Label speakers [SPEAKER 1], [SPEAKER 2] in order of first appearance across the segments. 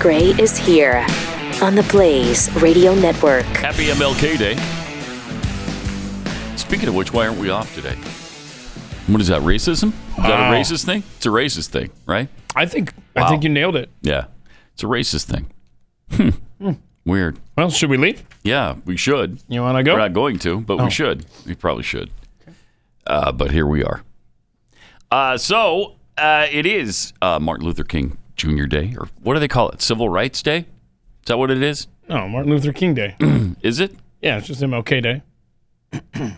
[SPEAKER 1] Gray is here on the Blaze Radio Network.
[SPEAKER 2] Happy MLK Day. Speaking of which, why aren't we off today? What is that? Racism? Is that
[SPEAKER 3] Wow.
[SPEAKER 2] a racist thing? It's a racist thing, right?
[SPEAKER 3] I think
[SPEAKER 2] Wow.
[SPEAKER 3] I think you nailed it.
[SPEAKER 2] Yeah, it's a racist thing. Hmm. Weird.
[SPEAKER 3] Well, should we leave?
[SPEAKER 2] Yeah, we should.
[SPEAKER 3] You want to go?
[SPEAKER 2] We're not going to, but we should. We probably should. Uh, but here we are. Uh, so uh, it is uh, Martin Luther King Jr. Day, or what do they call it? Civil Rights Day? Is that what it is?
[SPEAKER 3] No, Martin Luther King Day.
[SPEAKER 2] Is it?
[SPEAKER 3] yeah, it's just MLK Day.
[SPEAKER 2] I'm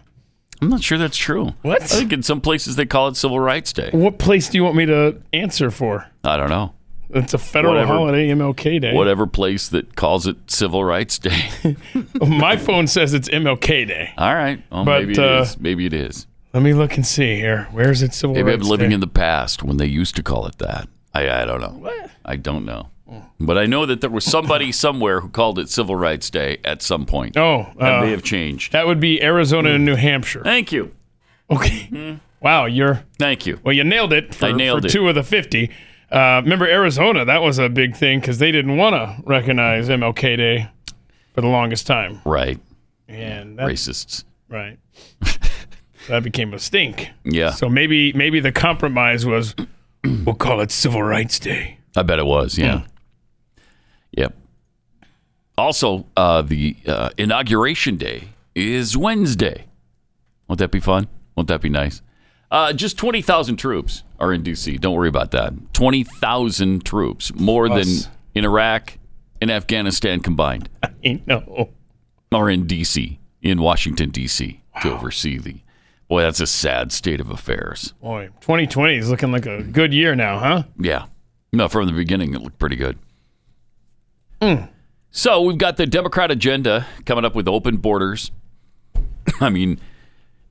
[SPEAKER 2] not sure that's true.
[SPEAKER 3] What?
[SPEAKER 2] I think in some places they call it Civil Rights Day.
[SPEAKER 3] What place do you want me to answer for?
[SPEAKER 2] I don't know.
[SPEAKER 3] It's a federal
[SPEAKER 2] Whatever.
[SPEAKER 3] holiday, MLK Day.
[SPEAKER 2] Whatever place that calls it Civil Rights Day.
[SPEAKER 3] My phone says it's MLK Day.
[SPEAKER 2] All right. Well,
[SPEAKER 3] But,
[SPEAKER 2] maybe it is.
[SPEAKER 3] uh,
[SPEAKER 2] Maybe it is.
[SPEAKER 3] Let me look and see here. Where is it? Civil
[SPEAKER 2] Maybe I'm
[SPEAKER 3] Rights
[SPEAKER 2] living
[SPEAKER 3] Day?
[SPEAKER 2] in the past when they used to call it that. I, I don't know. I don't know. But I know that there was somebody somewhere who called it Civil Rights Day at some point.
[SPEAKER 3] Oh,
[SPEAKER 2] That
[SPEAKER 3] uh,
[SPEAKER 2] may have changed.
[SPEAKER 3] that would be Arizona and New Hampshire.
[SPEAKER 2] Thank you.
[SPEAKER 3] Okay. Wow, you're
[SPEAKER 2] Thank you.
[SPEAKER 3] well. You nailed it. For,
[SPEAKER 2] Mm-hmm. I nailed
[SPEAKER 3] for
[SPEAKER 2] it.
[SPEAKER 3] two of the fifty. Uh, remember Arizona? That was a big thing because they didn't want to recognize MLK Day for the longest time,
[SPEAKER 2] Right.
[SPEAKER 3] and that's
[SPEAKER 2] Racists.
[SPEAKER 3] right. that became a stink.
[SPEAKER 2] Yeah.
[SPEAKER 3] So maybe maybe the compromise was we'll call it Civil Rights Day.
[SPEAKER 2] I bet it was. Yeah. Yep. Also, uh, the uh, inauguration day is Wednesday. Won't that be fun? Won't that be nice? Uh, just 20,000 troops are in D.C. Don't worry about that. 20,000 troops, more
[SPEAKER 3] Us.
[SPEAKER 2] than in Iraq and Afghanistan combined,
[SPEAKER 3] Ain't no.
[SPEAKER 2] are in D.C., in Washington, D.C., to oversee the. Boy, that's a sad state of affairs.
[SPEAKER 3] Boy, 2020 is looking like a good year now, huh?
[SPEAKER 2] Yeah. No, from the beginning, it looked pretty good. So we've got the Democrat agenda coming up with open borders. I mean,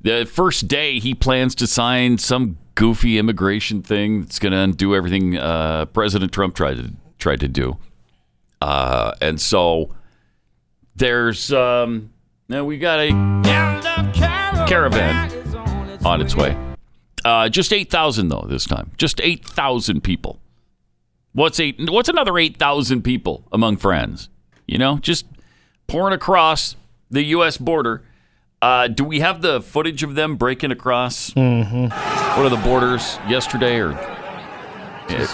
[SPEAKER 2] the first day he plans to sign some goofy immigration thing that's going to undo everything uh, President Trump tried to tried to do. Uh, and so there's um, now we got a caravan on its way. Uh, just eight thousand though this time. Just eight thousand people. What's eight? What's another eight thousand people among friends? You know, just pouring across the U.S. border. Uh, do we have the footage of them breaking across? Mm-hmm. What are the borders yesterday or?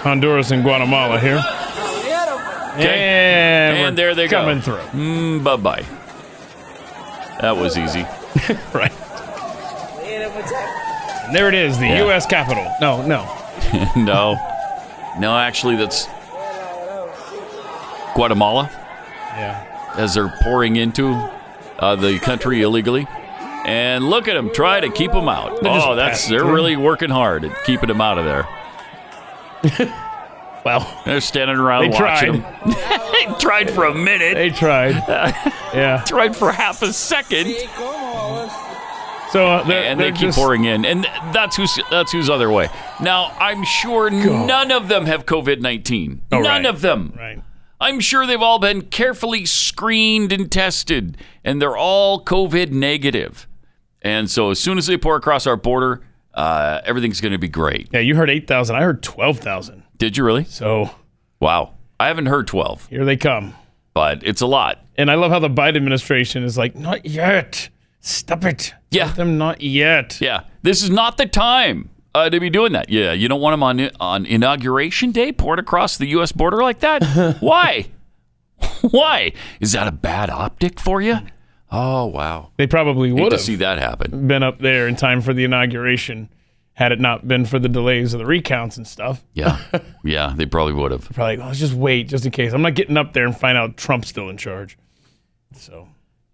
[SPEAKER 3] Honduras and Guatemala here. And,
[SPEAKER 2] And
[SPEAKER 3] we're
[SPEAKER 2] there they go.
[SPEAKER 3] coming through.
[SPEAKER 2] Mm, bye bye. That was easy.
[SPEAKER 3] Right. And there it is, the
[SPEAKER 2] Yeah.
[SPEAKER 3] U.S. Capitol. No, no.
[SPEAKER 2] no, no, actually, that's Guatemala.
[SPEAKER 3] Yeah.
[SPEAKER 2] as they're pouring into uh, the country illegally. And look at them try to keep them out.
[SPEAKER 3] just
[SPEAKER 2] oh, that's
[SPEAKER 3] passed
[SPEAKER 2] they're
[SPEAKER 3] through.
[SPEAKER 2] really working hard at keeping them out of there.
[SPEAKER 3] Well,
[SPEAKER 2] They're standing around
[SPEAKER 3] They
[SPEAKER 2] watching them. they tried for a minute.
[SPEAKER 3] they tried. yeah.
[SPEAKER 2] tried for half a second,
[SPEAKER 3] So uh, they're,
[SPEAKER 2] and they
[SPEAKER 3] they're
[SPEAKER 2] keep
[SPEAKER 3] just,
[SPEAKER 2] pouring in. And that's who's that's who's other way. Now I'm sure none of them have COVID nineteen.
[SPEAKER 3] Oh,
[SPEAKER 2] none
[SPEAKER 3] right.
[SPEAKER 2] of them.
[SPEAKER 3] Right.
[SPEAKER 2] I'm sure they've all been carefully screened and tested, and they're all COVID negative. And so, as soon as they pour across our border, uh, everything's going to be great.
[SPEAKER 3] Yeah, you heard 8,000. I heard 12,000.
[SPEAKER 2] Did you really?
[SPEAKER 3] So
[SPEAKER 2] Wow. I haven't heard 12,
[SPEAKER 3] here they come.
[SPEAKER 2] but it's a lot.
[SPEAKER 3] And I love how the Biden administration is like, not yet. Stop it.
[SPEAKER 2] Yeah.
[SPEAKER 3] Let them not yet.
[SPEAKER 2] Yeah. This is not the time uh, to be doing that. Yeah. You don't want them on, on Inauguration Day poured across the U.S. border like that? Why? Why? Is that a bad optic for you? Oh, wow.
[SPEAKER 3] They probably
[SPEAKER 2] Hate
[SPEAKER 3] would
[SPEAKER 2] to
[SPEAKER 3] have.
[SPEAKER 2] see that happen.
[SPEAKER 3] been up there in time for the inauguration had it not been for the delays of the recounts and stuff.
[SPEAKER 2] Yeah. Yeah. They probably would have.
[SPEAKER 3] Probably, like, oh, let's just wait just in case. I'm not getting up there and find out Trump's still in charge. So,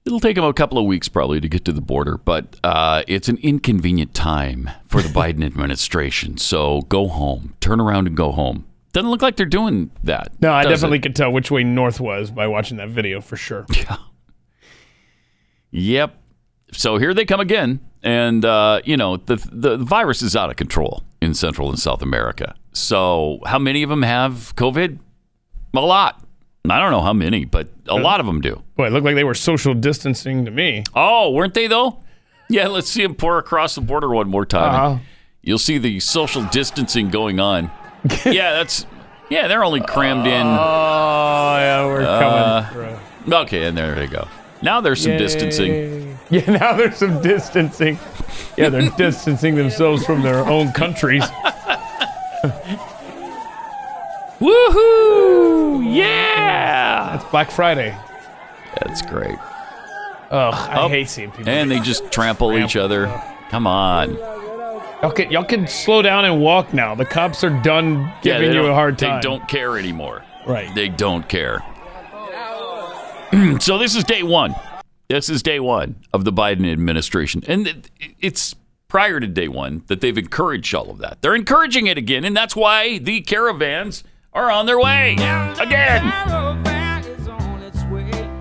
[SPEAKER 2] It'll take them a couple of weeks probably to get to the border, but uh, it's an inconvenient time for the Biden administration. So go home, turn around and go home. Doesn't look like they're doing that.
[SPEAKER 3] no, I
[SPEAKER 2] does it?
[SPEAKER 3] definitely could tell which way north was by watching that video for sure.
[SPEAKER 2] Yep. So here they come again, and uh, you know the, the the virus is out of control in Central and South America. So how many of them have COVID? A lot. I don't know how many, but a lot of them do.
[SPEAKER 3] Boy, it looked like they were social distancing to me.
[SPEAKER 2] Oh, weren't they though? Yeah, let's see them pour across the border
[SPEAKER 3] Uh-huh.
[SPEAKER 2] one more time. You'll see the social distancing going on. yeah, that's Yeah, they're only crammed in.
[SPEAKER 3] Oh yeah, we're
[SPEAKER 2] uh,
[SPEAKER 3] coming. through.
[SPEAKER 2] Okay, and there they go. Now there's some distancing.
[SPEAKER 3] Yeah, now there's some distancing. Yeah, they're distancing themselves from their own countries.
[SPEAKER 2] Woohoo! Yeah!
[SPEAKER 3] It's Black Friday.
[SPEAKER 2] That's great.
[SPEAKER 3] Ugh, I hate seeing people.
[SPEAKER 2] And they just trample each other. Come on.
[SPEAKER 3] Y'all can, y'all can slow down and walk now. The cops are done
[SPEAKER 2] Yeah,
[SPEAKER 3] giving
[SPEAKER 2] they
[SPEAKER 3] you a
[SPEAKER 2] don't-
[SPEAKER 3] hard time.
[SPEAKER 2] They don't care anymore.
[SPEAKER 3] Right.
[SPEAKER 2] They don't care. so this is day one. This is day one of the Biden administration, and it- it's prior to day one that they've encouraged all of that. They're encouraging it again, and that's why the caravans are on their way again.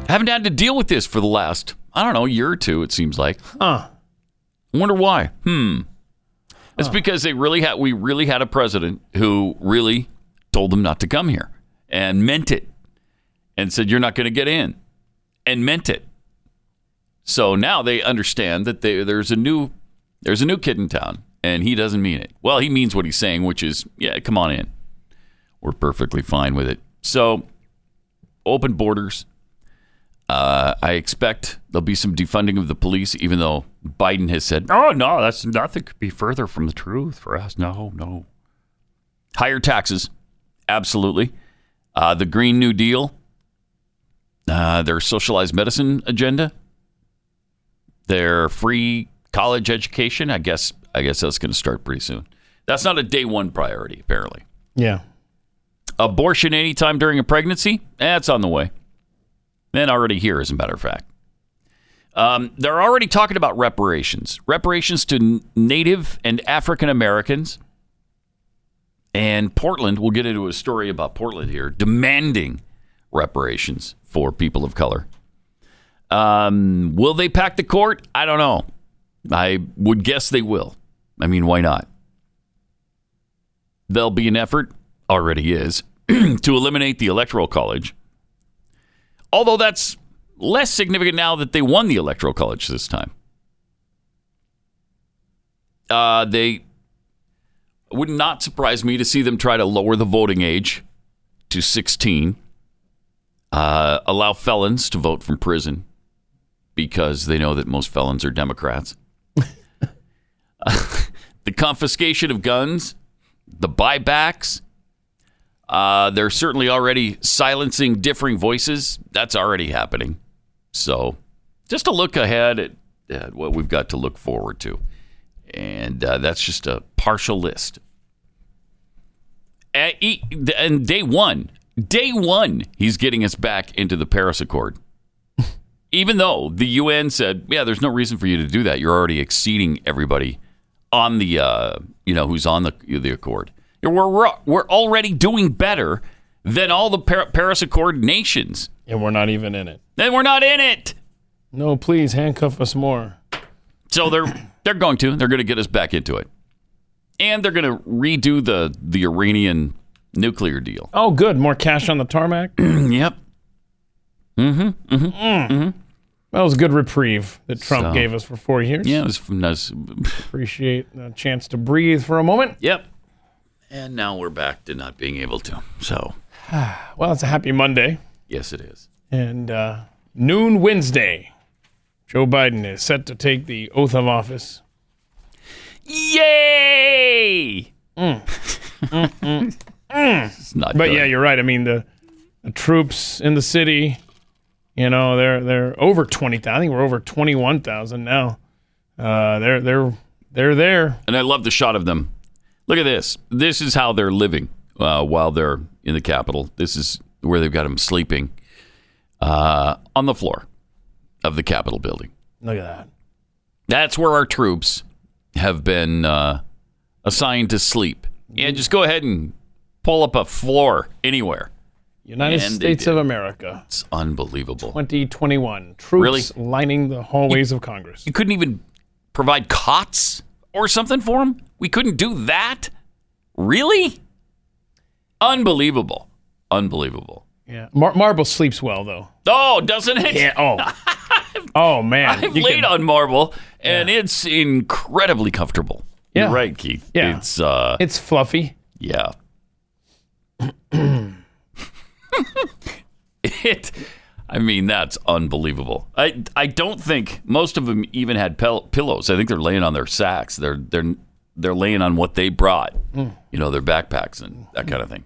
[SPEAKER 2] Haven't had to deal with this for the last I don't know year or two. It seems like.
[SPEAKER 3] Huh.
[SPEAKER 2] Wonder why? Hmm. It's because they really had we really had a president who really told them not to come here and meant it and said you're not going to get in and meant it. So now they understand that they, there's a new there's a new kid in town and he doesn't mean it. Well, he means what he's saying, which is yeah, come on in. We're perfectly fine with it. So open borders. Uh, I expect there'll be some defunding of the police, even though Biden has said, "Oh no, that's nothing could be further from the truth for us." No, no. Higher taxes, absolutely. Uh, the Green New Deal, uh, their socialized medicine agenda, their free college education. I guess, I guess that's going to start pretty soon. That's not a day one priority, apparently.
[SPEAKER 3] Yeah.
[SPEAKER 2] Abortion anytime during a pregnancy? That's on the way. And already here, as a matter of fact. Um, they're already talking about reparations. Reparations to n- Native and African Americans. And Portland, we'll get into a story about Portland here, demanding reparations for people of color. Um, will they pack the court? I don't know. I would guess they will. I mean, why not? There'll be an effort, already is, to eliminate the Electoral College. Although that's less significant now that they won the Electoral College this time. Uh, they would not surprise me to see them try to lower the voting age to 16, uh, allow felons to vote from prison because they know that most felons are Democrats. the confiscation of guns the buybacks. Uh, they're certainly already silencing differing voices. That's already happening. So, just a look ahead at, at what we've got to look forward to. And uh, that's just a partial list. At e- and day one, day one, he's getting us back into the Paris Accord. Even though the UN said, yeah, there's no reason for you to do that. You're already exceeding everybody on the uh, you know who's on the the accord. We're we're we're already doing better than all the Par- Paris Accord nations.
[SPEAKER 3] And we're not even in it.
[SPEAKER 2] Then we're not in it.
[SPEAKER 3] No, please handcuff us more.
[SPEAKER 2] So they're they're going to they're going to get us back into it, and they're going to redo the the Iranian nuclear deal.
[SPEAKER 3] Oh, good. More cash on the tarmac. that
[SPEAKER 2] Yep.
[SPEAKER 3] was a good reprieve that Trump
[SPEAKER 2] So-
[SPEAKER 3] gave us for four years.
[SPEAKER 2] Yeah. It was from us.
[SPEAKER 3] Appreciate a chance to breathe for a moment.
[SPEAKER 2] Yep. And now we're back to not being able to. So
[SPEAKER 3] Well, it's a happy Monday.
[SPEAKER 2] yes, it is.
[SPEAKER 3] And uh, noon Wednesday, Joe Biden is set to take the oath of office.
[SPEAKER 2] Yay!
[SPEAKER 3] Mm.
[SPEAKER 2] It's not.
[SPEAKER 3] But
[SPEAKER 2] done.
[SPEAKER 3] yeah, you're right. I mean, the, the troops in the city, you know, they're they're over twenty thousand. I think we're over twenty one thousand now. Uh, they're they're they're there.
[SPEAKER 2] And I love the shot of them. Look at this. This is how they're living uh, while they're in the Capitol. This is where they've got them sleeping uh, on the floor of the Capitol building.
[SPEAKER 3] Look at that.
[SPEAKER 2] That's where our troops have been uh, assigned to sleep. Yeah, just go ahead and pull up a floor anywhere.
[SPEAKER 3] United
[SPEAKER 2] And they
[SPEAKER 3] States
[SPEAKER 2] did.
[SPEAKER 3] of America,
[SPEAKER 2] It's unbelievable.
[SPEAKER 3] 2021. Troops lining the hallways of Congress.
[SPEAKER 2] You couldn't even provide cots or something for them? We couldn't do that? Really? Unbelievable. Unbelievable.
[SPEAKER 3] Yeah. Mar- Marble sleeps well though.
[SPEAKER 2] Oh, doesn't it?
[SPEAKER 3] Yeah. Oh. oh man.
[SPEAKER 2] I've
[SPEAKER 3] You
[SPEAKER 2] laid
[SPEAKER 3] can-
[SPEAKER 2] on marble, and it's incredibly comfortable.
[SPEAKER 3] Yeah.
[SPEAKER 2] You're right, Keith.
[SPEAKER 3] Yeah.
[SPEAKER 2] It's uh,
[SPEAKER 3] It's fluffy.
[SPEAKER 2] yeah. it. I mean, that's unbelievable. I I don't think most of them even had pel- pillows. I think they're laying on their sacks. They're they're they're laying on what they brought. You know, their backpacks and that kind of thing.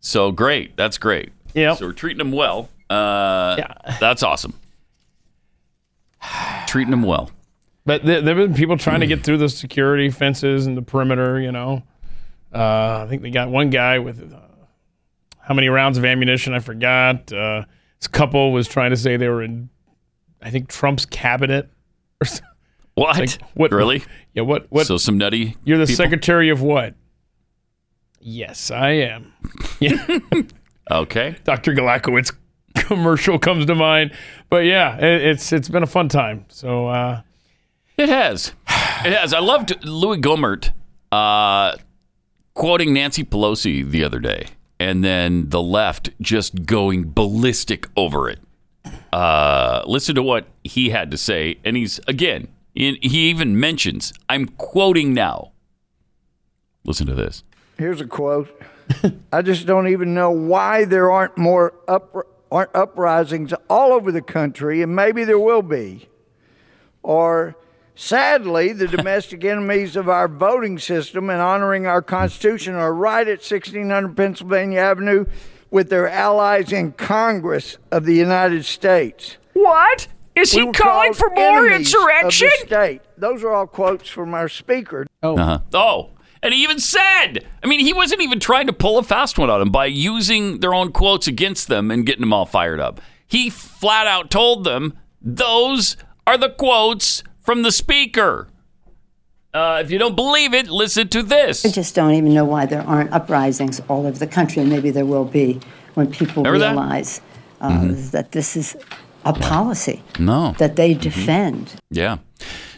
[SPEAKER 2] So great. That's great.
[SPEAKER 3] Yep.
[SPEAKER 2] So we're treating them well. Uh,
[SPEAKER 3] Yeah.
[SPEAKER 2] That's awesome. treating them well.
[SPEAKER 3] But th- there have been people trying to get through the security fences and the perimeter, you know. Uh, I think they got one guy with uh, how many rounds of ammunition, I forgot. Uh, this couple was trying to say they were in, I think, Trump's cabinet. Or so-
[SPEAKER 2] What?
[SPEAKER 3] like, what
[SPEAKER 2] Really?
[SPEAKER 3] Yeah, what? what
[SPEAKER 2] So some nutty.
[SPEAKER 3] you're the
[SPEAKER 2] people?
[SPEAKER 3] secretary of what? Yes, I am.
[SPEAKER 2] Okay.
[SPEAKER 3] Dr. Galakowitz commercial comes to mind. But yeah, it, it's it's been a fun time. So uh,
[SPEAKER 2] It has. It has. I loved Louis Gohmert uh, quoting Nancy Pelosi the other day, and then the left just going ballistic over it. Uh, listen to what he had to say, and he's again. In, he even mentions, "I'm quoting now." Listen to this.
[SPEAKER 4] Here's a quote. I just don't even know why there aren't more up, aren't uprisings all over the country, and maybe there will be. Or, sadly, the domestic enemies of our voting system and honoring our Constitution are right at 1600 Pennsylvania Avenue with their allies in Congress of the United States.
[SPEAKER 5] What? Is
[SPEAKER 4] We
[SPEAKER 5] he
[SPEAKER 4] were
[SPEAKER 5] calling
[SPEAKER 4] called
[SPEAKER 5] for more
[SPEAKER 4] enemies of the
[SPEAKER 5] insurrection?
[SPEAKER 4] state. Those are all quotes from our speaker.
[SPEAKER 2] Uh-huh. Oh, and he even said, I mean, he wasn't even trying to pull a fast one on them by using their own quotes against them and getting them all fired up. He flat out told them, those are the quotes from the speaker. Uh, if you don't believe it, listen to this.
[SPEAKER 6] I just don't even know why there aren't uprisings all over the country, and maybe there will be when people
[SPEAKER 2] Remember that? Mm-hmm.
[SPEAKER 6] realize uh, that this is a policy
[SPEAKER 2] No.
[SPEAKER 6] that they defend.
[SPEAKER 2] Yeah.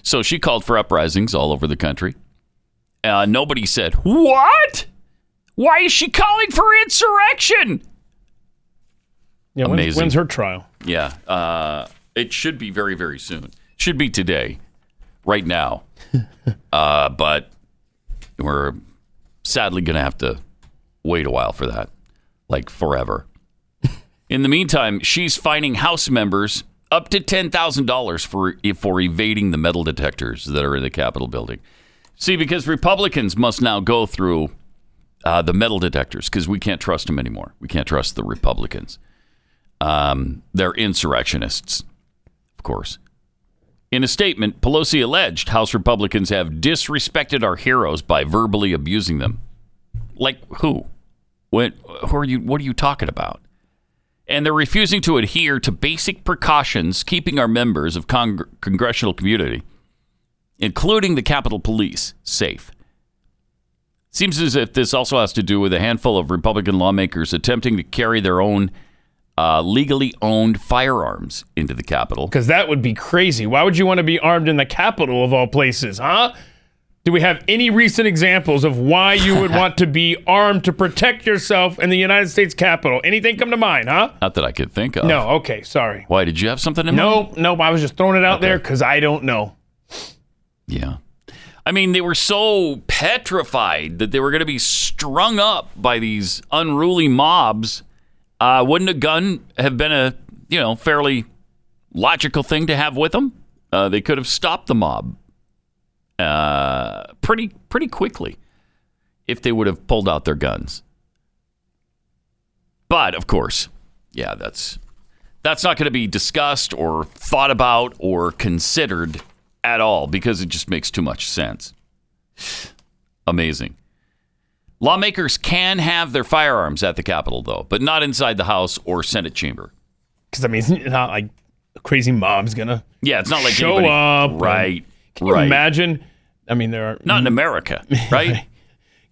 [SPEAKER 2] So she called for uprisings all over the country. Uh, nobody said, What? Why is she calling for insurrection?
[SPEAKER 3] yeah, when's-
[SPEAKER 2] Amazing.
[SPEAKER 3] when's her trial?
[SPEAKER 2] Yeah. Uh, it should be very, very soon. Should be today, right now. uh, but we're sadly going to have to wait a while for that, like forever. In the meantime, she's fining House members up to $10,000 for, e, for evading the metal detectors that are in the Capitol building. See, because Republicans must now go through uh, the metal detectors because we can't trust them anymore. We can't trust the Republicans um, they're insurrectionists, of course. In a statement, Pelosi alleged House Republicans have disrespected our heroes by verbally abusing them. Like who? What? Who are you? What are you talking about? And they're refusing to adhere to basic precautions keeping our members of con- congressional community, including the Capitol Police, safe. Seems as if this also has to do with a handful of Republican lawmakers attempting to carry their own uh, legally owned firearms into the Capitol.
[SPEAKER 3] Because that would be crazy. Why would you want to be armed in the capital of all places, huh? Do we have any recent examples of why you would want to be armed to protect yourself in the United States Capitol? Anything come to mind, huh?
[SPEAKER 2] Not that I could think of.
[SPEAKER 3] No, okay, sorry.
[SPEAKER 2] Why did you have something in mind?
[SPEAKER 3] Nope, nope, I was just throwing it out there because I don't know.
[SPEAKER 2] Yeah. I mean, they were so petrified that they were going to be strung up by these unruly mobs. Uh, wouldn't a gun have been a, you know, fairly logical thing to have with them? Uh, they could have stopped the mob uh, pretty pretty quickly if they would have pulled out their guns. But of course, yeah, that's that's not going to be discussed or thought about or considered at all because it just makes too much sense. Amazing. Lawmakers can have their firearms at the Capitol, though, but not inside the House or Senate chamber.
[SPEAKER 3] Because, I mean, it's not like a crazy mob's going to
[SPEAKER 2] Yeah, it's not like
[SPEAKER 3] show
[SPEAKER 2] anybody,
[SPEAKER 3] up. and-
[SPEAKER 2] right?
[SPEAKER 3] Can you
[SPEAKER 2] right?
[SPEAKER 3] imagine? I mean, there are.
[SPEAKER 2] not in America, right?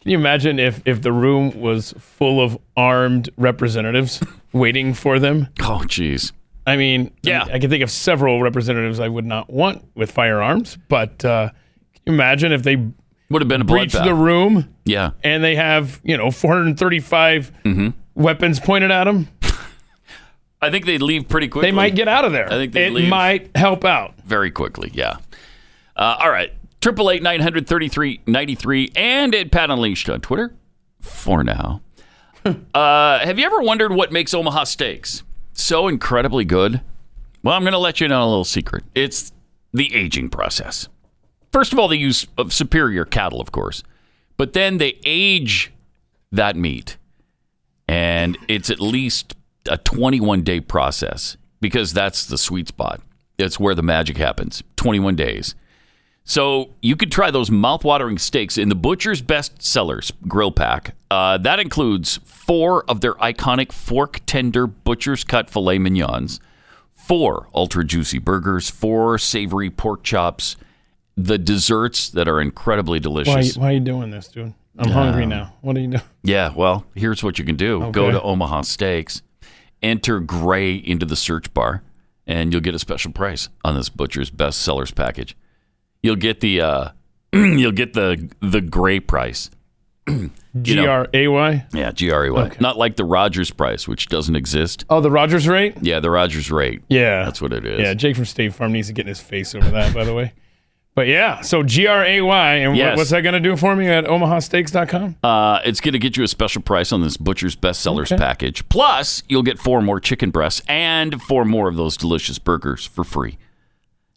[SPEAKER 3] Can you imagine if, if the room was full of armed representatives waiting for them?
[SPEAKER 2] oh, jeez.
[SPEAKER 3] I mean,
[SPEAKER 2] Yeah.
[SPEAKER 3] I can think of several representatives I would not want with firearms, but uh, can you imagine if they
[SPEAKER 2] Would have been a
[SPEAKER 3] breach the
[SPEAKER 2] bloodbath.
[SPEAKER 3] room
[SPEAKER 2] yeah.
[SPEAKER 3] and they have, you know, 435
[SPEAKER 2] Mm-hmm.
[SPEAKER 3] weapons pointed at them?
[SPEAKER 2] I think they'd leave pretty quickly.
[SPEAKER 3] They might get out of there.
[SPEAKER 2] I think they'd
[SPEAKER 3] it
[SPEAKER 2] leave.
[SPEAKER 3] might help out.
[SPEAKER 2] very quickly. Yeah. Uh, all right. Triple eight nine hundred thirty three ninety three and at Pat Unleashed on Twitter for now. Uh, have you ever wondered what makes Omaha steaks so incredibly good? Well, I'm going to let you in on a little secret. It's the aging process. First of all, the use of superior cattle, of course, but then they age that meat, and it's at least a 21 day process because that's the sweet spot. It's where the magic happens. 21 days. So you could try those mouth-watering steaks in the butcher's best sellers grill pack. Uh, that includes four of their iconic fork tender butcher's cut filet mignons, four ultra juicy burgers, four savory pork chops, the desserts that are incredibly
[SPEAKER 3] Why,
[SPEAKER 2] delicious.
[SPEAKER 3] why are you doing this, dude? I'm hungry now. What are you doing?
[SPEAKER 2] Yeah, well, here's what you can do go
[SPEAKER 3] Okay.
[SPEAKER 2] to Omaha Steaks, enter gray into the search bar, and you'll get a special price on this butcher's best sellers package. You'll get the uh, you'll get the the gray price.
[SPEAKER 3] G
[SPEAKER 2] know-
[SPEAKER 3] R A Y.
[SPEAKER 2] Yeah, G R E Y. Not like the Rogers price, which doesn't exist.
[SPEAKER 3] Oh, the Rogers rate.
[SPEAKER 2] Yeah, the Rogers rate.
[SPEAKER 3] Yeah,
[SPEAKER 2] That's what it is.
[SPEAKER 3] Yeah, Jake from State Farm needs to get in his face over that, by the way. But yeah, so G R A Y, and what-
[SPEAKER 2] Yes.
[SPEAKER 3] what's that going to do for me at OmahaSteaks.com?
[SPEAKER 2] Uh, it's going to get you a special price on this butcher's bestsellers package. Plus, you'll get four more chicken breasts and four more of those delicious burgers for free.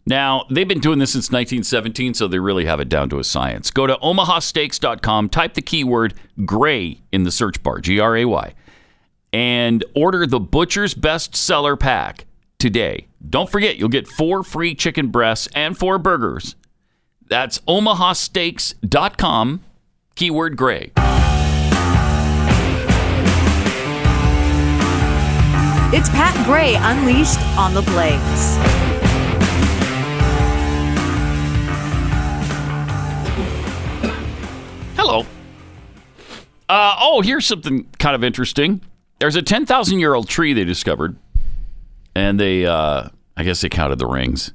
[SPEAKER 2] Now, they've been doing this since 1917, so they really have it down to a science. Go to omahasteaks.com, type the keyword gray in the search bar, G R A Y, and order the butcher's bestseller pack today. Don't forget, you'll get four free chicken breasts and four burgers. That's omahasteaks.com, keyword gray.
[SPEAKER 5] It's Pat Gray unleashed on the Blaze.
[SPEAKER 2] Hello. Uh, oh, here's something kind of interesting. There's a 10,000 year old tree they discovered, and they, uh, I guess they counted the rings.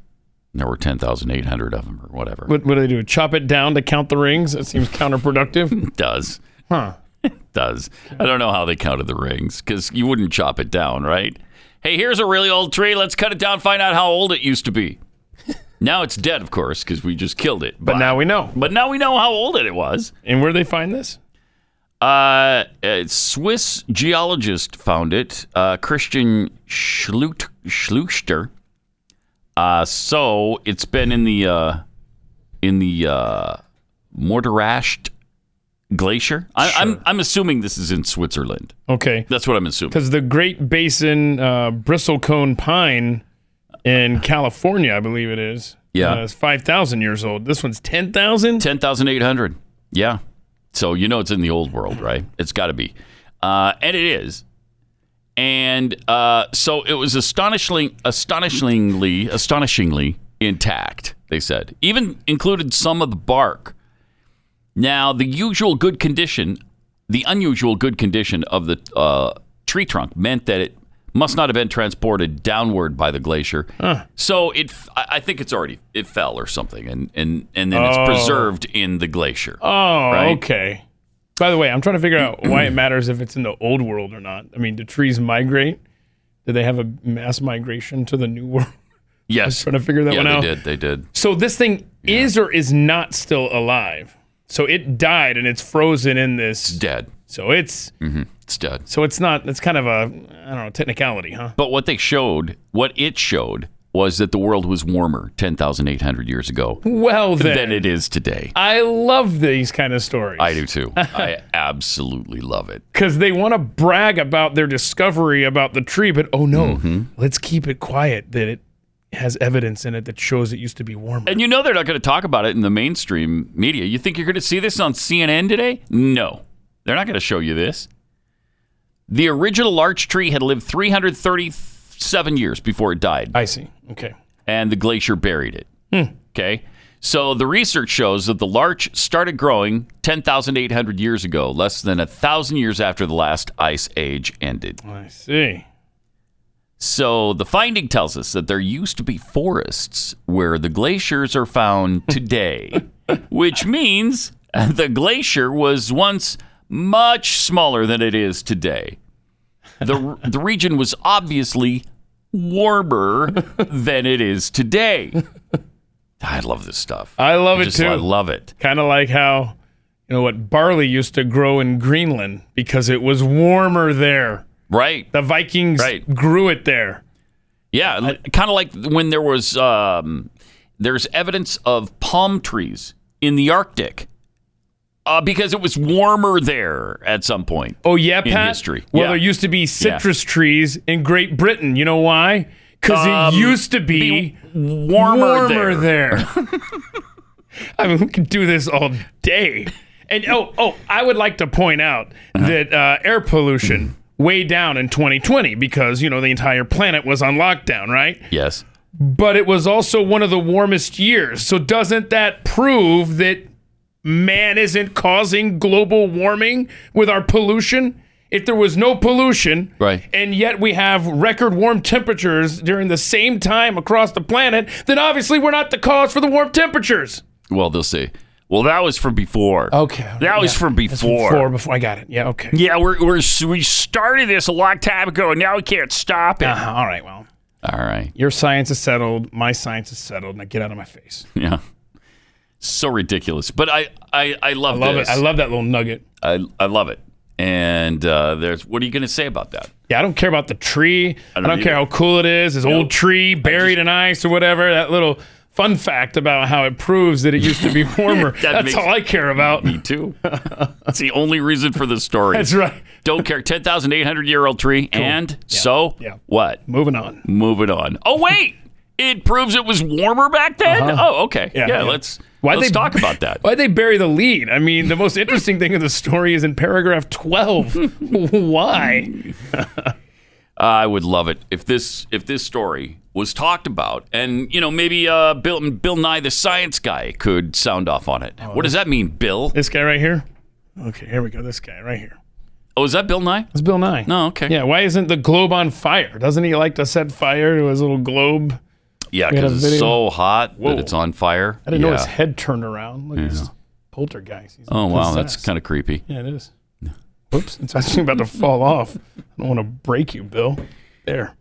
[SPEAKER 2] And There were 10,800 of them or whatever.
[SPEAKER 3] What, what do they do? Chop it down to count the rings? That seems counterproductive.
[SPEAKER 2] It does.
[SPEAKER 3] Huh.
[SPEAKER 2] does. I don't know how they counted the rings because you wouldn't chop it down, right? Hey, here's a really old tree. Let's cut it down, find out how old it used to be. now it's dead, of course, because we just killed it.
[SPEAKER 3] But now we know.
[SPEAKER 2] But now we know how old it was.
[SPEAKER 3] And where do they find this?
[SPEAKER 2] Uh, a Swiss geologist found it, uh, Christian Schlut- Schluchter. Uh, so it's been in the uh, in the uh, Morderascht glacier. I, I'm I'm assuming this is in Switzerland.
[SPEAKER 3] Okay.
[SPEAKER 2] That's what I'm assuming.
[SPEAKER 3] Because the Great Basin uh, bristlecone pine in California, I believe it is,
[SPEAKER 2] Yeah.
[SPEAKER 3] uh, is 5,000 years old. This one's 10,000?
[SPEAKER 2] Ten thousand eight hundred. Yeah. So you know it's in the old world, right? It's got to be, uh, and it is. And uh, so it was astonishingly, astonishingly, astonishingly intact. They said even included some of the bark. Now the usual good condition, the unusual good condition of the uh, tree trunk meant that it must not have been transported downward by the glacier. So it, f- I I think it's already it fell or something, and and and then it's preserved in the glacier.
[SPEAKER 3] Oh,
[SPEAKER 2] Right.
[SPEAKER 3] okay. By the way, I'm trying to figure out why it matters if it's in the old world or not. I mean, do trees migrate? Do they have a mass migration to the new world?
[SPEAKER 2] yes,
[SPEAKER 3] trying to figure that
[SPEAKER 2] yeah,
[SPEAKER 3] one
[SPEAKER 2] they
[SPEAKER 3] out.
[SPEAKER 2] did. They did.
[SPEAKER 3] So this thing is or is not still alive. So it died and it's frozen in this.
[SPEAKER 2] Dead.
[SPEAKER 3] So it's
[SPEAKER 2] Mm. It's dead.
[SPEAKER 3] so it's not. It's kind of a I don't know technicality, huh?
[SPEAKER 2] But what they showed, what it showed, was that the world was warmer ten thousand eight hundred years ago
[SPEAKER 3] Well then,
[SPEAKER 2] than it is today.
[SPEAKER 3] I love these kind of stories.
[SPEAKER 2] I do too. I absolutely love it.
[SPEAKER 3] because they want to brag about their discovery about the tree, but oh no,
[SPEAKER 2] Mm-hmm.
[SPEAKER 3] let's keep it quiet that it has evidence in it that shows it used to be warmer.
[SPEAKER 2] And you know they're not going to talk about it in the mainstream media. You think you're going to see this on CNN today? No. They're not going to show you this. The original larch tree had lived 337 years before it died,
[SPEAKER 3] I see. Okay.
[SPEAKER 2] and the glacier buried it. Okay. So the research shows that the larch started growing 10,800 years ago, less than a 1,000 years after the last ice age ended.
[SPEAKER 3] I see.
[SPEAKER 2] So the finding tells us that there used to be forests where the glaciers are found today, which means the glacier was once much smaller than it is today. The, the region was obviously warmer than it is today. I love this stuff.
[SPEAKER 3] I love it
[SPEAKER 2] Just-
[SPEAKER 3] too.
[SPEAKER 2] I love it.
[SPEAKER 3] kind of like how you know what? Barley used to grow in Greenland because it was warmer there.
[SPEAKER 2] Right.
[SPEAKER 3] The Vikings
[SPEAKER 2] Right.
[SPEAKER 3] grew it there.
[SPEAKER 2] Yeah, kind of like when there was um, there's evidence of palm trees in the Arctic uh, because it was warmer there at some point.
[SPEAKER 3] Oh yeah,
[SPEAKER 2] In
[SPEAKER 3] Pat.
[SPEAKER 2] history.
[SPEAKER 3] Well,
[SPEAKER 2] Yeah.
[SPEAKER 3] there used to be citrus trees in Great Britain. You know why? Because
[SPEAKER 2] Um,
[SPEAKER 3] it used to be,
[SPEAKER 2] warmer
[SPEAKER 3] warmer there. I mean, we could do this all day. And oh, oh, I would like to point out
[SPEAKER 2] Uh-huh.
[SPEAKER 3] that uh, air pollution way down in 2020 because you know the entire planet was on lockdown, right?
[SPEAKER 2] Yes.
[SPEAKER 3] But it was also one of the warmest years. So doesn't that prove that man isn't causing global warming with our pollution? If there was no pollution,
[SPEAKER 2] Right.
[SPEAKER 3] and yet we have record warm temperatures during the same time across the planet, then obviously we're not the cause for the warm temperatures.
[SPEAKER 2] Well, they'll see. Well, that was from before. That was from before.
[SPEAKER 3] Before, before I got it. Yeah. Okay.
[SPEAKER 2] Yeah, we're, we're we started this a long time ago, and now we can't stop it.
[SPEAKER 3] Uh-huh, all right. Well,
[SPEAKER 2] All right.
[SPEAKER 3] your science is settled. My science is settled. Now get out of my face.
[SPEAKER 2] Yeah. So ridiculous, but I I, I love,
[SPEAKER 3] I love
[SPEAKER 2] this.
[SPEAKER 3] it. I love that little nugget.
[SPEAKER 2] I, I love it. And uh, there's what are you going to say about that?
[SPEAKER 3] Yeah, I don't care about the tree. I
[SPEAKER 2] don't
[SPEAKER 3] don't, care how
[SPEAKER 2] either.
[SPEAKER 3] cool it is. This old tree buried in ice or whatever. That little fun fact about how it proves that it used to be warmer. That's
[SPEAKER 2] makes-
[SPEAKER 3] all I care about.
[SPEAKER 2] Me too. That's the only reason for the story.
[SPEAKER 3] That's right.
[SPEAKER 2] Don't care. 10,800 year old tree. And so
[SPEAKER 3] Yeah.
[SPEAKER 2] what?
[SPEAKER 3] Moving on.
[SPEAKER 2] Move it on. Oh, wait. It proves it was warmer back then?
[SPEAKER 3] Uh-huh.
[SPEAKER 2] Oh, okay. Yeah, let's let's talk about that.
[SPEAKER 3] Why'd they bury the lead? I mean, the most interesting thing in the story is in paragraph 12. Why?
[SPEAKER 2] I would love it if this if this story was talked about, and you know maybe uh, Bill Bill Nye the Science Guy could sound off on it.
[SPEAKER 3] Oh,
[SPEAKER 2] what does that mean, Bill?
[SPEAKER 3] This guy right here? Okay, here we go. This guy right here.
[SPEAKER 2] Oh, is that Bill Nye?
[SPEAKER 3] That's Bill Nye.
[SPEAKER 2] No, okay.
[SPEAKER 3] Yeah, why isn't the globe on fire? Doesn't he like to set fire to his little globe?
[SPEAKER 2] yeah,
[SPEAKER 3] had a
[SPEAKER 2] because it's
[SPEAKER 3] video.
[SPEAKER 2] so hot
[SPEAKER 3] Whoa.
[SPEAKER 2] that it's on fire.
[SPEAKER 3] I didn't
[SPEAKER 2] yeah.
[SPEAKER 3] know his head turned around. Look at his poltergeist. He's
[SPEAKER 2] Oh wow, that's
[SPEAKER 3] possessed.
[SPEAKER 2] kind of creepy.
[SPEAKER 3] Yeah, it is. Oops, it's actually about to fall off. I don't want to break you, Bill. There.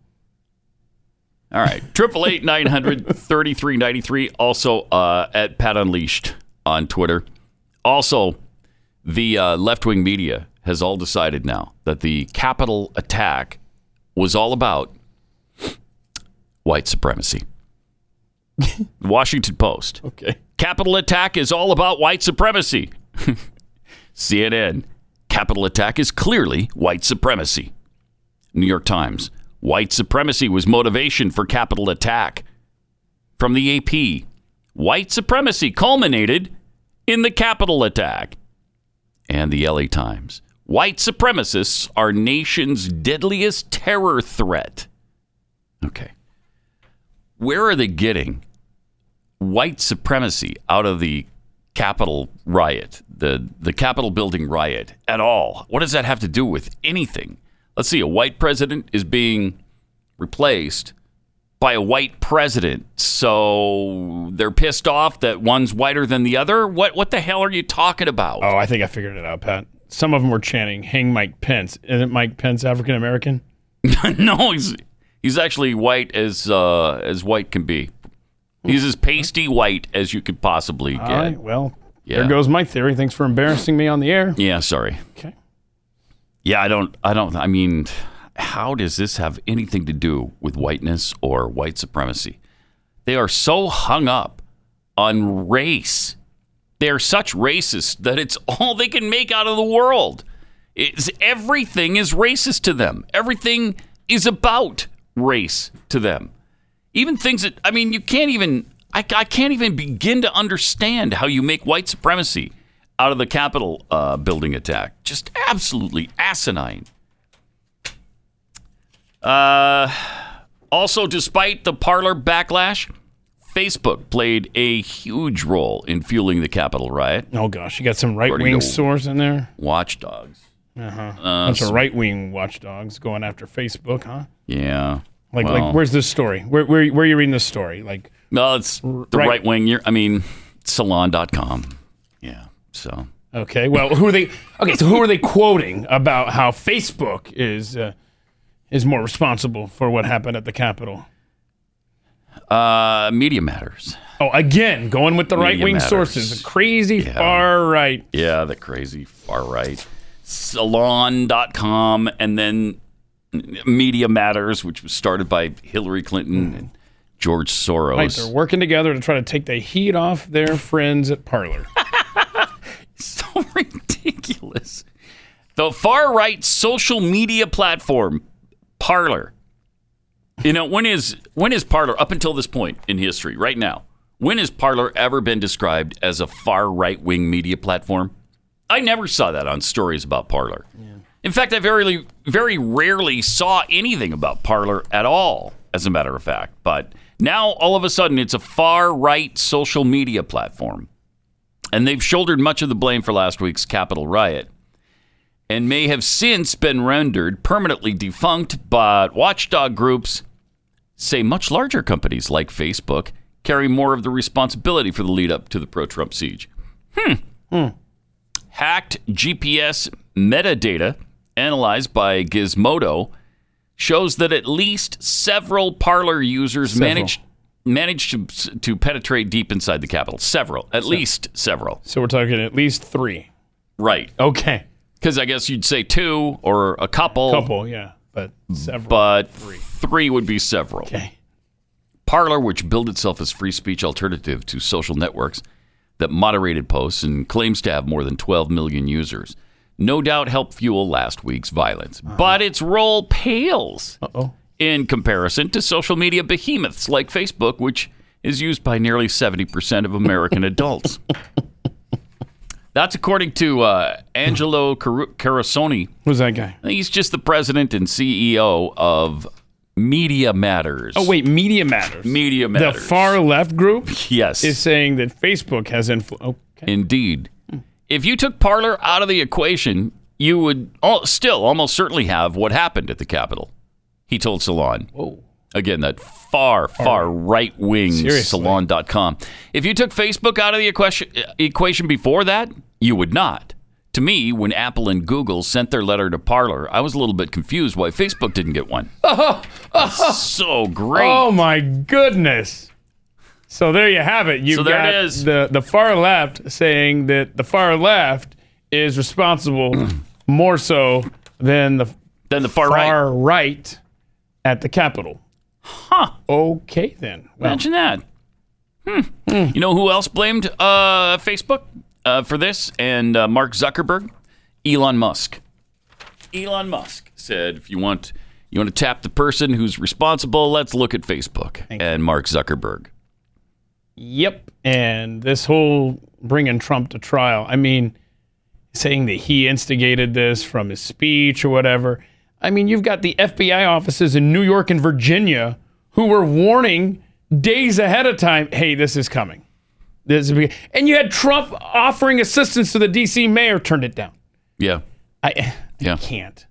[SPEAKER 2] All right, triple eight nine hundred thirty three ninety three. Also uh, at Pat Unleashed on Twitter. Also, the uh, left wing media has all decided now that the Capitol attack was all about white supremacy. Washington Post.
[SPEAKER 3] Okay.
[SPEAKER 2] Capital attack is all about white supremacy. CNN, capital attack is clearly white supremacy. New York Times, white supremacy was motivation for capital attack. From the AP, white supremacy culminated in the capital attack. And the LA Times, white supremacists are nation's deadliest terror threat. Okay. Where are they getting white supremacy out of the Capitol riot, the the Capitol building riot at all. What does that have to do with anything? Let's see. A white president is being replaced by a white president, so they're pissed off that one's whiter than the other. What what the hell are you talking about?
[SPEAKER 3] Oh, I think I figured it out, Pat. Some of them were chanting, hang Mike Pence. Isn't Mike Pence African American?
[SPEAKER 2] no, he's he's actually white as uh, as white can be. He's as pasty white as you could possibly get.
[SPEAKER 3] All right, well,
[SPEAKER 2] Yeah.
[SPEAKER 3] there goes my theory. Thanks for embarrassing me on the air.
[SPEAKER 2] Yeah, sorry.
[SPEAKER 3] Okay.
[SPEAKER 2] Yeah, I don't, I don't, I mean, how does this have anything to do with whiteness or white supremacy? They are so hung up on race. They are such racists that it's all they can make out of the world. It's, everything is racist to them. Everything is about race to them. Even things that, I mean, you can't even, I, I can't even begin to understand how you make white supremacy out of the Capitol uh, building attack. Just absolutely asinine. Uh, also, despite the parlor backlash, Facebook played a huge role in fueling the Capitol riot.
[SPEAKER 3] Oh, gosh. You got some right wing
[SPEAKER 2] Righty-o.
[SPEAKER 3] source in there?
[SPEAKER 2] Watchdogs. Uh,
[SPEAKER 3] Bunch of right wing watchdogs going after Facebook, huh?
[SPEAKER 2] Yeah.
[SPEAKER 3] Like,
[SPEAKER 2] Well.
[SPEAKER 3] like, where's this story? Where, where, where are you reading this story? Like,
[SPEAKER 2] No, it's the
[SPEAKER 3] right-
[SPEAKER 2] right wing. You're, I mean, salon.com. Yeah. So,
[SPEAKER 3] Okay. Well, who are they? Okay, so who are they quoting about how Facebook is uh, is more responsible for what happened at the Capitol?
[SPEAKER 2] uh, Media Matters.
[SPEAKER 3] Oh, again, going with the
[SPEAKER 2] Media
[SPEAKER 3] right wing
[SPEAKER 2] matters.
[SPEAKER 3] sources. Crazy far right.
[SPEAKER 2] Yeah, the crazy far right. Salon.com and then Media Matters, which was started by Hillary Clinton and George Soros.
[SPEAKER 3] Hmm. Right, they're working together to try to take the heat off their friends at Parlor.
[SPEAKER 2] so ridiculous. The far right social media platform, Parlor. You know, when is when is Parlor up until this point in history, right now, when has Parlor ever been described as a far right wing media platform? I never saw that on stories about Parlor. In fact, I very very rarely saw anything about Parlor at all, as a matter of fact. But now all of a sudden it's a far right social media platform and they've shouldered much of the blame for last week's Capitol riot and may have since been rendered permanently defunct, but watchdog groups say much larger companies like Facebook carry more of the responsibility for the lead up to the pro Trump siege. Hmm. Hacked GPS metadata analyzed by Gizmodo shows that at least several parlor users
[SPEAKER 3] Several.
[SPEAKER 2] managed managed to, to penetrate deep inside the Capitol. Several, at least several.
[SPEAKER 3] so we're talking at least three.
[SPEAKER 2] Right.
[SPEAKER 3] Okay.
[SPEAKER 2] Because I guess you'd say two or a couple,
[SPEAKER 3] Couple, yeah. But several.
[SPEAKER 2] but three. would be several.
[SPEAKER 3] okay.
[SPEAKER 2] Parlor, which billed itself as free speech alternative to social networks that moderated posts and claims to have more than 12 million users, no doubt helped fuel last week's violence. But its role pales
[SPEAKER 3] Uh-oh.
[SPEAKER 2] in comparison to social media behemoths like Facebook, which is used by nearly 70% of American adults. That's according to uh, Angelo Car- Carasone,
[SPEAKER 3] Who's that guy?
[SPEAKER 2] He's just the president and CEO of Media Matters.
[SPEAKER 3] Oh, wait. Media Matters.
[SPEAKER 2] Media
[SPEAKER 3] the
[SPEAKER 2] Matters.
[SPEAKER 3] far left group
[SPEAKER 2] Yes,
[SPEAKER 3] is Hmm. saying that Facebook has influence. Okay.
[SPEAKER 2] indeed. If you took Parler out of the equation, you would al- still almost certainly have what happened at the Capitol. He told Salon.
[SPEAKER 3] Whoa.
[SPEAKER 2] Again, that far, far right wing
[SPEAKER 3] Seriously.
[SPEAKER 2] salon.com. If you took Facebook out of the equation, uh, equation before that, you would not. To me, when Apple and Google sent their letter to Parler, I was a little bit confused why Facebook didn't get one. That's so great.
[SPEAKER 3] Oh my goodness. So there you have it. You
[SPEAKER 2] So there
[SPEAKER 3] got
[SPEAKER 2] it is.
[SPEAKER 3] the the far left saying that the far left is responsible more so than the
[SPEAKER 2] Then the far, right.
[SPEAKER 3] far right at the Capitol. Huh. Okay then. Well,
[SPEAKER 2] Imagine that. Hmm. You know who else blamed uh, Facebook uh, for this and uh, Mark Zuckerberg? Elon Musk. Elon Musk said, "If you want, you want to tap the person who's responsible. Let's look at Facebook and Mark Zuckerberg."
[SPEAKER 3] yep. And this whole bringing Trump to trial. I mean, saying that he instigated this from his speech or whatever. I mean, you've got the FBI offices in New York and Virginia who were warning days ahead of time, "Hey, this is coming." This is be-" and you had Trump offering assistance to the DC mayor, turned it down.
[SPEAKER 2] Yeah,
[SPEAKER 3] I,
[SPEAKER 2] yeah.
[SPEAKER 3] can't.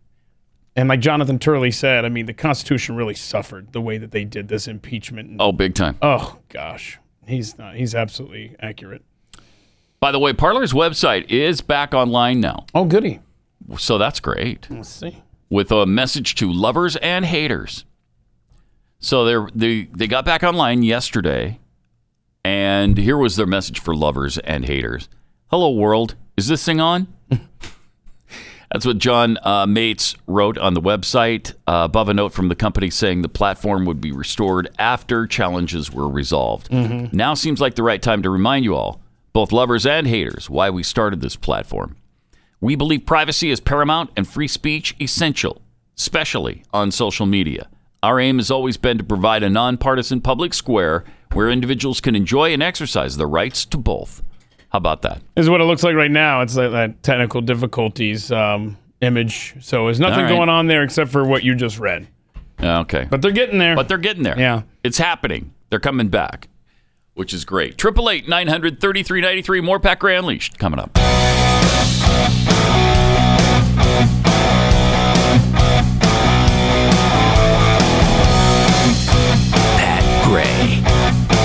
[SPEAKER 3] And like Jonathan Turley said, I mean, the Constitution really suffered the way that they did this impeachment.
[SPEAKER 2] Oh, big time.
[SPEAKER 3] Oh gosh, he's not. He's absolutely accurate.
[SPEAKER 2] By the way, Parler's website is back online now,
[SPEAKER 3] Oh goody.
[SPEAKER 2] so that's great.
[SPEAKER 3] Let's see.
[SPEAKER 2] with a message to lovers and haters. So they they they got back online yesterday, and here was their message for lovers and haters. Hello world, is this thing on? That's what John uh, Mates wrote on the website uh, above a note from the company saying the platform would be restored after challenges were resolved. Now seems like the right time to remind you all, both lovers and haters, why we started this platform. We believe privacy is paramount and free speech essential, especially on social media. Our aim has always been to provide a nonpartisan public square where individuals can enjoy and exercise their rights to both. How about that?
[SPEAKER 3] This is what it looks like right now. It's like that technical difficulties um, image. So there's nothing
[SPEAKER 2] All right.
[SPEAKER 3] going on there except for what you just read.
[SPEAKER 2] Okay.
[SPEAKER 3] But they're getting there.
[SPEAKER 2] But they're getting there.
[SPEAKER 3] Yeah.
[SPEAKER 2] It's happening. They're coming back, which is great. 888 900 3393. More Pat Gray Unleashed coming up.
[SPEAKER 7] Pat Gray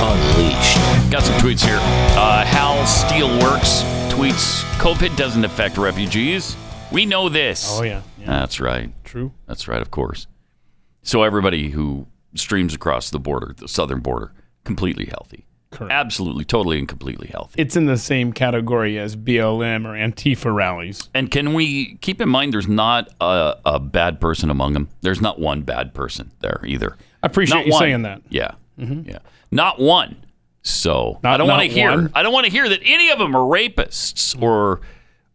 [SPEAKER 7] Unleashed.
[SPEAKER 2] Got some tweets here. Uh, Hal Steelworks tweets COVID doesn't affect refugees. We know this.
[SPEAKER 3] oh yeah, yeah,
[SPEAKER 2] That's right.
[SPEAKER 3] true.
[SPEAKER 2] That's right, of course. So everybody who streams across the border, the southern border, completely healthy.
[SPEAKER 3] Correct.
[SPEAKER 2] absolutely, totally, and completely healthy.
[SPEAKER 3] It's in the same category as BLM or Antifa rallies.
[SPEAKER 2] And can we keep in mind there's not a, a bad person among them? There's not one bad person there either.
[SPEAKER 3] I appreciate
[SPEAKER 2] Not
[SPEAKER 3] you
[SPEAKER 2] one.
[SPEAKER 3] saying that. Mm-hmm.
[SPEAKER 2] Yeah. Yeah. Not one. So
[SPEAKER 3] Not-
[SPEAKER 2] I don't
[SPEAKER 3] not
[SPEAKER 2] want to hear.
[SPEAKER 3] one.
[SPEAKER 2] I don't want to hear that any of them are rapists or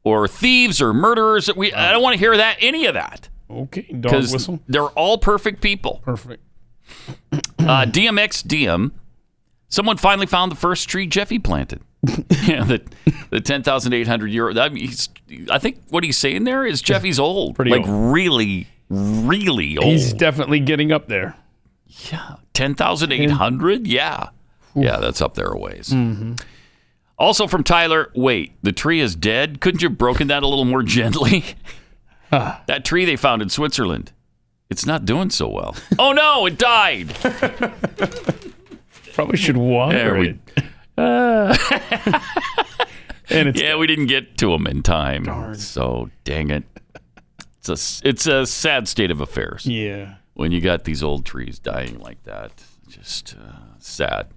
[SPEAKER 2] or thieves or murderers. That we. I don't want to hear that any of that
[SPEAKER 3] Okay, dog
[SPEAKER 2] because
[SPEAKER 3] whistle.
[SPEAKER 2] they're all perfect people.
[SPEAKER 3] Perfect.
[SPEAKER 2] Uh, DMX DM. Someone finally found the first tree Jeffy planted. yeah, the the ten thousand eight hundred euro. I mean, he's, I think what he's saying there is Jeffy's old,
[SPEAKER 3] pretty
[SPEAKER 2] like really, really old.
[SPEAKER 3] He's definitely getting up there.
[SPEAKER 2] Yeah, ten thousand eight hundred. Yeah, yeah, that's up there a ways. Also from Tyler, wait, the tree is dead. Couldn't you have broken that a little more gently? that tree they found in Switzerland, it's not doing so well. oh no, it died.
[SPEAKER 3] Probably should water
[SPEAKER 2] There we-
[SPEAKER 3] it. and it's
[SPEAKER 2] Yeah, we didn't get to him in time. So dang it. It's a s- it's a sad state of affairs.
[SPEAKER 3] yeah.
[SPEAKER 2] when you got these old trees dying like that. Just uh, sad.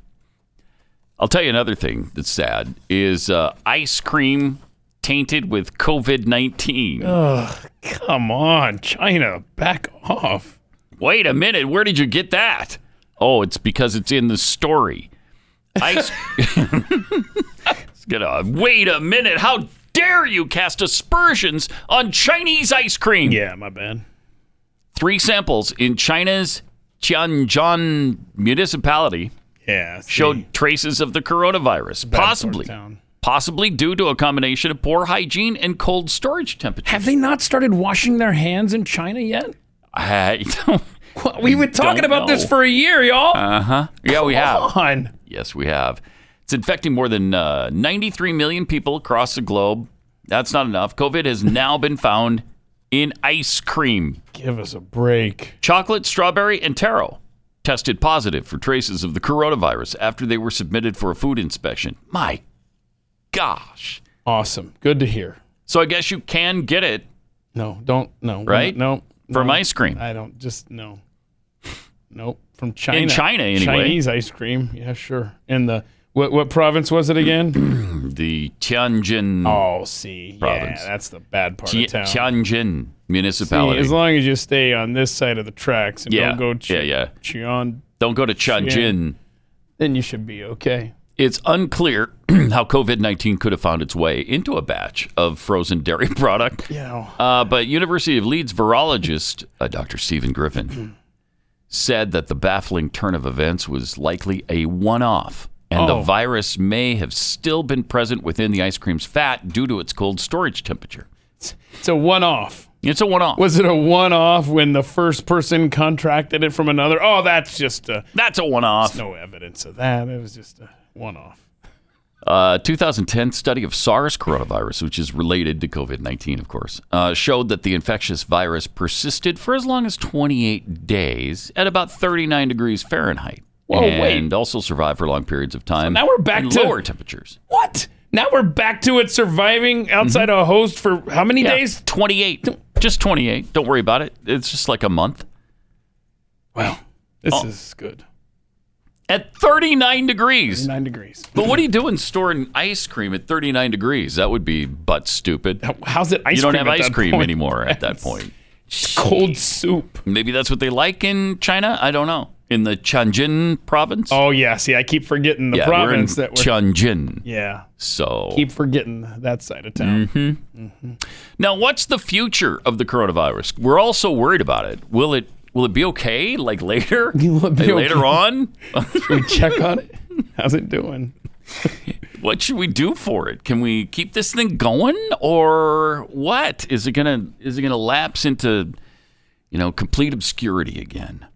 [SPEAKER 2] I'll tell you another thing that's sad is uh, ice cream tainted with COVID 19.
[SPEAKER 3] Come on, China, back off.
[SPEAKER 2] Wait a minute, where did you get that? Oh, it's because it's in the story. Ice. It's gonna- wait a minute, how dare you cast aspersions on Chinese ice cream?
[SPEAKER 3] Yeah, my bad.
[SPEAKER 2] Three samples in China's Tianjin municipality
[SPEAKER 3] Yeah, see,
[SPEAKER 2] showed traces of the coronavirus,
[SPEAKER 3] bad sort of
[SPEAKER 2] possibly
[SPEAKER 3] town.
[SPEAKER 2] possibly due to a combination of poor hygiene and cold storage temperatures.
[SPEAKER 3] Have they not started washing their hands in China yet?
[SPEAKER 2] I don't-
[SPEAKER 3] We were talking
[SPEAKER 2] don't
[SPEAKER 3] about this
[SPEAKER 2] know. Uh,
[SPEAKER 3] for a year, y'all.
[SPEAKER 2] yeah, we have.
[SPEAKER 3] Come on.
[SPEAKER 2] Yes, we have. It's infecting more than uh, 93 million people across the globe. That's not enough. COVID has now been found in ice cream,
[SPEAKER 3] Give us a break.
[SPEAKER 2] chocolate, strawberry, and taro. Tested positive for traces of the coronavirus after they were submitted for a food inspection. My gosh.
[SPEAKER 3] Awesome. Good to hear.
[SPEAKER 2] So I guess you can get it
[SPEAKER 3] No, don't. No. we're
[SPEAKER 2] Right?
[SPEAKER 3] not- No.
[SPEAKER 2] from
[SPEAKER 3] no,
[SPEAKER 2] ice cream.
[SPEAKER 3] I don't. Just no. Nope. From China.
[SPEAKER 2] China, anyway.
[SPEAKER 3] Chinese ice cream. Yeah, sure. In the what? What province was it again?
[SPEAKER 2] the Tianjin
[SPEAKER 3] oh, see.
[SPEAKER 2] Province.
[SPEAKER 3] Yeah, that's the bad part
[SPEAKER 2] Ti-
[SPEAKER 3] of town.
[SPEAKER 2] Tianjin
[SPEAKER 3] See,
[SPEAKER 2] municipality.
[SPEAKER 3] as long as you stay on this side of the tracks and
[SPEAKER 2] Yeah,
[SPEAKER 3] don't go chi-
[SPEAKER 2] yeah, yeah.
[SPEAKER 3] Chion,
[SPEAKER 2] Don't go to Tianjin.
[SPEAKER 3] then you should be okay.
[SPEAKER 2] It's unclear how COVID 19 could have found its way into a batch of frozen dairy product.
[SPEAKER 3] Yeah.
[SPEAKER 2] Uh, but University of Leeds virologist uh, Dr. Stephen
[SPEAKER 3] Hmm.
[SPEAKER 2] Griffin said that the baffling turn of events was likely a one off, and the
[SPEAKER 3] Oh.
[SPEAKER 2] virus may have still been present within the ice cream's fat due to its cold storage temperature.
[SPEAKER 3] It's a one-off.
[SPEAKER 2] It's a one off.
[SPEAKER 3] Was it a one-off when the first person contracted it from another? Oh, that's just a,
[SPEAKER 2] That's a one off.
[SPEAKER 3] no evidence of that. It was just a one-off.
[SPEAKER 2] A 2010 study of SARS coronavirus, which is related to COVID 19, of course, uh, showed that the infectious virus persisted for as long as 28 days at about 39 degrees Fahrenheit.
[SPEAKER 3] Whoa,
[SPEAKER 2] and
[SPEAKER 3] wait.
[SPEAKER 2] also survived for long periods of time.
[SPEAKER 3] now we're back
[SPEAKER 2] in
[SPEAKER 3] to-
[SPEAKER 2] lower temperatures.
[SPEAKER 3] What? Now we're back to it surviving outside a host for how many
[SPEAKER 2] Mm-hmm. Yeah,
[SPEAKER 3] days?
[SPEAKER 2] 28. Just 28. Don't worry about it. It's just like a month.
[SPEAKER 3] Wow. This
[SPEAKER 2] Oh.
[SPEAKER 3] is good.
[SPEAKER 2] At 39 degrees.
[SPEAKER 3] Nine degrees.
[SPEAKER 2] But what are you doing storing ice cream at 39 degrees? That would be butt stupid.
[SPEAKER 3] How- How's it ice
[SPEAKER 2] you don't
[SPEAKER 3] cream
[SPEAKER 2] have
[SPEAKER 3] at
[SPEAKER 2] ice
[SPEAKER 3] that
[SPEAKER 2] cream
[SPEAKER 3] point?
[SPEAKER 2] anymore at that point.
[SPEAKER 3] Cold soup.
[SPEAKER 2] Maybe that's what they like in China. I don't know. In the Tianjin province.
[SPEAKER 3] Oh, yeah. See, I keep forgetting the
[SPEAKER 2] yeah,
[SPEAKER 3] province
[SPEAKER 2] we're in
[SPEAKER 3] that we're.
[SPEAKER 2] Tianjin.
[SPEAKER 3] yeah.
[SPEAKER 2] So
[SPEAKER 3] Keep forgetting that side of town.
[SPEAKER 2] now, what's the future of the coronavirus? We're all so worried about it. Will it will it be okay? Like later,
[SPEAKER 3] Will it be
[SPEAKER 2] later
[SPEAKER 3] okay?
[SPEAKER 2] on,
[SPEAKER 3] Should we check on it? How's it doing?
[SPEAKER 2] what should we do for it? Can we keep this thing going, or what? Is it gonna is it gonna lapse into you know complete obscurity again?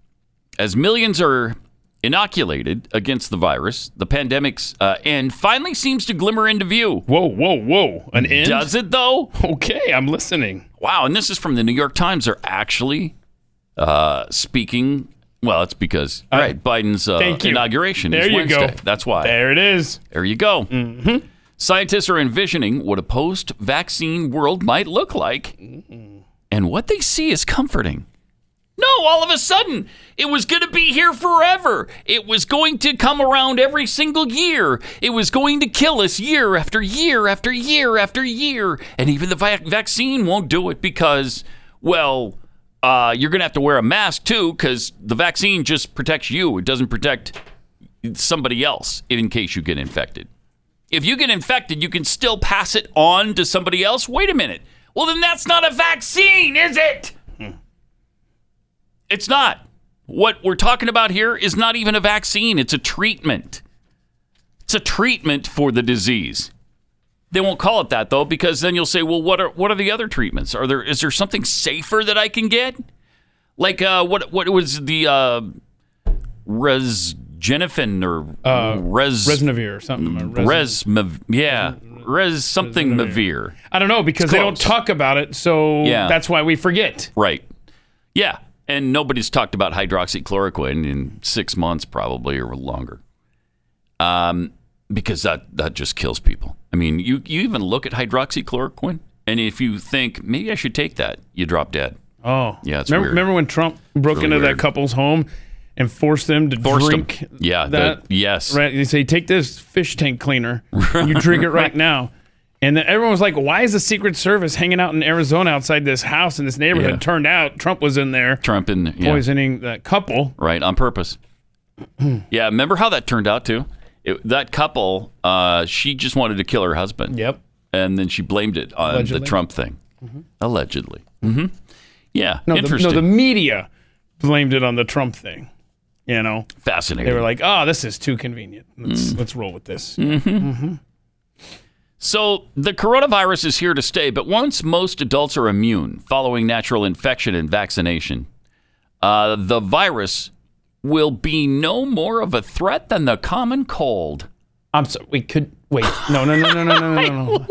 [SPEAKER 2] As millions are inoculated against the virus, the pandemic's uh, end finally seems to glimmer into view.
[SPEAKER 3] Whoa, whoa, whoa. An end?
[SPEAKER 2] Does it though?
[SPEAKER 3] okay, I'm listening.
[SPEAKER 2] Wow, and this is from the New York Times. They're actually uh, speaking. Well, it's because right Biden's uh,
[SPEAKER 3] thank you.
[SPEAKER 2] inauguration
[SPEAKER 3] There
[SPEAKER 2] is
[SPEAKER 3] you go.
[SPEAKER 2] Wednesday. That's why.
[SPEAKER 3] There it is.
[SPEAKER 2] There you go. Scientists are envisioning what a post vaccine world might look like. And what they see is comforting. No, all of a sudden, it was going to be here forever. It was going to come around every single year. It was going to kill us year after year after year after year. And even the vac- vaccine won't do it because, well, uh, you're going to have to wear a mask too because the vaccine just protects you, it doesn't protect somebody else in case you get infected. If you get infected, you can still pass it on to somebody else. Wait a minute. Well, then that's not a vaccine, is it? It's not. What we're talking about here is not even a vaccine, it's a treatment. It's a treatment for the disease. They won't call it that though because then you'll say, "Well, what are what are the other treatments? Are there is there something safer that I can get?" Like uh, what what was the uh, resgenifin or res
[SPEAKER 3] Resnavir or
[SPEAKER 2] Mm,
[SPEAKER 3] something. Res-
[SPEAKER 2] res yeah res something mavir
[SPEAKER 3] I don't know because they don't
[SPEAKER 2] close.
[SPEAKER 3] talk about it, so
[SPEAKER 2] Yeah.
[SPEAKER 3] that's why we forget.
[SPEAKER 2] right yeah and nobody's talked about hydroxychloroquine in six months probably or longer um, because that that just kills people i mean you you even look at hydroxychloroquine and if you think maybe i should take that you drop dead
[SPEAKER 3] Oh,
[SPEAKER 2] Yeah, it's
[SPEAKER 3] remember,
[SPEAKER 2] weird.
[SPEAKER 3] remember when Trump broke
[SPEAKER 2] really
[SPEAKER 3] into
[SPEAKER 2] weird.
[SPEAKER 3] that couple's home and forced them to
[SPEAKER 2] Forced 'em.
[SPEAKER 3] drink?
[SPEAKER 2] Yeah, the-
[SPEAKER 3] that
[SPEAKER 2] yes.
[SPEAKER 3] Right, they say take this fish tank cleaner, you drink it right now. And then everyone was like, "Why is the Secret Service hanging out in Arizona outside this house in this neighborhood?"
[SPEAKER 2] Yeah.
[SPEAKER 3] Turned out Trump was in there
[SPEAKER 2] trump and yeah.
[SPEAKER 3] poisoning that couple.
[SPEAKER 2] right? On purpose. yeah, remember how that turned out too? It, that couple, uh, she just wanted to kill her husband.
[SPEAKER 3] Yep.
[SPEAKER 2] And then she blamed it on
[SPEAKER 3] Allegedly. Mm-hmm.
[SPEAKER 2] the Trump thing, allegedly. hmm Yeah,
[SPEAKER 3] No, the,
[SPEAKER 2] interesting,
[SPEAKER 3] no, the media blamed it on the Trump thing. You know,
[SPEAKER 2] fascinating.
[SPEAKER 3] they were like, "Oh, this is too convenient. Let's
[SPEAKER 2] Mm.
[SPEAKER 3] let's roll with this."
[SPEAKER 2] So the coronavirus is here to stay, but once most adults are immune following natural infection and vaccination, uh, the virus will be no more of a threat than the common cold.
[SPEAKER 3] I'm sorry. We could wait. No, no, no, no, no, no, no, no.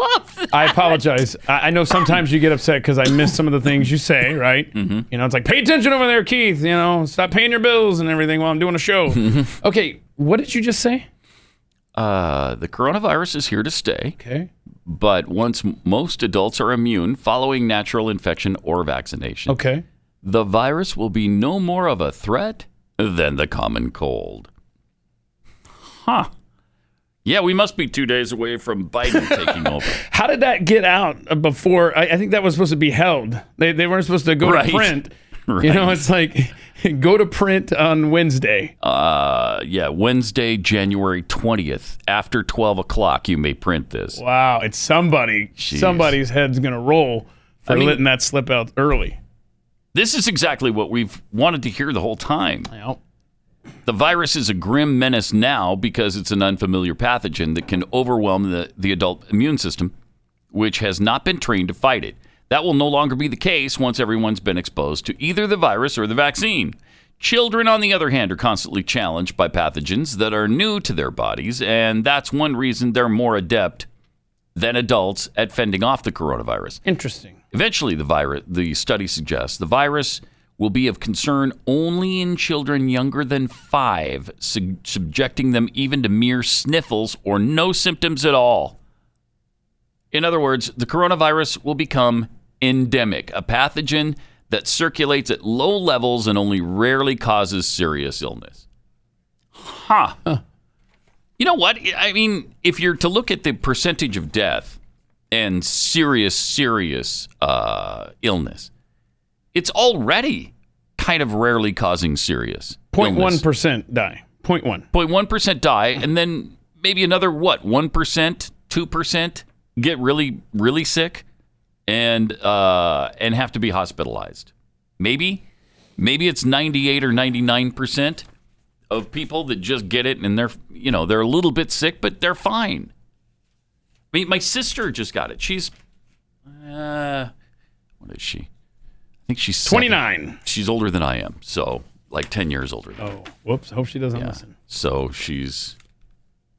[SPEAKER 3] I apologize. I, I know sometimes you get upset because I miss some of the things you say, right?
[SPEAKER 2] Mm-hmm.
[SPEAKER 3] You know, it's like, pay attention over there, Keith. You know, stop paying your bills and everything while I'm doing a show.
[SPEAKER 2] Mm-hmm.
[SPEAKER 3] okay, what did you just say?
[SPEAKER 2] Uh, the coronavirus is here to stay.
[SPEAKER 3] Okay.
[SPEAKER 2] but once m- most adults are immune following natural infection or vaccination,
[SPEAKER 3] Okay.
[SPEAKER 2] the virus will be no more of a threat than the common cold. Huh. Yeah, we must be two days away from Biden taking over.
[SPEAKER 3] How did that get out uh, before? I, I think that was supposed to be held. They, they weren't supposed to go
[SPEAKER 2] Right.
[SPEAKER 3] to print. You
[SPEAKER 2] Right.
[SPEAKER 3] know, it's like, go to print on Wednesday.
[SPEAKER 2] Uh, yeah, Wednesday, January 20th, after 12 o'clock, you may print this.
[SPEAKER 3] wow. It's somebody. Somebody's head's going to roll for
[SPEAKER 2] mean-
[SPEAKER 3] letting that slip out early.
[SPEAKER 2] This is exactly what we've wanted to hear the whole time.
[SPEAKER 3] Well,
[SPEAKER 2] The virus is a grim menace now because it's an unfamiliar pathogen that can overwhelm the, the adult immune system, which has not been trained to fight it. That will no longer be the case once everyone's been exposed to either the virus or the vaccine. Children, on the other hand, are constantly challenged by pathogens that are new to their bodies, and that's one reason they're more adept than adults at fending off the coronavirus.
[SPEAKER 3] Interesting.
[SPEAKER 2] Eventually, the virus, the study suggests, the virus will be of concern only in children younger than five, sub- subjecting them even to mere sniffles or no symptoms at all. In other words, the coronavirus will become endemic, a pathogen that circulates at low levels and only rarely causes serious illness. Huh. You know what? I mean, if you're to look at the percentage of death and serious, serious uh, illness, it's already kind of rarely causing serious.
[SPEAKER 3] 0.1% die. 0.1.
[SPEAKER 2] 0.1% die, and then maybe another, what, 1%, 2% get really, really sick and, uh, and have to be hospitalized. Maybe, maybe it's 98 or 99% of people that just get it and they're, you know, they're a little bit sick, but they're fine. I mean, my sister just got it. She's, uh, what is she? I think she's seven-
[SPEAKER 3] 29.
[SPEAKER 2] She's older than I am, so like 10 years older. than
[SPEAKER 3] Oh, whoops. Hope she doesn't listen.
[SPEAKER 2] so she's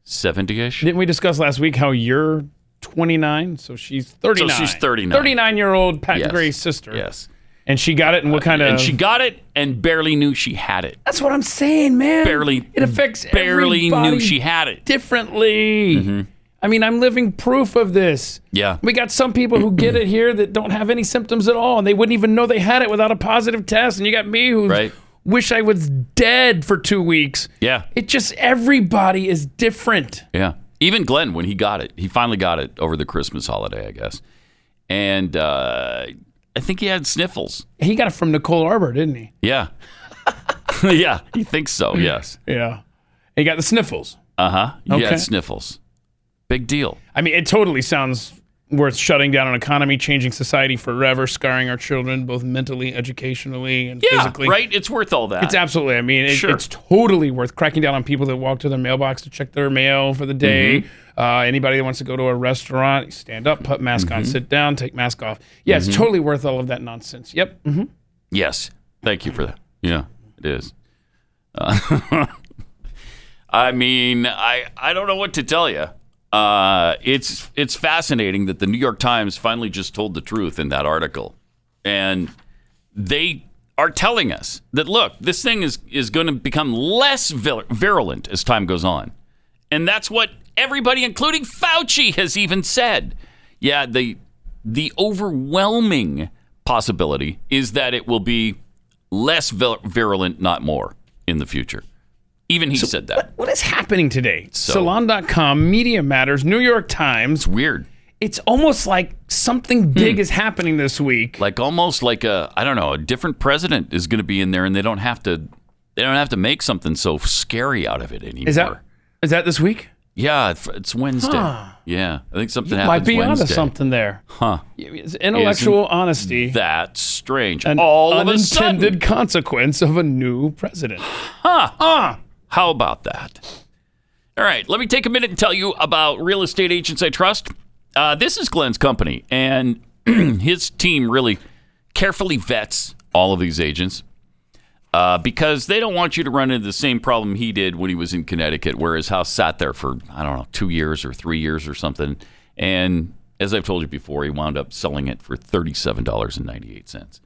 [SPEAKER 2] 70 ish.
[SPEAKER 3] Didn't we discuss last week how you're 29? So she's 39.
[SPEAKER 2] she's 39.
[SPEAKER 3] 39 year old Pat
[SPEAKER 2] Yes.
[SPEAKER 3] Gray's sister.
[SPEAKER 2] Yes. Uh,
[SPEAKER 3] And she got it and what kind of.
[SPEAKER 2] And she got it and barely knew she had it.
[SPEAKER 3] That's what I'm saying, man.
[SPEAKER 2] Barely.
[SPEAKER 3] Um, It affects
[SPEAKER 2] Barely
[SPEAKER 3] everybody
[SPEAKER 2] knew she had it.
[SPEAKER 3] differently. I mean, I'm living proof of this.
[SPEAKER 2] Mm-hmm. Yeah.
[SPEAKER 3] We got some people who get it here that don't have any symptoms at all, and they wouldn't even know they had it without a positive test. And you got me who
[SPEAKER 2] Right.
[SPEAKER 3] wish I was dead for two weeks.
[SPEAKER 2] Yeah.
[SPEAKER 3] It just, everybody is different.
[SPEAKER 2] Yeah. Even Glenn, when he got it, he finally got it over the Christmas holiday, I guess. And uh, I think he had sniffles.
[SPEAKER 3] He got it from Nicole Arbor, didn't he?
[SPEAKER 2] Yeah. yeah. He thinks so. Yes.
[SPEAKER 3] Yeah. He got the sniffles.
[SPEAKER 2] Uh huh. He
[SPEAKER 3] Okay.
[SPEAKER 2] had sniffles. Big deal.
[SPEAKER 3] I mean, it totally sounds worth shutting down an economy, changing society forever, scarring our children both mentally, educationally, and
[SPEAKER 2] Yeah.
[SPEAKER 3] physically.
[SPEAKER 2] Right? It's worth all that.
[SPEAKER 3] It's absolutely. I mean, it,
[SPEAKER 2] Sure.
[SPEAKER 3] it's totally worth cracking down on people that walk to their mailbox to check their mail for the day. Uh, anybody that wants to go to a restaurant, stand up, put mask on, sit down, take mask off. Yeah, it's totally worth all of that nonsense. Yep. Mhm.
[SPEAKER 2] Yes. Thank you for that. Yeah, it is. Uh, I mean, I I don't know what to tell you. Uh, it's it's fascinating that the New York Times finally just told the truth in that article, and they are telling us that look, this thing is is going to become less vir- virulent as time goes on, and that's what everybody, including Fauci, has even said. Yeah, the the overwhelming possibility is that it will be less vir- virulent, not more, in the future. Even he said that.
[SPEAKER 3] What is happening today?
[SPEAKER 2] So-
[SPEAKER 3] Salon.com, Media Matters, New York Times.
[SPEAKER 2] It's weird.
[SPEAKER 3] It's almost like
[SPEAKER 2] Hmm.
[SPEAKER 3] something big is happening this week.
[SPEAKER 2] Like almost like a I don't know, a different president is going to be in there, and they don't have to they don't have to make something so scary out of it anymore.
[SPEAKER 3] Is that is that this week?
[SPEAKER 2] Yeah, it's- it's Wednesday. Yeah, I think something
[SPEAKER 3] You
[SPEAKER 2] happens
[SPEAKER 3] might be
[SPEAKER 2] Wednesday.
[SPEAKER 3] onto something there.
[SPEAKER 2] Huh.
[SPEAKER 3] It's intellectual honesty.
[SPEAKER 2] That's strange.
[SPEAKER 3] an
[SPEAKER 2] All of a
[SPEAKER 3] unintended
[SPEAKER 2] sudden,
[SPEAKER 3] consequence of a new president.
[SPEAKER 2] How about that? All right, let me take a minute and tell you about real estate agents I trust. Uh, this is Glenn's company, and his team really carefully vets all of these agents uh, because they don't want you to run into the same problem he did when he was in Connecticut, where his house sat there for, I don't know, two years or three years or something. And as I've told you before, he wound up selling it for $37.98.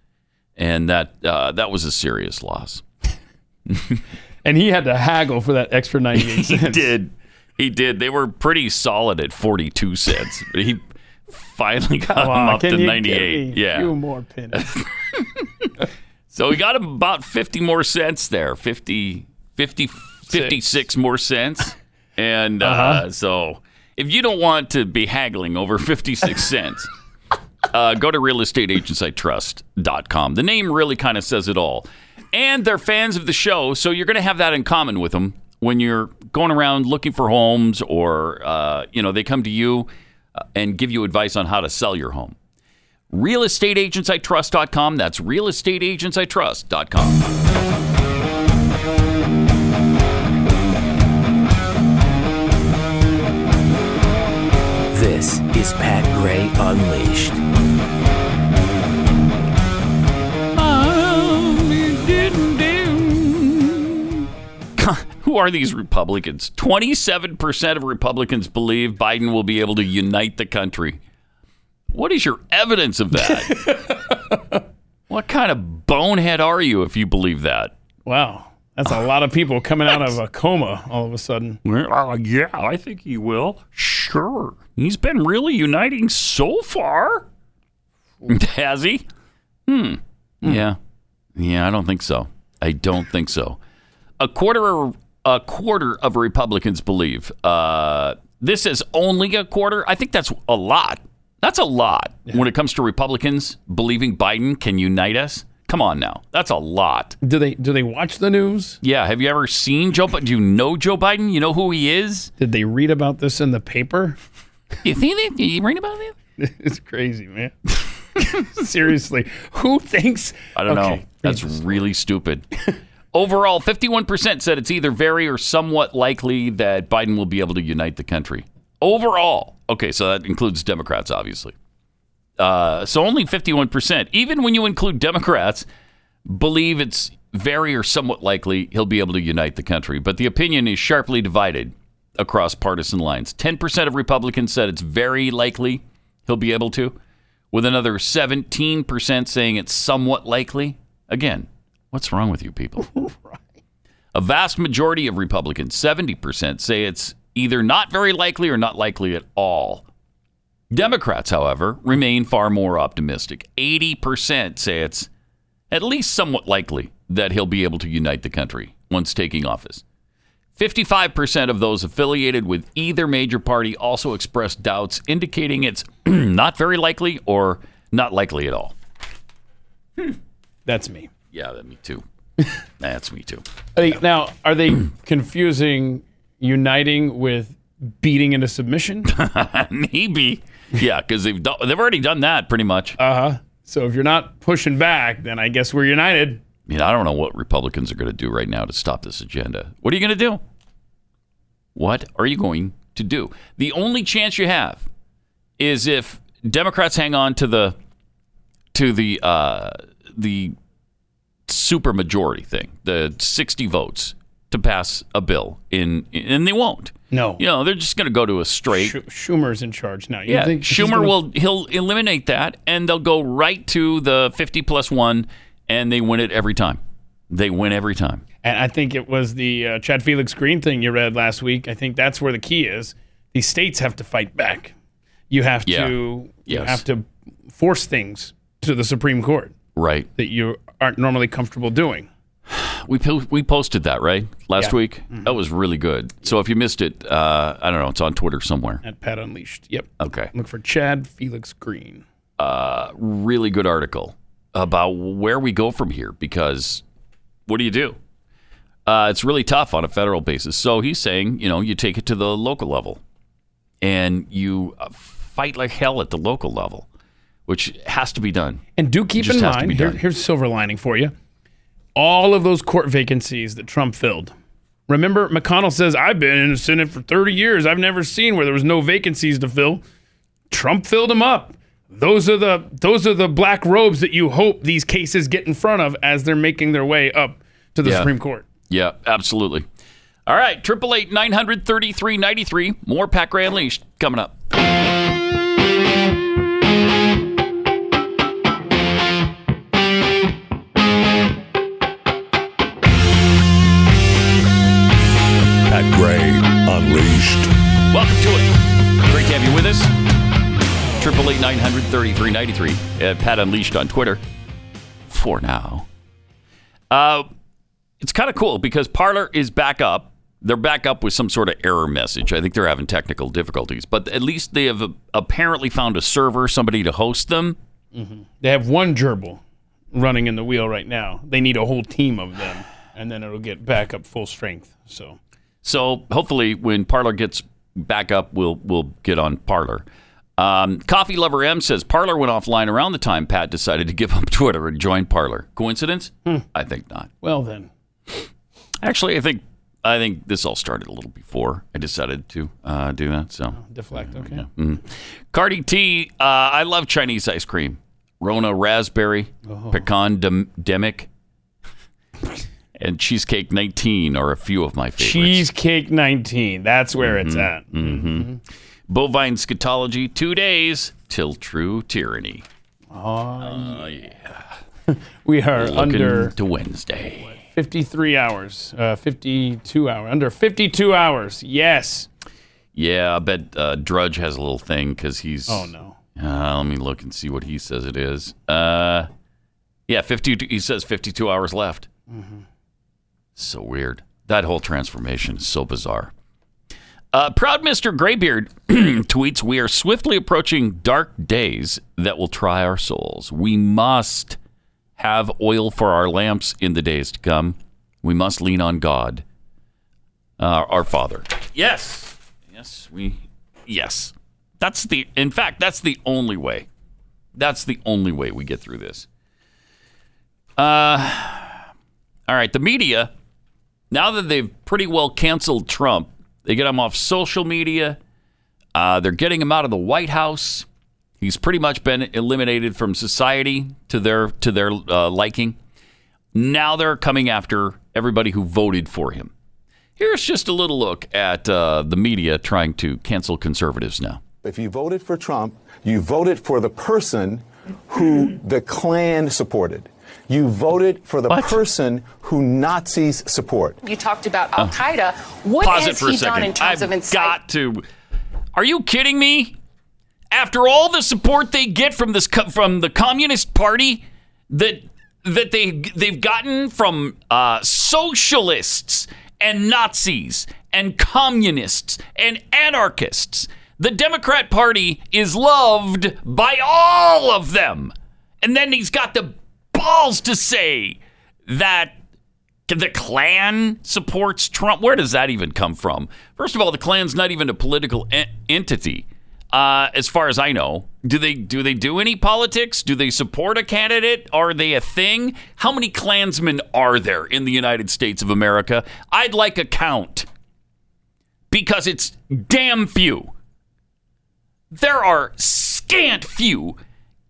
[SPEAKER 2] And that, uh, that was a serious loss.
[SPEAKER 3] And he had to haggle for that extra 98
[SPEAKER 2] He
[SPEAKER 3] cents.
[SPEAKER 2] did. He did. They were pretty solid at 42 cents. But he finally got them
[SPEAKER 3] Wow,
[SPEAKER 2] up
[SPEAKER 3] can
[SPEAKER 2] to
[SPEAKER 3] you
[SPEAKER 2] 98.
[SPEAKER 3] give me a
[SPEAKER 2] Yeah.
[SPEAKER 3] few more pennies.
[SPEAKER 2] So he got him about 50 more cents there. 50, 50 56 more cents. And uh, so if you don't want to be haggling over 56 cents, uh, go to realestateagentsitrust.com. The name really kind of says it all. And they're fans of the show, so you're going to have that in common with them when you're going around looking for homes or, uh, you know, they come to you uh, and give you advice on how to sell your home. Realestateagentsitrust.com. That's realestateagentsitrust.com.
[SPEAKER 7] This is Pat Gray Unleashed.
[SPEAKER 2] Who are these Republicans? 27% of Republicans believe Biden will be able to unite the country. What is your evidence of that? what kind of bonehead are you if you believe that?
[SPEAKER 3] Wow. That's a lot of people coming out of a coma all of a sudden.
[SPEAKER 2] Well, uh, yeah, I think he will. Sure. He's been really uniting so far. Has he? Hmm. Yeah. Yeah, I don't think so. I don't think so. A quarter a quarter of Republicans believe uh, this is only a quarter. I think that's a lot. That's a lot when it comes to Republicans believing Biden can unite us. Come on now. That's a lot.
[SPEAKER 3] Do they do they watch the news?
[SPEAKER 2] Yeah. Have you ever seen Joe Biden? Do you know Joe Biden? You know who he is?
[SPEAKER 3] Did they read about this in the paper?
[SPEAKER 2] You think that? You read about it?
[SPEAKER 3] It's crazy, man. Seriously, who thinks?
[SPEAKER 2] I don't
[SPEAKER 3] Okay,
[SPEAKER 2] know. That's really stupid. Overall, 51% said it's either very or somewhat likely that Biden will be able to unite the country. Overall. Okay, so that includes Democrats, obviously. Uh, so only 51%, even when you include Democrats, believe it's very or somewhat likely he'll be able to unite the country. But the opinion is sharply divided across partisan lines. 10% of Republicans said it's very likely he'll be able to, with another 17% saying it's somewhat likely. Again, what's wrong with you people? A vast majority of Republicans, 70%, say it's either not very likely or not likely at all. Democrats, however, remain far more optimistic. 80% say it's at least somewhat likely that he'll be able to unite the country once taking office. 55% of those affiliated with either major party also expressed doubts, indicating it's not very likely or not likely at all.
[SPEAKER 3] That's me.
[SPEAKER 2] Yeah, that me too. That's me too.
[SPEAKER 3] Are they- Now, are they confusing uniting with beating into submission?
[SPEAKER 2] Maybe. Yeah, because they've done, they've already done that pretty much. I
[SPEAKER 3] so if you're not pushing back, then I guess we're united.
[SPEAKER 2] mean, I don't know what Republicans are going to do right now to stop this agenda. What are you going to do? What are you going to do? The only chance you have is if Democrats hang on to the to the uh, the supermajority thing, the 60 votes to pass a bill in and they won't.
[SPEAKER 3] No.
[SPEAKER 2] You know, they're just going to go to a straight
[SPEAKER 3] Sch- Schumer's in charge now. You
[SPEAKER 2] Yeah,
[SPEAKER 3] think he's
[SPEAKER 2] Schumer
[SPEAKER 3] gonna-
[SPEAKER 2] will he'll eliminate that, and they'll go right to the fifty plus one, and they win it every time. They win every time.
[SPEAKER 3] And I think it was the uh, Chad Felix Green thing you read last week. I think that's where the key is. These states have to fight back. You have
[SPEAKER 2] Yeah.
[SPEAKER 3] to you
[SPEAKER 2] Yes.
[SPEAKER 3] have to force things to the Supreme Court
[SPEAKER 2] Right.
[SPEAKER 3] that you aren't normally comfortable doing.
[SPEAKER 2] We po- we posted that right last
[SPEAKER 3] Yeah. Mm-hmm.
[SPEAKER 2] week. That was really good. So if you missed it, uh, I don't know. It's on Twitter somewhere.
[SPEAKER 3] At Pat Unleashed. Yep.
[SPEAKER 2] Okay.
[SPEAKER 3] Look for Chad Felix Green.
[SPEAKER 2] really good article about where we go from here because what do you do? Uh, it's really tough on a federal basis. So he's saying, you know, you take it to the local level and you uh, fight like hell at the local level, which has to be done.
[SPEAKER 3] And do keep
[SPEAKER 2] Just
[SPEAKER 3] in
[SPEAKER 2] has to
[SPEAKER 3] mind
[SPEAKER 2] be
[SPEAKER 3] here,
[SPEAKER 2] done.
[SPEAKER 3] here's a silver lining for you. All of those court vacancies that Trump filled. Remember, McConnell says, I've been in the Senate for 30 years. I've never seen where there was no vacancies to fill. Trump filled them up. Those are the those are the black robes that you hope these cases get in front of as they're making their way up to the
[SPEAKER 2] Yeah.
[SPEAKER 3] Supreme Court.
[SPEAKER 2] Yeah, absolutely. All right, triple eight nine hundred thirty three ninety three. More Pat Gray Unleashed coming up.
[SPEAKER 8] Pat Gray Unleashed.
[SPEAKER 2] Welcome to it. Great to have you with us. Triple eight nine hundred thirty three ninety three. Pat Unleashed on Twitter. For now, uh, it's kind of cool because Parler is back up. They're back up with some sort of error message. I think they're having technical difficulties, but at least they have uh, apparently found a server, somebody to host them.
[SPEAKER 3] They have one gerbil running in the wheel right now. They need a whole team of them, and then it'll get back up full strength. So
[SPEAKER 2] So hopefully, when Parlor gets back up, we'll we'll get on Parlor. Um, Coffee Lover M says Parlor went offline around the time Pat decided to give up Twitter and join Parlor. Coincidence? I think not.
[SPEAKER 3] well then.
[SPEAKER 2] Actually, I think I think this all started a little before I decided to uh, do that. So,
[SPEAKER 3] Deflect, okay.
[SPEAKER 2] Cardi T, uh, I love Chinese ice cream. Rona raspberry,
[SPEAKER 3] Oh.
[SPEAKER 2] pecan dem- demic, and cheesecake 19 are a few of my favorites. Mm-hmm.
[SPEAKER 3] Cheesecake 19. That's where it's at.
[SPEAKER 2] Bovine Scatology, two days till true tyranny.
[SPEAKER 3] We are
[SPEAKER 2] Looking
[SPEAKER 3] under
[SPEAKER 2] to Wednesday.
[SPEAKER 3] 53 hours, uh, 52 hours, under 52 hours. Yes.
[SPEAKER 2] Yeah, I bet uh, Drudge has a little thing because he's.
[SPEAKER 3] Oh, no.
[SPEAKER 2] Uh, let me look and see what he says it is. Uh, yeah, 52. He says 52 hours left. So weird. That whole transformation is so bizarre. Uh, Proud Mr. Graybeard tweets We are swiftly approaching dark days that will try our souls. We must have oil for our lamps in the days to come. We must lean on God, uh, our Father. Yes. Yes, we. Yes. That's the, in fact, that's the only way. That's the only way we get through this. Uh, all right, the media, now that they've pretty well canceled Trump, they get him off social media. Uh, they're getting him out of the White House. He's pretty much been eliminated from society to their to their uh, liking. Now they're coming after everybody who voted for him. Here's just a little look at uh, the media trying to cancel conservatives now.
[SPEAKER 9] If you voted for Trump, you voted for the person who the Klan supported. You voted for the person who Nazis support.
[SPEAKER 10] You talked about Al Qaeda. What
[SPEAKER 2] Uh, Pause it
[SPEAKER 10] has
[SPEAKER 2] for a
[SPEAKER 10] he done
[SPEAKER 2] second.
[SPEAKER 10] in
[SPEAKER 2] I've
[SPEAKER 10] terms of inciting?
[SPEAKER 2] got to. Are you kidding me? After all the support they get from this co- from the Communist Party, that that they they've gotten from uh, socialists and Nazis and communists and anarchists, the Democrat Party is loved by all of them. And then he's got the balls to say that the Klan supports Trump. Where does that even come from? First of all, the Klan's not even a political en- entity, uh, as far as I know. Do they do they do any politics? Do they support a candidate? Are they a thing? How many Klansmen are there in the United States of America? I'd like a count because it's damn few. There are scant few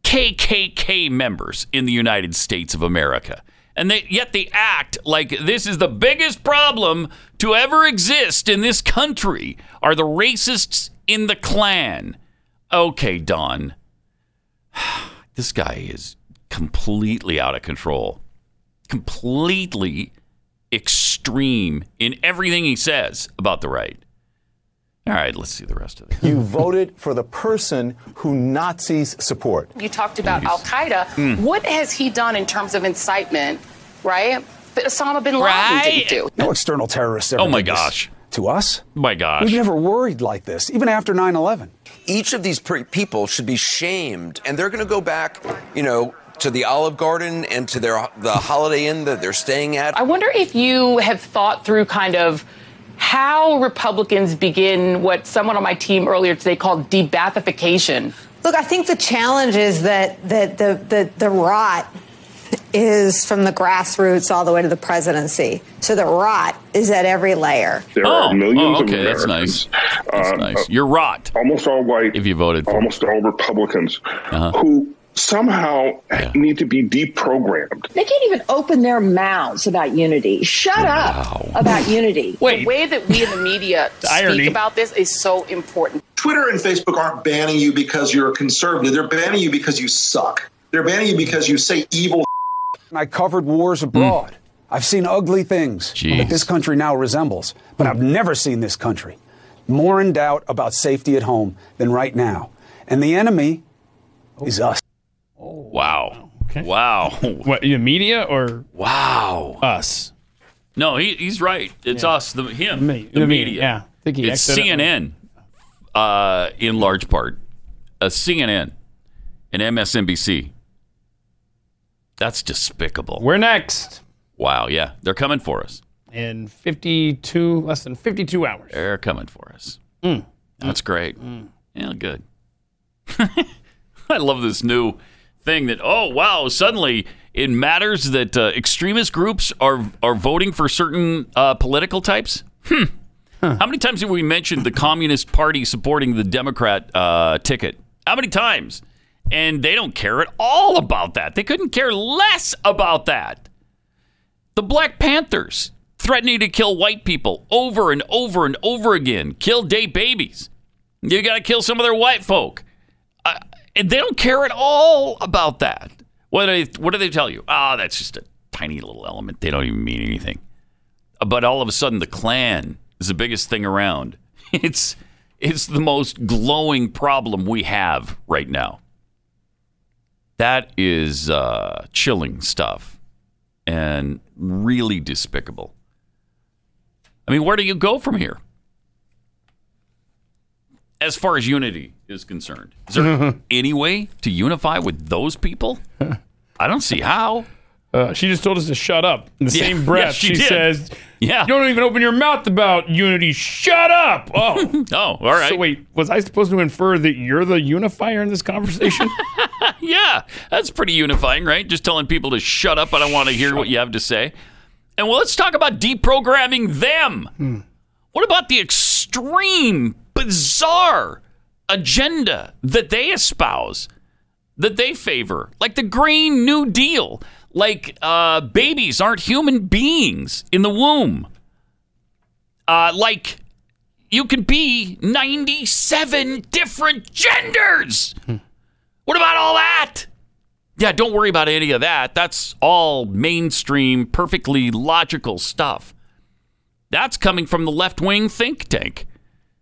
[SPEAKER 2] KKK members in the United States of America. And they, yet they act like this is the biggest problem to ever exist in this country are the racists in the Klan. Okay, Don. This guy is completely out of control. Completely extreme in everything he says about the right. All right, let's see the rest of it.
[SPEAKER 9] You voted for the person who Nazis support.
[SPEAKER 10] You talked about Al Qaeda.
[SPEAKER 9] Mm.
[SPEAKER 10] What has he done in terms of incitement, right? That Osama bin Laden didn't do.
[SPEAKER 11] No external terrorists ever
[SPEAKER 2] Oh, my
[SPEAKER 11] did this
[SPEAKER 2] gosh.
[SPEAKER 11] To us?
[SPEAKER 2] My gosh.
[SPEAKER 11] We've never worried like this, even after 9 11.
[SPEAKER 12] Each of these pre- people should be shamed, and they're going to go back, you know, to the Olive Garden and to their the Holiday Inn that they're staying at.
[SPEAKER 10] I wonder if you have thought through kind of how Republicans begin what someone on my team earlier today called debathification.
[SPEAKER 13] Look, I think the challenge is that that the the, the rot is from the grassroots all the way to the presidency. So the rot is at every layer.
[SPEAKER 14] There
[SPEAKER 2] Oh,
[SPEAKER 14] are millions
[SPEAKER 2] oh, okay,
[SPEAKER 14] of
[SPEAKER 2] that's
[SPEAKER 14] Americans.
[SPEAKER 2] nice. That's
[SPEAKER 14] uh,
[SPEAKER 2] nice. You're rot.
[SPEAKER 14] Almost all white.
[SPEAKER 2] If you voted for
[SPEAKER 14] almost all Republicans who somehow need to be deprogrammed.
[SPEAKER 15] They can't even open their mouths about unity. Shut up about unity.
[SPEAKER 10] The way that we in the media
[SPEAKER 15] irony.
[SPEAKER 10] speak about this is so important.
[SPEAKER 16] Twitter and Facebook aren't banning you because you're a conservative. They're banning you because you suck. They're banning you because you say evil.
[SPEAKER 11] I covered wars abroad. I've seen ugly things that this country now resembles, but I've never seen this country more in doubt about safety at home than right now. And the enemy is us.
[SPEAKER 2] Wow. Wow.
[SPEAKER 3] What, you media or
[SPEAKER 2] wow
[SPEAKER 3] us?
[SPEAKER 2] No, he, he's right. It's us, the him,
[SPEAKER 3] Me-
[SPEAKER 2] the
[SPEAKER 3] the media,
[SPEAKER 2] media.
[SPEAKER 3] yeah. I think he
[SPEAKER 2] it's CNN,
[SPEAKER 3] accidentally-
[SPEAKER 2] uh, in large part, a CNN, and MSNBC. That's despicable.
[SPEAKER 3] We're next
[SPEAKER 2] Wow. Yeah, they're coming for us.
[SPEAKER 3] in 52, less than 52 hours.
[SPEAKER 2] They're coming for us.
[SPEAKER 3] Mm.
[SPEAKER 2] That's great. Yeah, good. I love this new thing that oh wow suddenly it matters that uh, extremist groups are are voting for certain uh, political types. Hmm. How many times have we mentioned the Communist Party supporting the Democrat uh, ticket? How many times? And they don't care at all about that. They couldn't care less about that the Black Panthers threatening to kill white people over and over and over again, kill day babies. You got to kill some of their white folk. Uh, and they don't care at all about that. What do they, what do they tell you? Ah, that's just a tiny little element. They don't even mean anything. Uh, But all of a sudden, the Klan is the biggest thing around. It's it's the most glowing problem we have right now. That is uh, chilling stuff and really despicable. I mean, where do you go from here? As far as unity is concerned, is there any way to unify with those people? I don't see how.
[SPEAKER 3] Uh, she just told us to shut up. In the
[SPEAKER 2] Yeah,
[SPEAKER 3] same breath,
[SPEAKER 2] yeah, she
[SPEAKER 3] she,
[SPEAKER 2] did.
[SPEAKER 3] says,
[SPEAKER 2] "Yeah,
[SPEAKER 3] you don't even open your mouth about unity. Shut up!" Oh,
[SPEAKER 2] oh, all right.
[SPEAKER 3] So wait, was I supposed to infer that you're the unifier in this conversation?
[SPEAKER 2] yeah, that's pretty unifying, right? Just telling people to shut up. I don't want to hear what you have to say. And well, let's talk about deprogramming them. What about the extreme, bizarre agenda that they espouse, that they favor, like the Green New Deal, like uh, babies aren't human beings in the womb, uh, like you could be 97 different genders. What about all that? Yeah, don't worry about any of that. That's all mainstream, perfectly logical stuff. That's coming from the left wing think tank.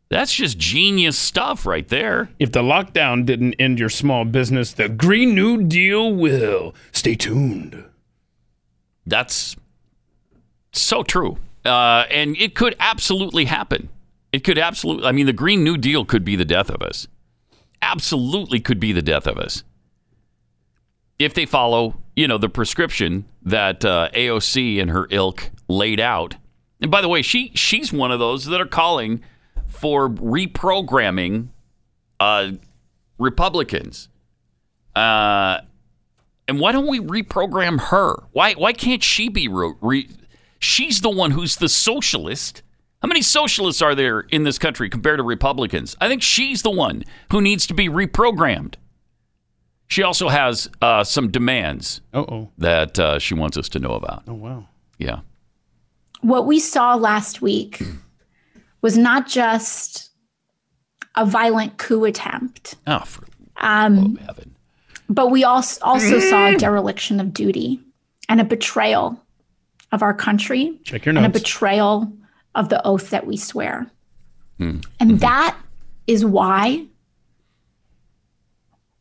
[SPEAKER 2] That's just genius stuff right there.
[SPEAKER 3] If the lockdown didn't end your small business, the Green New Deal will. Stay tuned.
[SPEAKER 2] That's so true. Uh, and it could absolutely happen. It could absolutely, I mean, the Green New Deal could be the death of us. Absolutely could be the death of us. If they follow, you know, the prescription that uh, AOC and her ilk laid out. And by the way, she she's one of those that are calling for reprogramming uh, Republicans. Uh, and why don't we reprogram her? Why why can't she be re- re- she's the one who's the socialist? How many socialists are there in this country compared to Republicans? I think she's the one who needs to be reprogrammed. She also has uh, some demands
[SPEAKER 3] Uh-oh.
[SPEAKER 2] that uh, she wants us to know about.
[SPEAKER 3] Oh, wow.
[SPEAKER 2] Yeah.
[SPEAKER 17] what we saw last week was not just a violent coup attempt,
[SPEAKER 2] Oh, for,
[SPEAKER 17] um, but we also, also saw a dereliction of duty and a betrayal of our country
[SPEAKER 3] Check your
[SPEAKER 17] and a
[SPEAKER 3] notes.
[SPEAKER 17] betrayal of the oath that we swear.
[SPEAKER 2] Hmm.
[SPEAKER 17] And that is why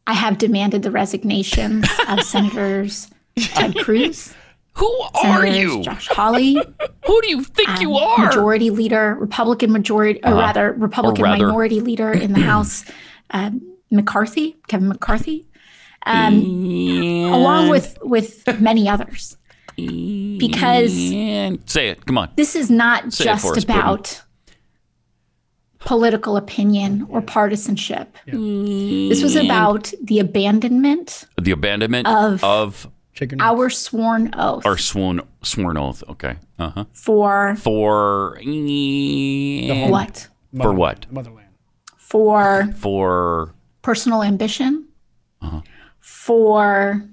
[SPEAKER 17] I have demanded the resignation of Senators Ted Cruz.
[SPEAKER 2] Who
[SPEAKER 17] are
[SPEAKER 2] you?
[SPEAKER 17] Josh Hawley. Um,
[SPEAKER 2] Who do you think
[SPEAKER 17] you are? Majority leader, Republican majority, or
[SPEAKER 2] Uh-huh.
[SPEAKER 17] rather,
[SPEAKER 2] Or
[SPEAKER 17] Republican
[SPEAKER 2] rather.
[SPEAKER 17] minority leader in the House, um, McCarthy, Kevin McCarthy, um, along with with many others. Because
[SPEAKER 2] say it. Come on.
[SPEAKER 17] this is not
[SPEAKER 2] Say it
[SPEAKER 17] just
[SPEAKER 2] for us, Putin.
[SPEAKER 17] about political opinion or partisanship. This
[SPEAKER 2] Mm.
[SPEAKER 17] was about the abandonment
[SPEAKER 2] The abandonment
[SPEAKER 17] Of-
[SPEAKER 2] of
[SPEAKER 17] our sworn oath
[SPEAKER 2] our sworn sworn oath. Okay. Uh huh.
[SPEAKER 17] for
[SPEAKER 2] For
[SPEAKER 17] home- What?
[SPEAKER 2] For what?
[SPEAKER 17] for
[SPEAKER 2] For
[SPEAKER 17] personal ambition, for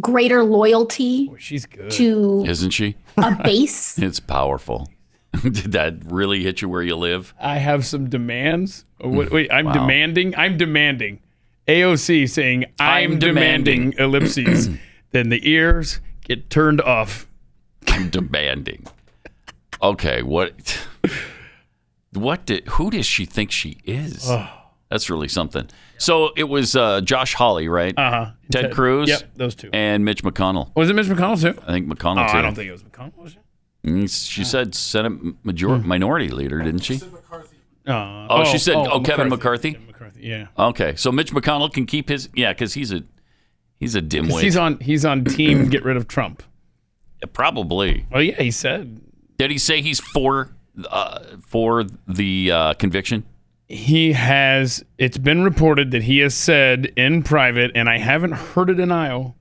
[SPEAKER 17] greater loyalty
[SPEAKER 3] she's good.
[SPEAKER 17] to
[SPEAKER 2] isn't she?
[SPEAKER 17] a base.
[SPEAKER 2] It's powerful. Did that really hit you where you live?
[SPEAKER 3] I have some demands. Oh, wait, wait, I'm
[SPEAKER 2] Wow.
[SPEAKER 3] demanding. I'm demanding. AOC saying, I'm,
[SPEAKER 2] I'm
[SPEAKER 3] demanding,
[SPEAKER 2] demanding."
[SPEAKER 3] ellipses. then the ears get turned off.
[SPEAKER 2] I'm demanding. Okay, what? What did? Who does she think she is?
[SPEAKER 3] Oh.
[SPEAKER 2] That's really something. So it was uh, Josh Hawley, right? Uh
[SPEAKER 3] huh.
[SPEAKER 2] Ted,
[SPEAKER 3] Uh-huh. Ted-
[SPEAKER 2] Cruz.
[SPEAKER 3] yep, those two.
[SPEAKER 2] And Mitch McConnell.
[SPEAKER 3] Was it Mitch McConnell too?
[SPEAKER 2] I think
[SPEAKER 3] Oh,
[SPEAKER 2] McConnell too.
[SPEAKER 3] I don't think it was McConnell. Was it?
[SPEAKER 2] Mm, She said Senate
[SPEAKER 3] Hmm.
[SPEAKER 2] major- minority leader, didn't she?
[SPEAKER 3] Uh,
[SPEAKER 2] Oh, she said, "Oh, Kevin McCarthy."
[SPEAKER 3] Yeah.
[SPEAKER 2] Okay, so Mitch McConnell can keep his yeah, because he's a he's a
[SPEAKER 3] 'Cause
[SPEAKER 2] dimwit.
[SPEAKER 3] He's on. He's on team. get rid of Trump.
[SPEAKER 2] probably.
[SPEAKER 3] Oh yeah, he said
[SPEAKER 2] Did he say he's for uh, for the uh, conviction?
[SPEAKER 3] he has. It's been reported that he has said in private, and I haven't heard a denial.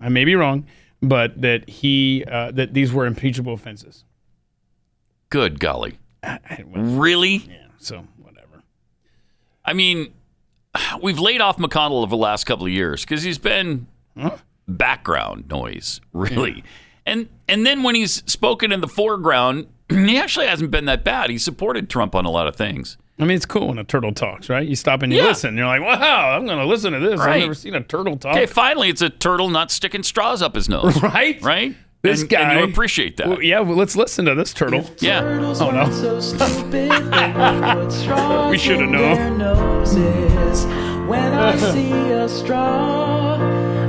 [SPEAKER 3] I may be wrong, but that he uh, that these were impeachable offenses.
[SPEAKER 2] Good golly, really?
[SPEAKER 3] Yeah. So whatever.
[SPEAKER 2] I mean, we've laid off McConnell over the last couple of years because he's been background noise, really. And and then when he's spoken in the foreground, he actually hasn't been that bad. He supported Trump on a lot of things.
[SPEAKER 3] I mean, it's cool when a turtle talks, right? You stop and you
[SPEAKER 2] Yeah.
[SPEAKER 3] listen. You're like, wow, I'm going to listen to this.
[SPEAKER 2] Right.
[SPEAKER 3] I've never seen a turtle talk.
[SPEAKER 2] Okay, finally, it's a turtle not sticking straws up his nose.
[SPEAKER 3] Right?
[SPEAKER 2] Right?
[SPEAKER 3] This
[SPEAKER 2] and,
[SPEAKER 3] guy-
[SPEAKER 2] And you appreciate that.
[SPEAKER 3] Well, yeah, well, let's listen to this turtle.
[SPEAKER 2] yeah.
[SPEAKER 3] Oh no. We shoulda known.
[SPEAKER 18] When I see a straw,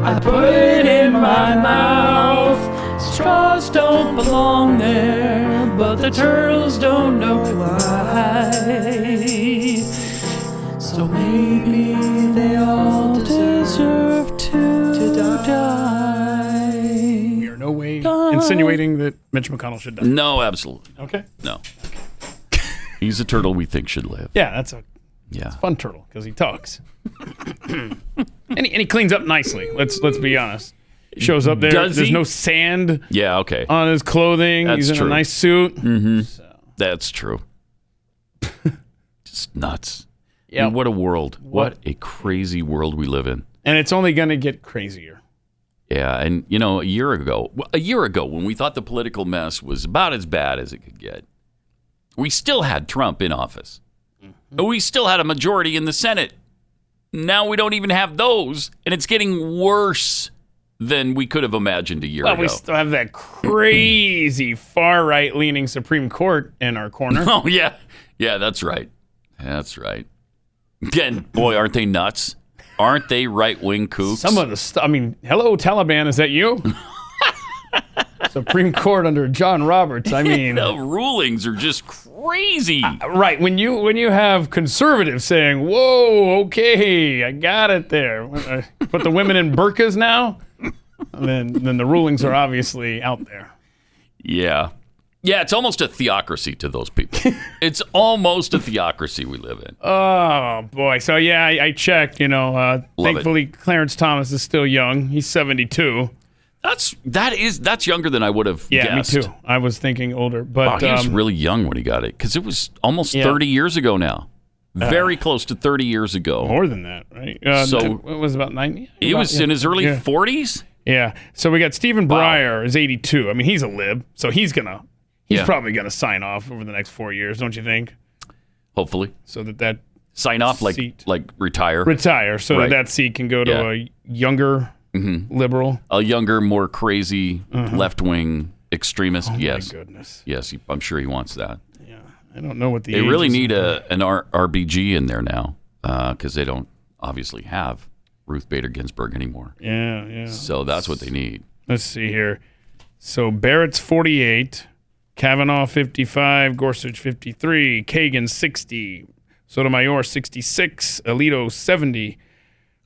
[SPEAKER 18] I put it in my mouth. Straws don't belong there, but the turtles don't know why. So maybe they all deserve to, die.
[SPEAKER 3] You're no way insinuating that Mitch McConnell should die.
[SPEAKER 2] No, absolutely.
[SPEAKER 18] Mm.
[SPEAKER 3] Okay.
[SPEAKER 2] No. He's a turtle we think should live.
[SPEAKER 3] Yeah, that's a
[SPEAKER 2] Yeah.
[SPEAKER 3] fun turtle because he talks. and, he, and he cleans up nicely. Let's let's be honest. He shows up there.
[SPEAKER 2] Does
[SPEAKER 3] There's
[SPEAKER 2] he?
[SPEAKER 3] no sand
[SPEAKER 2] Yeah, okay.
[SPEAKER 3] on his clothing.
[SPEAKER 2] That's
[SPEAKER 3] He's in
[SPEAKER 2] true.
[SPEAKER 3] a nice suit.
[SPEAKER 2] Mm-hmm. That's true. Just nuts.
[SPEAKER 3] Yeah.
[SPEAKER 2] What a world.
[SPEAKER 3] What-
[SPEAKER 2] What a crazy world we live in.
[SPEAKER 3] And it's only going to get crazier.
[SPEAKER 2] Yeah, and you know, a year ago, a year ago, when we thought the political mess was about as bad as it could get,
[SPEAKER 3] Mm-hmm.
[SPEAKER 2] we still had Trump in office. And We still had a majority in the Senate. Now we don't even have those, and it's getting worse than we could have imagined a year
[SPEAKER 3] Well,
[SPEAKER 2] ago.
[SPEAKER 3] we still have that crazy far right leaning Supreme Court in our corner.
[SPEAKER 2] Oh yeah, yeah, that's right. That's right. Again, boy, aren't they nuts? Aren't they right wing kooks?
[SPEAKER 3] Some of the stuff. I mean, hello Taliban, is that you? Supreme Court under John Roberts. I mean,
[SPEAKER 2] the rulings are just crazy.
[SPEAKER 3] right when you when you have conservatives saying, "Whoa, okay, I got it there," uh, put the women in burqas now, then then the rulings are obviously out there.
[SPEAKER 2] Yeah. Yeah, it's almost a theocracy to those people. it's almost a theocracy we live in.
[SPEAKER 3] Oh boy! So yeah, I, I checked. You know, uh,
[SPEAKER 2] it.
[SPEAKER 3] thankfully Clarence Thomas is still young. He's seventy-two.
[SPEAKER 2] That's that is that's younger than I would have
[SPEAKER 3] Yeah, me
[SPEAKER 2] guessed.
[SPEAKER 3] too. I was thinking older,
[SPEAKER 2] wow,
[SPEAKER 3] but
[SPEAKER 2] he was
[SPEAKER 3] um,
[SPEAKER 2] really young when he got it because it was almost
[SPEAKER 3] Yeah.
[SPEAKER 2] 30 years ago now.
[SPEAKER 3] Uh,
[SPEAKER 2] Very close to 30 years ago.
[SPEAKER 3] more than that, right?
[SPEAKER 2] So-
[SPEAKER 3] it was about ninety.
[SPEAKER 2] He
[SPEAKER 3] About-
[SPEAKER 2] was in his early 40s.
[SPEAKER 3] Yeah. So we got Stephen Breyer is eighty-two. I mean, he's a lib, so he's gonna he's
[SPEAKER 2] Yeah.
[SPEAKER 3] probably gonna sign off over the next four years, don't you think?
[SPEAKER 2] Hopefully,
[SPEAKER 3] So that that
[SPEAKER 2] sign off like
[SPEAKER 3] Seat.
[SPEAKER 2] like retire,
[SPEAKER 3] retire, so
[SPEAKER 2] Right.
[SPEAKER 3] that that seat can go to
[SPEAKER 2] Yeah.
[SPEAKER 3] a younger
[SPEAKER 2] Mhm.
[SPEAKER 3] liberal.
[SPEAKER 2] a younger, more crazy
[SPEAKER 3] Uh-huh.
[SPEAKER 2] left wing extremist.
[SPEAKER 3] Oh, my
[SPEAKER 2] yes,
[SPEAKER 3] goodness.
[SPEAKER 2] yes, he- I'm sure he wants that.
[SPEAKER 3] I don't know what the
[SPEAKER 2] they
[SPEAKER 3] age
[SPEAKER 2] really
[SPEAKER 3] is.
[SPEAKER 2] need a an R- RBG in there now because they don't obviously have Ruth Bader Ginsburg anymore.
[SPEAKER 3] Yeah, yeah.
[SPEAKER 2] So that's what they need.
[SPEAKER 3] Let's see here. So Barrett's 48, Kavanaugh 55, Gorsuch 53, Kagan 60, Sotomayor 66, Alito 70,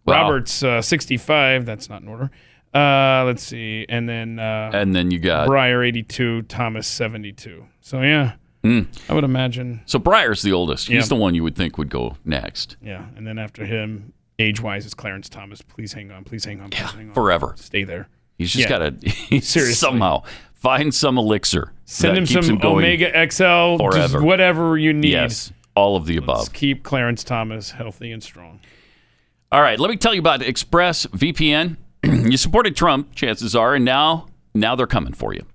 [SPEAKER 2] Wow.
[SPEAKER 3] Roberts uh, 65. That's not in order. Uh, let's see. And then uh,
[SPEAKER 2] And then you got
[SPEAKER 3] Breyer 82, Thomas 72. So yeah,
[SPEAKER 2] Mm.
[SPEAKER 3] I would imagine.
[SPEAKER 2] So Breyer's the oldest.
[SPEAKER 3] Yeah.
[SPEAKER 2] He's the one you would think would go next
[SPEAKER 3] Yeah. And then after him, age wise, is Clarence Thomas. Please hang on. Please hang on. Please hang on.
[SPEAKER 2] forever.
[SPEAKER 3] Stay there.
[SPEAKER 2] He's just
[SPEAKER 3] Yeah.
[SPEAKER 2] got to somehow find some elixir.
[SPEAKER 3] Send
[SPEAKER 2] that
[SPEAKER 3] him
[SPEAKER 2] keeps
[SPEAKER 3] some
[SPEAKER 2] going.
[SPEAKER 3] Omega XL, just
[SPEAKER 2] forever.
[SPEAKER 3] whatever you need.
[SPEAKER 2] Yes, all of the above.
[SPEAKER 3] Let's keep Clarence Thomas healthy and strong.
[SPEAKER 2] All right, let me tell you about ExpressVPN. you supported Trump, chances are, and now now they're coming for you.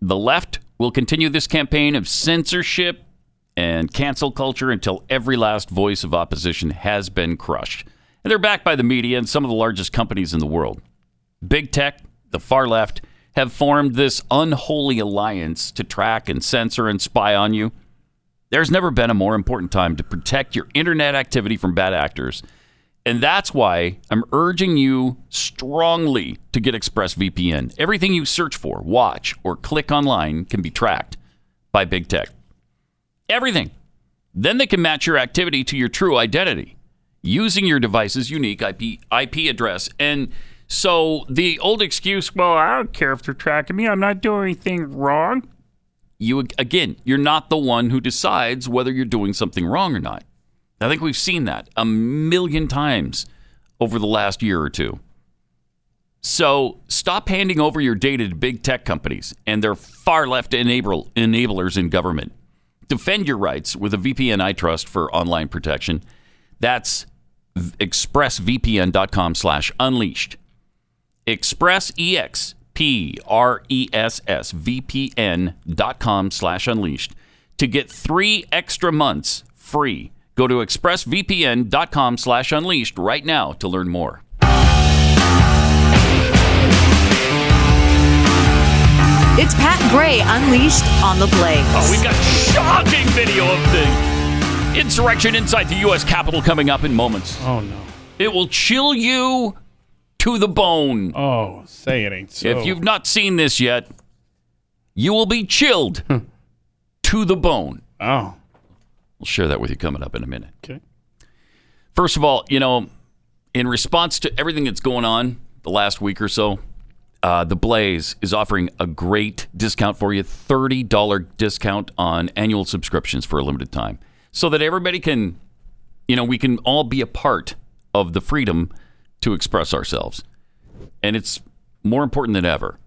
[SPEAKER 2] The left will continue this campaign of censorship and cancel culture until every last voice of opposition has been crushed. And they're backed by the media and some of the largest companies in the world. Big tech, the far left, have formed this unholy alliance to track and censor and spy on you. There's never been a more important time to protect your internet activity from bad actors. And that's why I'm urging you strongly to get ExpressVPN. Everything you search for, watch, or click online can be tracked by big tech. Everything. Then they can match your activity to your true identity using your device's unique IP, IP address. And so the old excuse, well, I don't care if they're tracking me, I'm not doing anything wrong you again, you're not the one who decides whether you're doing something wrong or not. I think we've seen that a million times over the last year or two. So stop handing over your data to big tech companies and their far left enable, enablers in government. Defend your rights with a VPN I trust for online protection. That's expressvpn.com slash unleashed. Express EX P R E S S V P N dot com slash unleashed to get three extra months free. Go to expressvpn.com slash unleashed right now to learn more.
[SPEAKER 5] It's Pat Gray Unleashed on the Blaze.
[SPEAKER 2] Oh, we've got shocking video of the insurrection inside the U.S. Capitol coming up in moments.
[SPEAKER 3] Oh, no.
[SPEAKER 2] It will chill you to the bone.
[SPEAKER 3] Oh, say it ain't so.
[SPEAKER 2] If you've not seen this yet, you will be chilled to the bone.
[SPEAKER 3] Oh.
[SPEAKER 2] We'll share that with you coming up in a minute.
[SPEAKER 3] Okay.
[SPEAKER 2] First of all, you know, in response to everything that's going on the last week or so, uh, the Blaze is offering a great discount for you $30 discount on annual subscriptions for a limited time so that everybody can, you know, we can all be a part of the freedom to express ourselves. And it's more important than ever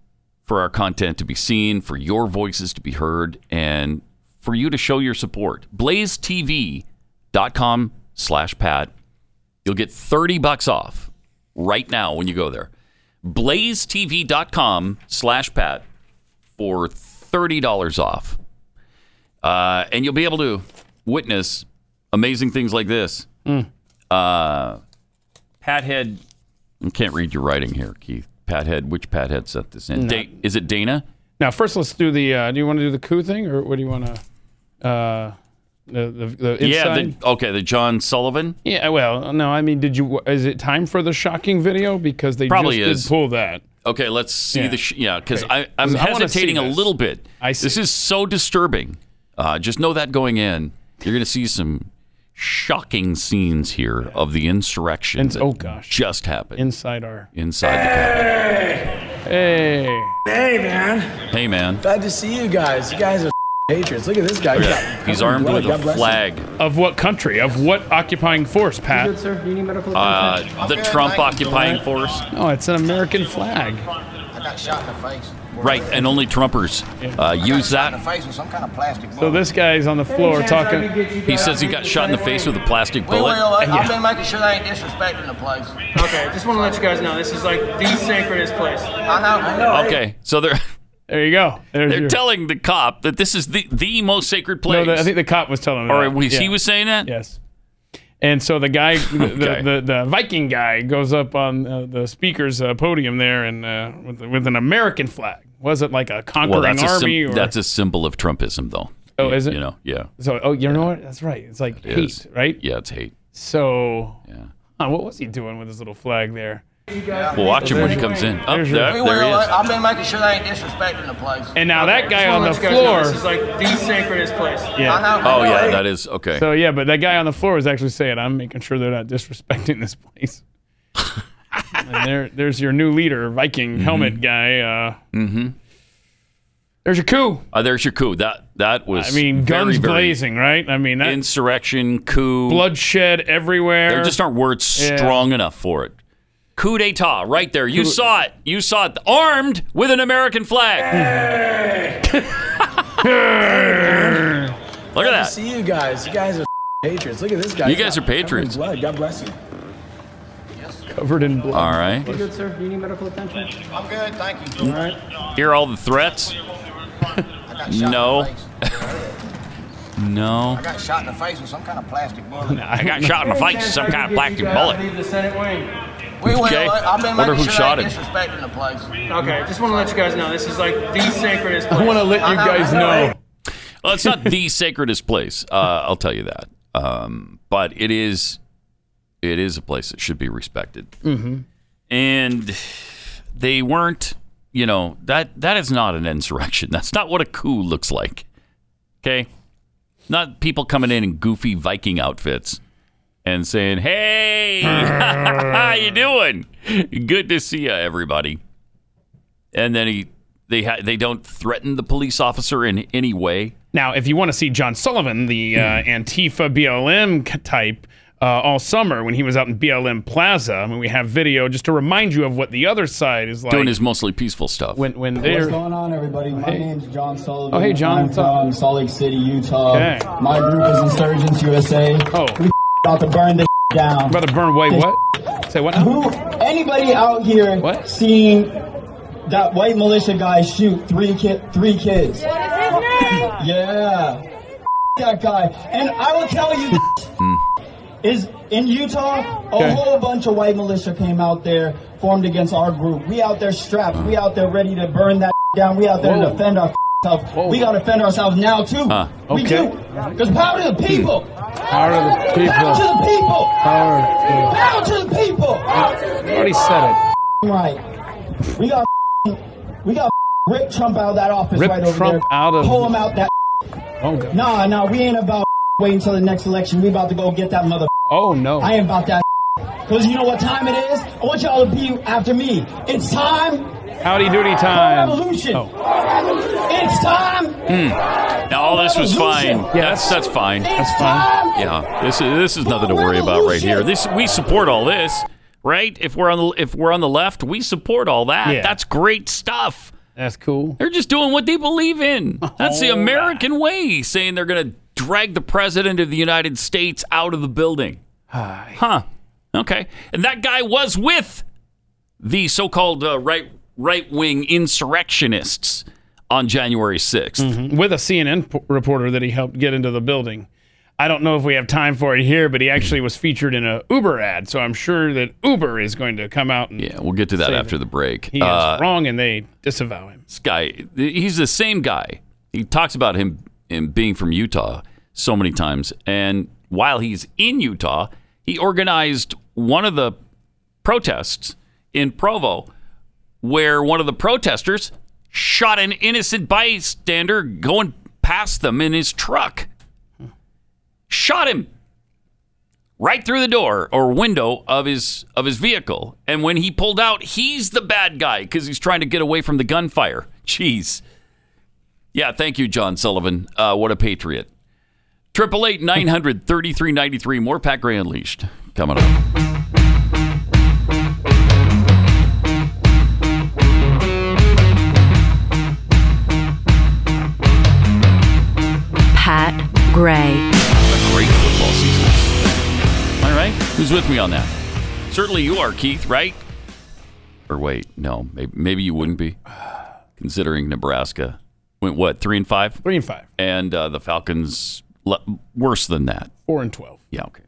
[SPEAKER 2] for our content to be seen, for your voices to be heard, and for you to show your support. BlazeTV.com slash Pat. You'll get 30 bucks off right now when you go there. BlazeTV.com slash Pat for $30 off. Uh, and you'll be able to witness amazing things like this. Uh, Pathead. I can't read your writing here, Keith. Pathead. Which Pathead sent this in?
[SPEAKER 3] No.
[SPEAKER 2] Da- is it Dana?
[SPEAKER 3] Now, first, let's do the. Uh, do you want to do the coup thing, or what do you want to? Uh, the the, the inside?
[SPEAKER 2] Yeah. The, okay. The John Sullivan.
[SPEAKER 3] yeah. Well, no, I mean, did you? Is it time for the shocking video? Because they
[SPEAKER 2] Probably
[SPEAKER 3] just
[SPEAKER 2] is.
[SPEAKER 3] did pull that.
[SPEAKER 2] Okay. Let's see
[SPEAKER 3] Yeah.
[SPEAKER 2] the. Sh- yeah. Because
[SPEAKER 3] Okay.
[SPEAKER 2] I I'm
[SPEAKER 3] 'Cause I wanna
[SPEAKER 2] hesitating
[SPEAKER 3] see
[SPEAKER 2] a
[SPEAKER 3] this.
[SPEAKER 2] little bit. I see. This is so disturbing. Uh, just know that going in, you're going to see some shocking scenes here of the insurrection
[SPEAKER 3] And-
[SPEAKER 2] that
[SPEAKER 3] oh, gosh.
[SPEAKER 2] just happened
[SPEAKER 3] Inside our.
[SPEAKER 2] inside the Capitol.
[SPEAKER 3] Hey.
[SPEAKER 19] Hey, man.
[SPEAKER 2] Hey, man.
[SPEAKER 19] Glad to see you guys. You guys are patriots. Look at this guy.
[SPEAKER 2] Look at
[SPEAKER 19] Got-
[SPEAKER 2] that. Oh, He's
[SPEAKER 19] covered in
[SPEAKER 2] armed
[SPEAKER 19] blood.
[SPEAKER 2] with
[SPEAKER 19] God
[SPEAKER 2] a
[SPEAKER 19] bless him.
[SPEAKER 2] flag.
[SPEAKER 3] Of what country? Of what occupying force, Pat?
[SPEAKER 19] sir? Do you need medical
[SPEAKER 2] Uh, the Trump occupying force.
[SPEAKER 3] No, Oh, it's an American flag.
[SPEAKER 20] I got shot in the face.
[SPEAKER 2] Right, and only Trumpers uh, use
[SPEAKER 20] In
[SPEAKER 2] that.
[SPEAKER 20] the face with some kind of plastic.
[SPEAKER 3] So this guy's on the floor talking.
[SPEAKER 2] He says he got shot in the face with a plastic
[SPEAKER 20] We will.
[SPEAKER 2] bullet.
[SPEAKER 20] I- I've
[SPEAKER 3] Yeah.
[SPEAKER 20] been making sure they ain't disrespecting the place. Okay, just want to let you guys know this is like the sacredest place. I know. I know.
[SPEAKER 2] Okay, so they're
[SPEAKER 3] there you go.
[SPEAKER 2] they're
[SPEAKER 3] your-
[SPEAKER 2] telling the cop that this is the the most sacred
[SPEAKER 3] No,
[SPEAKER 2] place.
[SPEAKER 3] the, I think the cop was telling him.
[SPEAKER 2] Or
[SPEAKER 3] that.
[SPEAKER 2] was-
[SPEAKER 3] Yeah.
[SPEAKER 2] he was saying that?
[SPEAKER 3] Yes. And so the guy, the,
[SPEAKER 2] Okay.
[SPEAKER 3] the, the, the Viking guy, goes up on uh, the speaker's uh, podium there and uh, with, with an American flag. Was it like a
[SPEAKER 2] well,
[SPEAKER 3] conquering
[SPEAKER 2] that's a,
[SPEAKER 3] army?
[SPEAKER 2] sym-
[SPEAKER 3] or,
[SPEAKER 2] that's a symbol of Trumpism, though.
[SPEAKER 3] Oh, is it?
[SPEAKER 2] You know, yeah.
[SPEAKER 3] so, oh, you know what? That's right. It's like
[SPEAKER 2] It
[SPEAKER 3] hate,
[SPEAKER 2] is.
[SPEAKER 3] right?
[SPEAKER 2] Yeah, it's hate.
[SPEAKER 3] So, Huh, what was he doing with his little flag there?
[SPEAKER 2] Well, watch him when he comes in. Oh,
[SPEAKER 3] There's your-
[SPEAKER 2] there,
[SPEAKER 20] We
[SPEAKER 2] there
[SPEAKER 20] will.
[SPEAKER 2] he is.
[SPEAKER 20] I- I've been making sure they ain't disrespecting the place.
[SPEAKER 3] And now that guy
[SPEAKER 20] Just wanna
[SPEAKER 3] on
[SPEAKER 20] let
[SPEAKER 3] the
[SPEAKER 20] you guys know
[SPEAKER 3] floor-
[SPEAKER 20] This is like the sacredest place.
[SPEAKER 3] Yeah.
[SPEAKER 20] I know.
[SPEAKER 2] Oh,
[SPEAKER 20] I know.
[SPEAKER 2] yeah, that is okay.
[SPEAKER 3] So yeah, but that guy on the floor was actually saying, "I'm making sure they're not disrespecting this place." and there, there's your new leader, Viking helmet guy. Uh,
[SPEAKER 2] mm-hmm.
[SPEAKER 3] there's your coup.
[SPEAKER 2] Uh, there's your coup. That that was.
[SPEAKER 3] I mean, guns
[SPEAKER 2] very, very
[SPEAKER 3] blazing, right? I mean, that
[SPEAKER 2] Insurrection, coup,
[SPEAKER 3] bloodshed everywhere.
[SPEAKER 2] There just aren't words
[SPEAKER 3] Yeah.
[SPEAKER 2] strong enough for it. Coup d'etat, right there. You saw it. You saw it. Armed with an American flag. Look
[SPEAKER 19] Glad
[SPEAKER 2] at
[SPEAKER 19] To
[SPEAKER 2] that.
[SPEAKER 19] see you guys. You guys are patriots. Look at this guy.
[SPEAKER 2] You guys
[SPEAKER 19] Got-
[SPEAKER 2] are patriots.
[SPEAKER 19] covered in Blood. God bless you.
[SPEAKER 3] covered in blood.
[SPEAKER 2] All right.
[SPEAKER 19] good, sir? Do you need medical attention?
[SPEAKER 20] I'm good. Thank you. All right.
[SPEAKER 2] Hear all the threats? No. no.
[SPEAKER 20] I got shot in the face with some kind of plastic bullet.
[SPEAKER 2] I got shot in the face with some kind of plastic bullet.
[SPEAKER 20] the Senate wing. We will.
[SPEAKER 2] Okay.
[SPEAKER 20] I've been
[SPEAKER 2] Wonder
[SPEAKER 20] making
[SPEAKER 2] who
[SPEAKER 20] sure
[SPEAKER 2] shot
[SPEAKER 20] they ain't
[SPEAKER 2] him.
[SPEAKER 20] disrespecting the place. Okay, just want to let you guys know this is like the sacredest
[SPEAKER 3] I want to let you guys know.
[SPEAKER 2] Well, it's not the sacredest place. Uh, I'll tell you that. Um, but it is, it is a place that should be respected.
[SPEAKER 3] Mhm.
[SPEAKER 2] And they weren't. You know that that is not an insurrection. That's not what a coup looks like. Okay, not people coming in in goofy Viking outfits and saying, "Hey, how you doing? Good to see you, everybody." And then he, they ha- they don't threaten the police officer in any way.
[SPEAKER 3] Now, if you want to see John Sullivan, the uh,
[SPEAKER 2] Hmm.
[SPEAKER 3] Antifa BLM c- type, uh, all summer when he was out in BLM Plaza, I mean, we have video just to remind you of what the other side is like.
[SPEAKER 2] doing his mostly peaceful stuff.
[SPEAKER 3] when when
[SPEAKER 21] What's
[SPEAKER 3] they're
[SPEAKER 21] going on, everybody? My name's John Sullivan.
[SPEAKER 3] Oh, hey, John,
[SPEAKER 21] I'm
[SPEAKER 3] what's up?
[SPEAKER 21] from Salt Lake City, Utah.
[SPEAKER 3] Okay.
[SPEAKER 21] My group is Insurgents USA. Oh. We about to burn this down.
[SPEAKER 3] about to burn away what? Say what? now?
[SPEAKER 21] Who? Anybody out here seeing that white militia guy shoot three ki- three kids? Yeah. That guy. And I will tell you. is in Utah, a
[SPEAKER 22] Mm. Okay.
[SPEAKER 21] whole bunch of white militia came out there, formed against our group. We out there strapped. We out there ready to burn that down. We out there to
[SPEAKER 22] Whoa.
[SPEAKER 21] defend our self. We gotta defend ourselves now too.
[SPEAKER 22] Huh.
[SPEAKER 21] We
[SPEAKER 22] Okay.
[SPEAKER 21] do. Because power to the people. Power
[SPEAKER 22] to the people.
[SPEAKER 21] Power to the people.
[SPEAKER 22] Power to-
[SPEAKER 21] Power to the people.
[SPEAKER 22] already said it.
[SPEAKER 21] Right. We got we got rip Trump out of that office
[SPEAKER 3] Rip
[SPEAKER 21] right over
[SPEAKER 3] Trump
[SPEAKER 21] there.
[SPEAKER 3] out of-
[SPEAKER 21] Pull him out that.
[SPEAKER 3] Oh, God.
[SPEAKER 21] Nah, nah, we ain't about waiting till the next election. We about to go get that mother.
[SPEAKER 3] Oh no.
[SPEAKER 21] I ain't about that. Cause you know what time it is? I want y'all to be after me. It's time.
[SPEAKER 3] Howdy doody time. Oh,
[SPEAKER 21] For revolution. It's time.
[SPEAKER 2] Hmm. Now all this was fine.
[SPEAKER 21] Revolution.
[SPEAKER 2] That's that's fine.
[SPEAKER 21] That's fine.
[SPEAKER 2] Yeah, this is this is nothing to worry about right here. This we support all this, right? If we're on the if we're on the left, we support all that.
[SPEAKER 3] Yeah.
[SPEAKER 2] That's great stuff.
[SPEAKER 3] That's cool.
[SPEAKER 2] They're just doing what they believe in. That's the
[SPEAKER 3] All
[SPEAKER 2] American way. Saying they're going to drag the president of the United States out of the building. Huh? Okay. And that guy was with the so-called uh, right right-wing insurrectionists on January 6th
[SPEAKER 3] Mhm. with a CNN p- reporter that he helped get into the building. I don't know if we have time for it here, but he actually was featured in a Uber ad, so I'm sure that Uber is going to come out and
[SPEAKER 2] Yeah, we'll get to that
[SPEAKER 3] Say
[SPEAKER 2] after the break.
[SPEAKER 3] he
[SPEAKER 2] Uh,
[SPEAKER 3] is wrong, and they disavow him.
[SPEAKER 2] This guy, he's the same guy. He talks about him, him being from Utah so many times. And while he's in Utah, he organized one of the protests in Provo where one of the protesters shot an innocent bystander going past them in his truck. Shot him right through the door or window of his of his vehicle. And when he pulled out, he's the bad guy because he's trying to get away from the gunfire. Jeez. Yeah, thank you, John Sullivan. Uh, what a patriot. Triple eight nine hundred thirty three ninety three. More Pat Gray Unleashed coming up.
[SPEAKER 5] Pat Gray.
[SPEAKER 2] A great football season. Am I right? Who's with me on that? Certainly you are, Keith, right? Or wait, no, maybe, maybe you wouldn't be, considering Nebraska went what three and five,
[SPEAKER 3] three and five,
[SPEAKER 2] and uh, the Falcons le- worse than that.
[SPEAKER 3] Four and twelve.
[SPEAKER 2] Yeah, okay.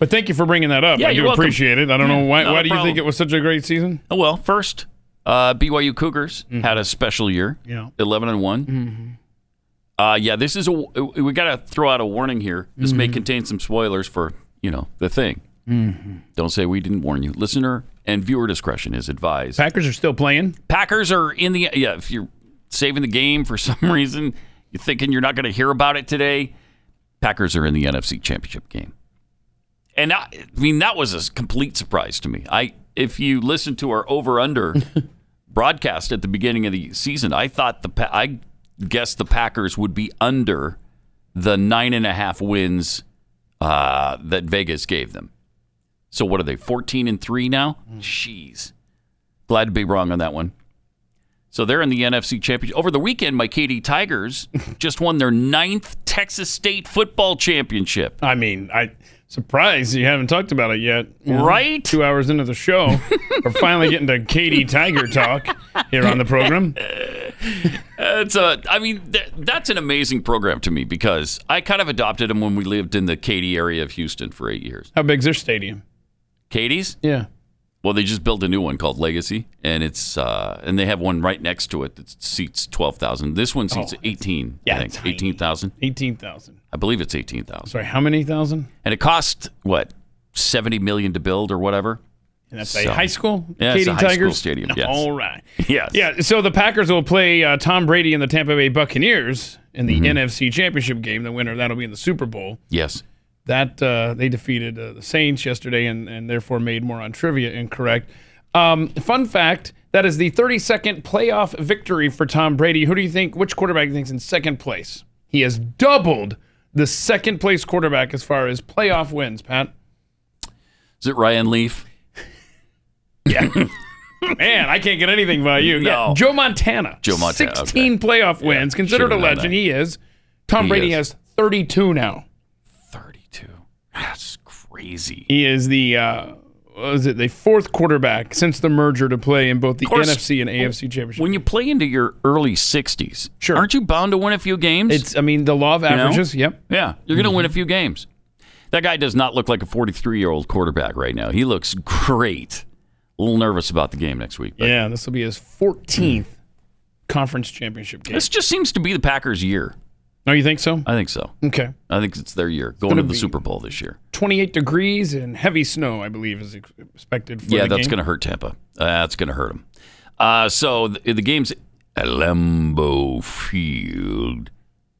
[SPEAKER 3] But thank you for bringing that up.
[SPEAKER 2] Yeah,
[SPEAKER 3] I do
[SPEAKER 2] you're welcome.
[SPEAKER 3] appreciate it. I don't know
[SPEAKER 2] Yeah,
[SPEAKER 3] why.
[SPEAKER 2] not
[SPEAKER 3] why
[SPEAKER 2] a
[SPEAKER 3] do you
[SPEAKER 2] problem.
[SPEAKER 3] think it was such a great season?
[SPEAKER 2] Oh well, first uh, BYU Cougars had a special year,
[SPEAKER 3] Yeah.
[SPEAKER 2] eleven and one. Uh, yeah, this is a we got to throw out a warning here. This may
[SPEAKER 3] Mhm.
[SPEAKER 2] contain some spoilers for you know the thing.
[SPEAKER 3] Mhm.
[SPEAKER 2] Don't say we didn't warn you. Listener and viewer discretion is advised.
[SPEAKER 3] Packers are still playing.
[SPEAKER 2] Packers are in the yeah. If you're saving the game for some reason, you're thinking you're not going to hear about it today. Packers are in the NFC Championship game, and I, I mean that was a complete surprise to me. I if you listen to our over under broadcast at the beginning of the season, I thought the Pa- I guessed the Packers would be under the nine and a half wins uh, that Vegas gave them. So what are they? Fourteen and three now. Jeez. Glad to be wrong on that one. So they're in the NFC Championship. Over the weekend, my KD Tigers just won their ninth Texas State football championship.
[SPEAKER 3] I mean, I surprised you haven't talked about it yet.
[SPEAKER 2] Right?
[SPEAKER 3] Two hours into the show, we're finally getting to Katie Tiger talk here on the program.
[SPEAKER 2] It's a, I mean, th- that's an amazing program to me because I kind of adopted them when we lived in the KD area of Houston for eight years.
[SPEAKER 3] How big's their stadium?
[SPEAKER 2] KD's?
[SPEAKER 3] Yeah.
[SPEAKER 2] Well, they just built a new one called Legacy, and it's uh, and they have one right next to it that seats twelve thousand. This one seats eighteen. Oh, Yeah, I think eighteen thousand.
[SPEAKER 3] Eighteen thousand.
[SPEAKER 2] I believe it's eighteen thousand.
[SPEAKER 3] Sorry, how many thousand?
[SPEAKER 2] And it cost what seventy million to build or whatever.
[SPEAKER 3] And that's
[SPEAKER 2] So-
[SPEAKER 3] a high school?
[SPEAKER 2] Yeah,
[SPEAKER 3] Katy
[SPEAKER 2] it's a high
[SPEAKER 3] Tigers?
[SPEAKER 2] school stadium. Yes.
[SPEAKER 3] All right.
[SPEAKER 2] Yes.
[SPEAKER 3] Yeah, so the Packers will play uh, Tom Brady and the Tampa Bay Buccaneers in
[SPEAKER 2] Mm-hmm.
[SPEAKER 3] the NFC Championship game. The winner, that'll be in the Super Bowl.
[SPEAKER 2] Yes.
[SPEAKER 3] That uh, they defeated uh, the Saints yesterday and, and therefore made more on trivia incorrect. Um, fun fact that is the 32nd playoff victory for Tom Brady. Who do you think, which quarterback do you think's in second place? He has doubled the second place quarterback as far as playoff wins, Pat.
[SPEAKER 2] Is it Ryan Leaf?
[SPEAKER 3] Man, I can't get anything by you.
[SPEAKER 2] No.
[SPEAKER 3] Yeah, Joe Montana.
[SPEAKER 2] Joe Montana,
[SPEAKER 3] 16 playoff wins. Considered a
[SPEAKER 2] should've known
[SPEAKER 3] legend.
[SPEAKER 2] that.
[SPEAKER 3] He is. Tom
[SPEAKER 2] He
[SPEAKER 3] Brady
[SPEAKER 2] is.
[SPEAKER 3] has 32 now.
[SPEAKER 2] That's crazy.
[SPEAKER 3] He is the, uh, what is it, the fourth quarterback since the merger to play in both the
[SPEAKER 2] Of course.
[SPEAKER 3] NFC and AFC championship.
[SPEAKER 2] When you play into your early sixties, sure. aren't you bound to win a few games?
[SPEAKER 3] It's, Mm-hmm. I mean, the law of
[SPEAKER 2] You know?
[SPEAKER 3] averages. Yep.
[SPEAKER 2] Yeah, you're going to win a few games. That guy does not look like a 43 year old quarterback right now. He looks great. A little nervous about the game next week. But
[SPEAKER 3] Yeah, this will be his 14th conference championship game.
[SPEAKER 2] This just seems to be the Packers' year.
[SPEAKER 3] Oh, you think so?
[SPEAKER 2] I think so.
[SPEAKER 3] Okay.
[SPEAKER 2] I think it's their year going to
[SPEAKER 3] gonna
[SPEAKER 2] the
[SPEAKER 3] be-
[SPEAKER 2] Super Bowl this year.
[SPEAKER 3] 28 degrees and heavy snow, I believe, is ex- expected for
[SPEAKER 2] Yeah,
[SPEAKER 3] the
[SPEAKER 2] that's
[SPEAKER 3] game.
[SPEAKER 2] going to hurt Tampa. Uh, that's going to hurt them. Uh, so the, the game's at Lambeau Field,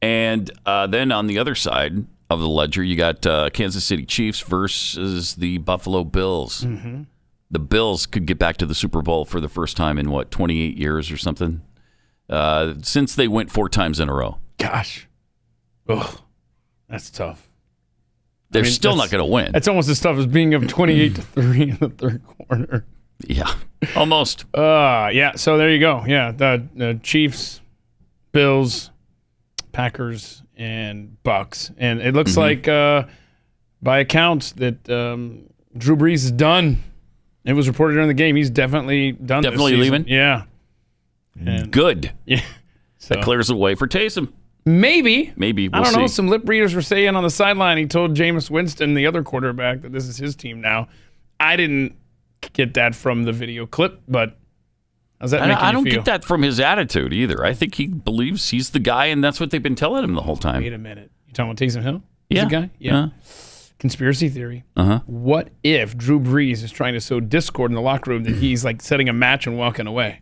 [SPEAKER 2] and uh, then on the other side of the ledger, you got uh, Kansas City Chiefs versus the Buffalo Bills.
[SPEAKER 3] Mm-hmm.
[SPEAKER 18] Mhm.
[SPEAKER 2] The Bills could get back to the Super Bowl for the first time in what 28 years or something uh, since they went four times in a row.
[SPEAKER 3] Gosh. Ugh. That's tough.
[SPEAKER 2] They're
[SPEAKER 3] I mean,
[SPEAKER 2] still not
[SPEAKER 3] that's-
[SPEAKER 2] going to win.
[SPEAKER 3] That's almost as tough as being up 28 to 3 in the third quarter.
[SPEAKER 2] Yeah. Almost.
[SPEAKER 3] Uh, yeah, so there you go. Yeah, the, the Chiefs, Bills, Packers, and Bucks. And it looks
[SPEAKER 2] Mhm.
[SPEAKER 3] like, uh, by accounts, that um, Drew Brees is done. It was reported during the game. He's definitely done. this
[SPEAKER 2] Definitely
[SPEAKER 3] season.
[SPEAKER 2] leaving?
[SPEAKER 3] Yeah.
[SPEAKER 2] Good.
[SPEAKER 3] Yeah.
[SPEAKER 2] That clears the way for Taysom.
[SPEAKER 3] Maybe.
[SPEAKER 2] Maybe
[SPEAKER 3] I
[SPEAKER 2] we'll
[SPEAKER 3] don't know.
[SPEAKER 2] see.
[SPEAKER 3] Some lip readers were saying on the sideline he told Jameis Winston, the other quarterback, that this is his team now. I didn't get that from the video clip, but how's that
[SPEAKER 2] I,
[SPEAKER 3] making
[SPEAKER 2] I
[SPEAKER 3] you
[SPEAKER 2] don't
[SPEAKER 3] feel?
[SPEAKER 2] get that from his attitude either. I think he believes he's the guy, and that's what they've been telling him the whole time.
[SPEAKER 3] Wait a minute. You talking about Taysom Hill?
[SPEAKER 2] Yeah.
[SPEAKER 3] He's a guy? Yeah.
[SPEAKER 2] Uh-huh.
[SPEAKER 3] Conspiracy theory.
[SPEAKER 2] Uh-huh.
[SPEAKER 3] What if Drew Brees is trying to sow discord in the locker room that he's like setting a match and walking away?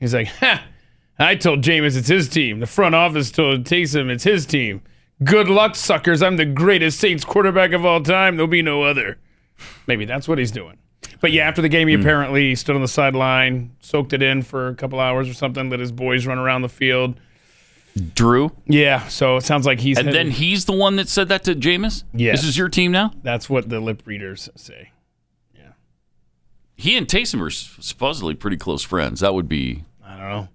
[SPEAKER 3] He's like, ha, I told Jameis it's his team. The front office told Taysom it's his team. Good luck, suckers. I'm the greatest Saints quarterback of all time. There'll be no other. Maybe that's what he's doing. But yeah, after the game, he
[SPEAKER 2] Hmm.
[SPEAKER 3] apparently stood on the sideline, soaked it in for a couple hours or something, let his boys run around the field.
[SPEAKER 2] Drew?
[SPEAKER 3] Yeah, so it sounds like he's
[SPEAKER 2] and then
[SPEAKER 3] headed-
[SPEAKER 2] he's the one that said that to Jameis?
[SPEAKER 3] Yes.
[SPEAKER 2] This is your team now?
[SPEAKER 3] That's what the lip readers say.
[SPEAKER 2] He and Taysom are s- supposedly pretty close friends. That would be
[SPEAKER 3] I don't know.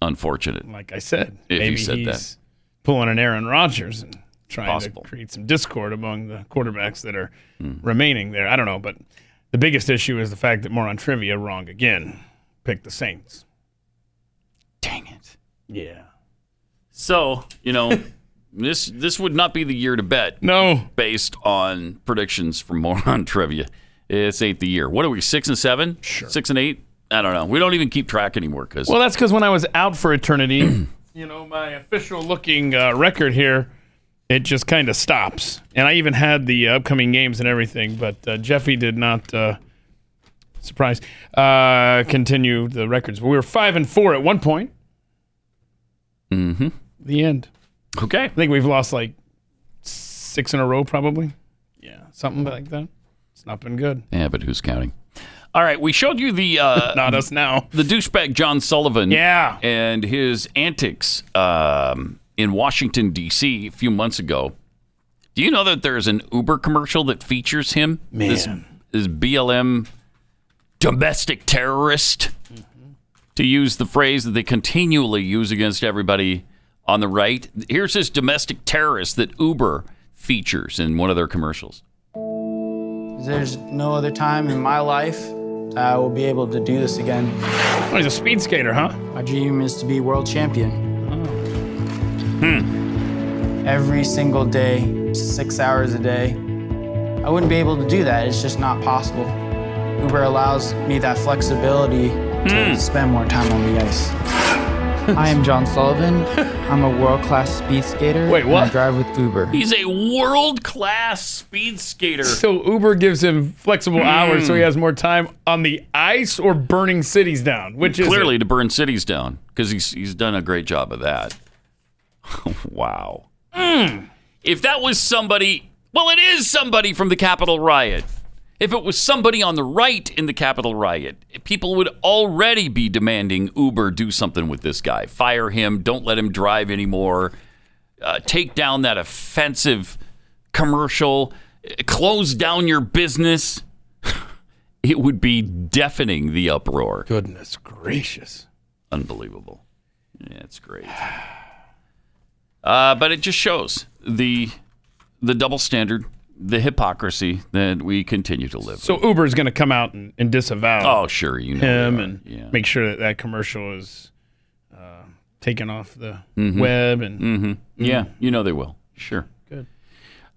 [SPEAKER 2] unfortunate.
[SPEAKER 3] Like I said,
[SPEAKER 2] if
[SPEAKER 3] maybe
[SPEAKER 2] he said
[SPEAKER 3] he's
[SPEAKER 2] that.
[SPEAKER 3] pulling an Aaron Rodgers and trying
[SPEAKER 2] Possible. Hmm.
[SPEAKER 3] to create some discord among the quarterbacks that are remaining there. I don't know, but the biggest issue is the fact that Moron Trivia wrong again picked the Saints. Dang it. Yeah.
[SPEAKER 2] So, you know, this this would not be the year to bet.
[SPEAKER 3] No.
[SPEAKER 2] Based on predictions from moron trivia. It's ain't the year. What are we, six and seven? Sure. Six and eight? I don't know. We don't even keep track anymore because
[SPEAKER 3] Well, that's because when I was out for eternity, you know, my official looking uh, record here, it just kind of stops. And I even had the uh, upcoming games and everything, but uh, Jeffy did not. Uh, Surprise! Uh, continue the records. We were five and four at one point.
[SPEAKER 2] Mm-hmm.
[SPEAKER 3] The end.
[SPEAKER 2] Okay. I
[SPEAKER 3] think we've lost like six in a row, probably. Yeah, something like that. It's not been good.
[SPEAKER 2] Yeah, but who's counting? All right, we showed you the uh,
[SPEAKER 3] not us now.
[SPEAKER 2] The douchebag John Sullivan,
[SPEAKER 3] yeah,
[SPEAKER 2] and his antics um, in Washington D.C. a few months ago. Do you know that there's an Uber commercial that features him? This,
[SPEAKER 3] Man.
[SPEAKER 2] this BLM domestic terrorist,
[SPEAKER 3] Mm-hmm.
[SPEAKER 2] to use the phrase that they continually use against everybody on the right. Here's this domestic terrorist that Uber features in one of their commercials.
[SPEAKER 1] There's no other time in my life I will be able to do this again.
[SPEAKER 3] Oh, he's a speed skater, huh?
[SPEAKER 1] My dream is to be world champion. Hmm. Every single day, six hours a day. I wouldn't be able to do that. It's just not possible. Uber allows me that flexibility to spend more time on the ice. I am John Sullivan. I'm a world class speed skater. Wait, what? I drive with Uber.
[SPEAKER 2] He's a world class speed skater.
[SPEAKER 3] So Uber gives him flexible hours
[SPEAKER 2] Hmm.
[SPEAKER 3] so he has more time on the ice or burning cities down, which is
[SPEAKER 2] clearly to burn cities down because he's he's done a great job of that. wow.
[SPEAKER 3] Hmm.
[SPEAKER 2] If that was somebody, well, it is somebody from the Capitol riot. If it was somebody on the right in the Capitol riot, people would already be demanding Uber do something with this guy. Fire him. Don't let him drive anymore. Uh, take down that offensive commercial. Uh, Close down your business. it would be deafening the uproar.
[SPEAKER 3] Goodness gracious.
[SPEAKER 2] Unbelievable. Yeah, it's great. Uh, but it just shows the the double standard, the hypocrisy that we continue to live.
[SPEAKER 3] So Uber is going to come out and, and disavow
[SPEAKER 2] Oh, sure, you know
[SPEAKER 3] him
[SPEAKER 2] they are.
[SPEAKER 3] and make sure that that commercial is uh, taken off the
[SPEAKER 2] Mhm.
[SPEAKER 3] web and
[SPEAKER 2] Mhm. yeah, you know they will. Sure.
[SPEAKER 3] Good.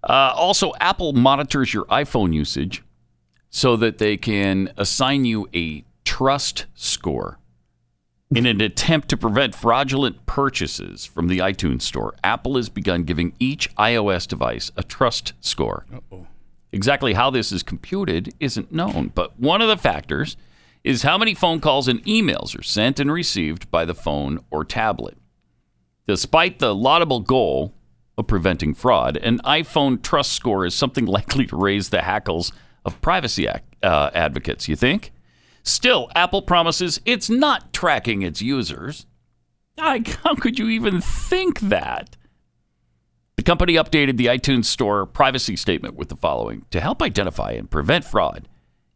[SPEAKER 2] Uh, also, Apple monitors your iPhone usage so that they can assign you a trust score. In an attempt to prevent fraudulent purchases from the iTunes store, Apple has begun giving each iOS device a trust score. Exactly how this is computed isn't known, but one of the factors is how many phone calls and emails are sent and received by the phone or tablet. Despite the laudable goal of preventing fraud, an iPhone trust score is something likely to raise the hackles of privacy ac- uh, advocates, you think? Still, Apple promises it's not tracking its users. I, how could you even think that? The company updated the iTunes Store privacy statement with the following to help identify and prevent fraud.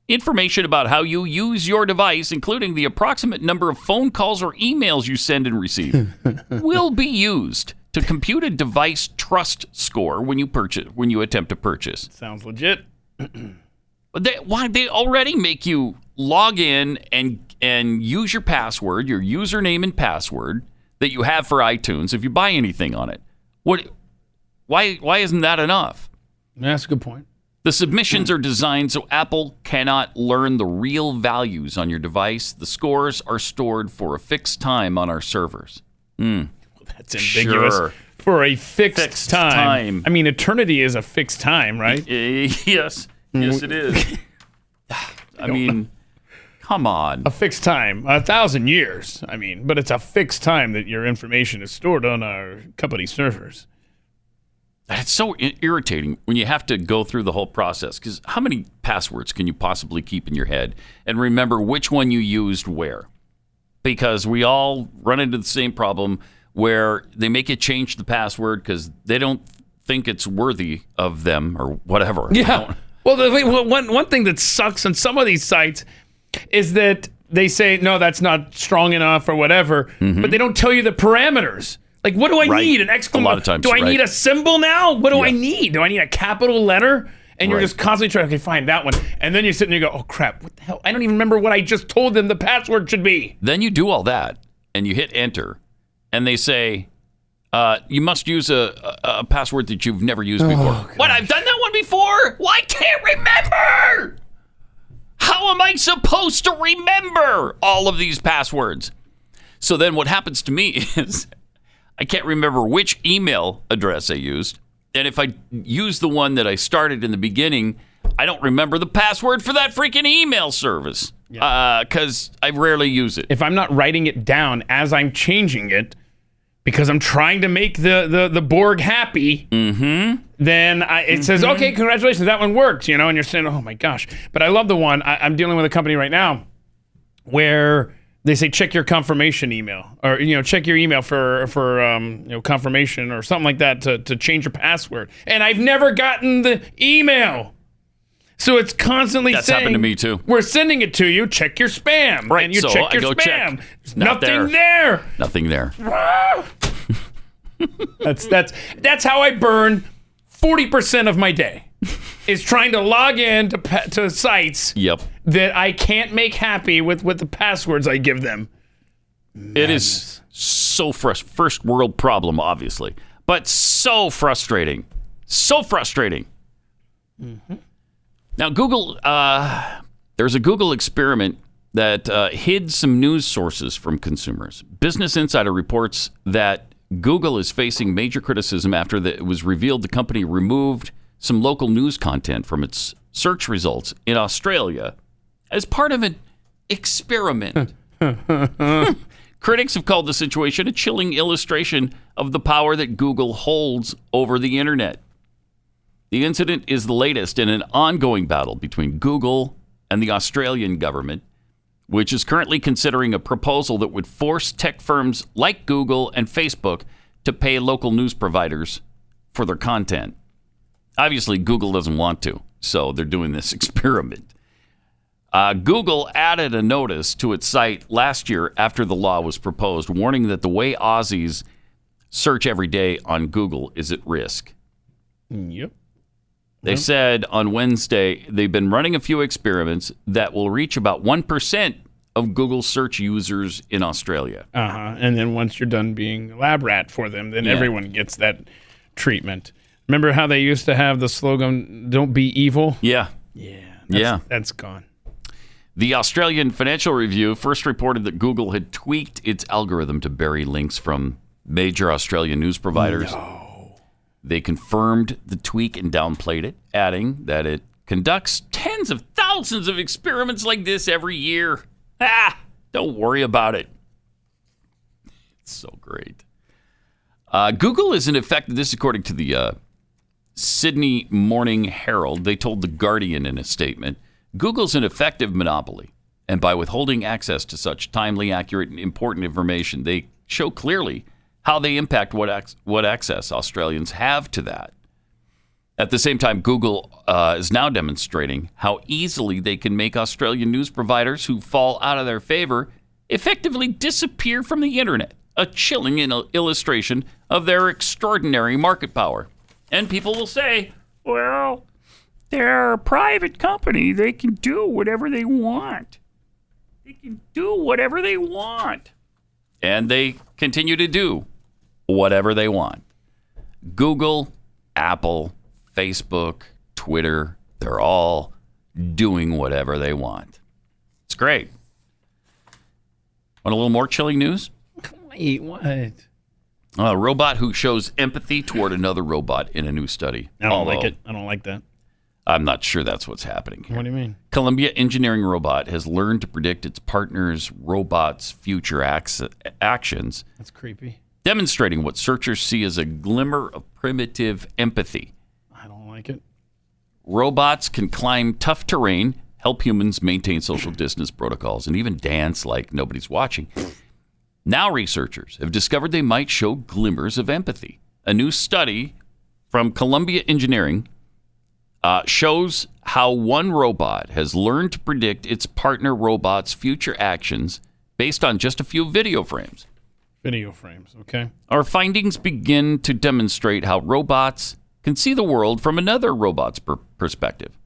[SPEAKER 2] Information about how you use your device, including the approximate number of phone calls or emails you send and receive, will be used to compute a device trust score when you purchase when you attempt to purchase.
[SPEAKER 3] sounds legit.
[SPEAKER 2] But they, why they already make you log in and and use your password, your username and password. that you have for iTunes, if you buy anything on it, what, why, why isn't that enough?
[SPEAKER 3] That's a good point.
[SPEAKER 2] The submissions are designed so Apple cannot learn the real values on your device. The scores are stored for a fixed time on our servers. Hmm.
[SPEAKER 3] That's ambiguous.
[SPEAKER 2] Sure.
[SPEAKER 3] For a fixed, time.
[SPEAKER 2] time.
[SPEAKER 3] I mean, eternity is a fixed time, right?
[SPEAKER 2] yes. Yes, it is. I mean, come on.
[SPEAKER 3] A fixed time. A thousand years, I mean, but it's a fixed time that your information is stored on our company servers.
[SPEAKER 2] It's so i- irritating when you have to go through the whole process because how many passwords can you possibly keep in your head and remember which one you used where? Because we all run into the same problem where they make you change the password because they don't think it's worthy of them or whatever.
[SPEAKER 3] Yeah. Well, the, wait, well, one one thing that sucks on some of these sites is that they say no, that's not strong enough or whatever, but they don't tell you the parameters. Like, what do I
[SPEAKER 2] Mm-hmm. Right.
[SPEAKER 3] need? An exclamation?
[SPEAKER 2] A lot of times,
[SPEAKER 3] Do I
[SPEAKER 2] right.
[SPEAKER 3] need a symbol now? What do I need? Do I need a capital letter? And you're
[SPEAKER 2] Right.
[SPEAKER 3] just constantly trying to okay, find that one, and then you sit and you go, oh crap, what the hell? I don't even remember what I just told them the password should be.
[SPEAKER 2] Then you do all that and you hit enter, and they say, uh, you must use a, a, a password that you've never used before. What? I've done that one before? Why can't remember? How am I supposed to remember all of these passwords? So then what happens to me is I can't remember which email address I used. And if I use the one that I started in the beginning, I don't remember the password for that freaking email service because I rarely use it.
[SPEAKER 3] If I'm not writing it down as I'm changing it, because I'm trying to make the the, the Borg happy,
[SPEAKER 2] Mm-hmm.
[SPEAKER 3] then I, it says,
[SPEAKER 2] Mhm.
[SPEAKER 3] okay, congratulations, that one worked, you know, and you're saying, oh my gosh. But I love the one, I, I'm dealing with a company right now where they say, check your confirmation email or, you know, check your email for, for um, you know, confirmation or something like that to, to change your password. And I've never gotten the email. So it's constantly
[SPEAKER 2] That's
[SPEAKER 3] saying,
[SPEAKER 2] happened to me too.
[SPEAKER 3] We're sending it to you. Check your spam.
[SPEAKER 2] Right,
[SPEAKER 3] And you
[SPEAKER 2] so
[SPEAKER 3] check
[SPEAKER 2] I
[SPEAKER 3] your
[SPEAKER 2] go check.
[SPEAKER 3] spam. There's
[SPEAKER 2] Not
[SPEAKER 3] nothing there.
[SPEAKER 2] Nothing there.
[SPEAKER 3] that's that's that's how I burn forty percent of my day is trying to log in to pa- to sites
[SPEAKER 2] Yep.
[SPEAKER 3] that I can't make happy with with the passwords I give them.
[SPEAKER 2] It is so frust first world problem, obviously, but so frustrating, so frustrating. Now, Google, uh, there's a Google experiment that uh, hid some news sources from consumers. Business Insider reports that Google is facing major criticism after the, it was revealed the company removed some local news content from its search results in Australia as part of an experiment. Critics have called the situation a chilling illustration of the power that Google holds over the internet. The incident is the latest in an ongoing battle between Google and the Australian government, which is currently considering a proposal that would force tech firms like Google and Facebook to pay local news providers for their content. Obviously, Google doesn't want to, so they're doing this experiment. Uh, Google added a notice to its site last year after the law was proposed, warning that the way Aussies search every day on Google is at risk.
[SPEAKER 3] Yep.
[SPEAKER 2] They said on Wednesday they've been running a few experiments that will reach about 1% of Google search users in Australia.
[SPEAKER 3] Uh huh. And then once you're done being a lab rat for them, then
[SPEAKER 2] Yeah.
[SPEAKER 3] everyone gets that treatment. Remember how they used to have the slogan "Don't be evil."
[SPEAKER 2] Yeah.
[SPEAKER 3] Yeah. That's,
[SPEAKER 2] Yeah.
[SPEAKER 3] That's gone.
[SPEAKER 2] The Australian Financial Review first reported that Google had tweaked its algorithm to bury links from major Australian news providers. They confirmed the tweak and downplayed it, adding that it conducts tens of thousands of experiments like this every year. Ah, don't worry about it. It's so great. Uh, Google is in effect, this is according to the uh, Sydney Morning Herald. They told The Guardian in a statement Google's an effective monopoly. And by withholding access to such timely, accurate, and important information, they show clearly how they impact what, ac- what access Australians have to that. At the same time, Google uh, is now demonstrating how easily they can make Australian news providers who fall out of their favor effectively disappear from the internet. A chilling il- illustration of their extraordinary market power. And people will say, well, they're a private company. They can do whatever they want. They can do whatever they want. And they continue to do whatever they want. Google, Apple, Facebook, Twitter, they're all doing whatever they want. It's great. Want a little more chilling news?
[SPEAKER 18] Wait, what?
[SPEAKER 2] A robot who shows empathy toward another robot in a new study.
[SPEAKER 3] I don't like it. I don't like that.
[SPEAKER 2] I'm not sure that's what's happening here.
[SPEAKER 3] What do you mean?
[SPEAKER 2] Columbia Engineering Robot has learned to predict its partner's robot's future ax- actions,
[SPEAKER 3] That's creepy.
[SPEAKER 2] demonstrating what searchers see as a glimmer of primitive empathy.
[SPEAKER 3] I don't like it.
[SPEAKER 2] Robots can climb tough terrain, help humans maintain social distance protocols, and even dance like nobody's watching. Now, researchers have discovered they might show glimmers of empathy. A new study from Columbia Engineering uh, shows how one robot has learned to predict its partner robot's future actions based on just a few video frames.
[SPEAKER 3] Video frames. Okay.
[SPEAKER 2] Our findings begin to demonstrate how robots can see the world from another robot's per- perspective.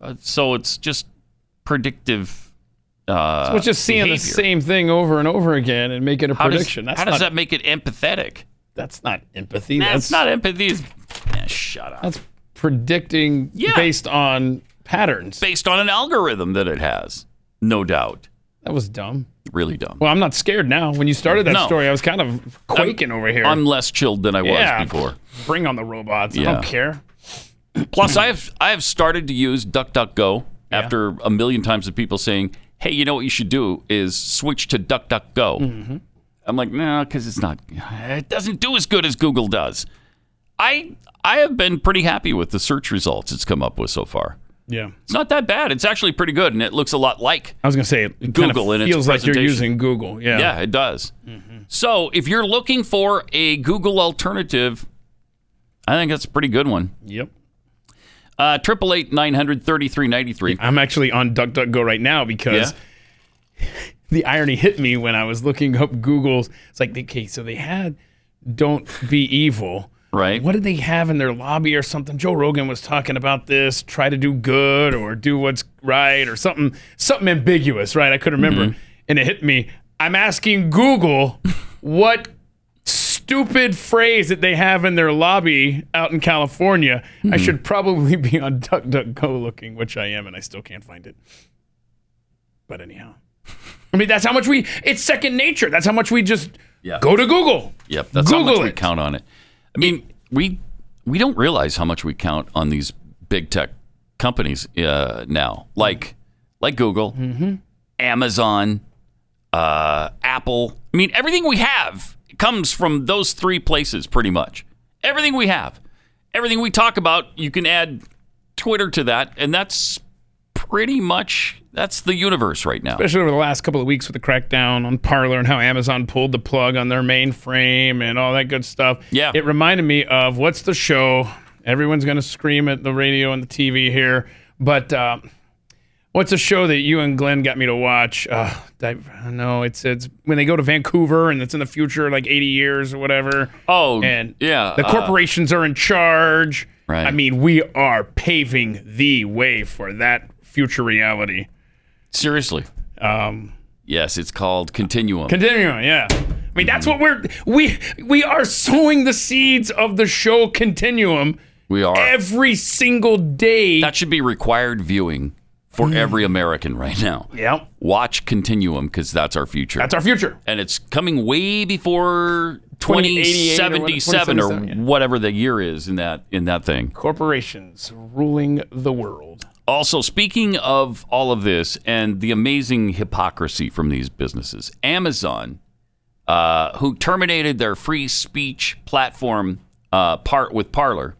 [SPEAKER 2] Uh, so it's just predictive. Uh,
[SPEAKER 3] so it's just seeing the
[SPEAKER 2] behavior.
[SPEAKER 3] same thing over and over again and making a
[SPEAKER 2] How does-
[SPEAKER 3] prediction. that's
[SPEAKER 2] how
[SPEAKER 3] not,
[SPEAKER 2] does that make it empathetic?
[SPEAKER 3] That's not empathy.
[SPEAKER 2] That's
[SPEAKER 3] That's
[SPEAKER 2] not empathy. It's- Nah, shut up.
[SPEAKER 3] That's predicting
[SPEAKER 2] Yeah.
[SPEAKER 3] based on patterns.
[SPEAKER 2] Based on an algorithm that it has, no doubt.
[SPEAKER 3] That was dumb.
[SPEAKER 2] Really dumb.
[SPEAKER 3] Well, I'm not scared now. When you started that
[SPEAKER 2] No.
[SPEAKER 3] story, I was kind of quaking over here.
[SPEAKER 2] I'm less chilled than I was
[SPEAKER 3] Yeah.
[SPEAKER 2] before.
[SPEAKER 3] Bring on the robots. I
[SPEAKER 2] Yeah.
[SPEAKER 3] don't care.
[SPEAKER 2] Plus, I have I have started to use DuckDuckGo after a million times of people saying, "Hey, you know what you should do is switch to DuckDuckGo." I'm like, no, because it's not. It doesn't do as good as Google does. I I have been pretty happy with the search results it's come up with so far.
[SPEAKER 3] Yeah.
[SPEAKER 2] It's not that bad. It's actually pretty good, and it looks a lot like
[SPEAKER 3] I was going to say, it kind of
[SPEAKER 2] Google in its
[SPEAKER 3] feels like you're
[SPEAKER 2] presentation.
[SPEAKER 3] using Google. Yeah.
[SPEAKER 2] Yeah, it does. So if you're looking for a Google alternative, I think that's a pretty good one. Uh,
[SPEAKER 3] Yep.
[SPEAKER 2] Triple eight nine hundred thirty three ninety three.
[SPEAKER 3] I'm actually on DuckDuckGo right now because the irony hit me when I was looking up Google's. It's like, okay, so they had Don't Be Evil.
[SPEAKER 2] Right.
[SPEAKER 3] What did they have in their lobby or something? Joe Rogan was talking about this try to do good or do what's right or something, something ambiguous, right? I couldn't remember. And it hit me. I'm asking Google what stupid phrase that they have in their lobby out in California. I should probably be on DuckDuckGo looking, which I am, and I still can't find it. But anyhow, I mean that's how much we. It's second nature. That's how much we just go to Google.
[SPEAKER 2] Yep, that's how
[SPEAKER 3] Google
[SPEAKER 2] much we
[SPEAKER 3] it.
[SPEAKER 2] count on it. I mean, we we don't realize how much we count on these big tech companies uh, now, like like Google,
[SPEAKER 3] Mm-hmm.
[SPEAKER 2] Amazon, uh, Apple. I mean, everything we have comes from those three places, pretty much. Everything we have, everything we talk about, you can add Twitter to that, and that's pretty much that's the universe right now.
[SPEAKER 3] Especially over the last couple of weeks with the crackdown on Parler and how Amazon pulled the plug on their mainframe and all that good stuff. Yeah. It reminded me of what's the show? Everyone's going to scream at the radio and the TV here, but uh, what's a show that you and Glenn got me to watch? Uh, I I know it's it's when they go to Vancouver and it's in the future, like 80 years or whatever.
[SPEAKER 2] Oh,
[SPEAKER 3] and
[SPEAKER 2] yeah,
[SPEAKER 3] the
[SPEAKER 2] uh,
[SPEAKER 3] corporations are in charge.
[SPEAKER 2] Right.
[SPEAKER 3] I mean, we are paving the way for that future reality.
[SPEAKER 2] Seriously.
[SPEAKER 3] Um,
[SPEAKER 2] yes, it's called Continuum.
[SPEAKER 3] Continuum, yeah. I mean, that's what we're we we are sowing the seeds of the show Continuum
[SPEAKER 2] we are.
[SPEAKER 3] every single day.
[SPEAKER 2] That should be required viewing
[SPEAKER 3] Hmm.
[SPEAKER 2] for every American right now.
[SPEAKER 3] Yep.
[SPEAKER 2] Watch Continuum because that's our future.
[SPEAKER 3] That's our future.
[SPEAKER 2] And it's coming way before
[SPEAKER 3] 2088 or
[SPEAKER 2] 2077 or,
[SPEAKER 3] 2077, yeah.
[SPEAKER 2] whatever the year is in that in that thing.
[SPEAKER 3] Corporations ruling the world.
[SPEAKER 2] Also, speaking of all of this and the amazing hypocrisy from these businesses, Amazon, uh, who terminated their free speech platform uh, part with Parler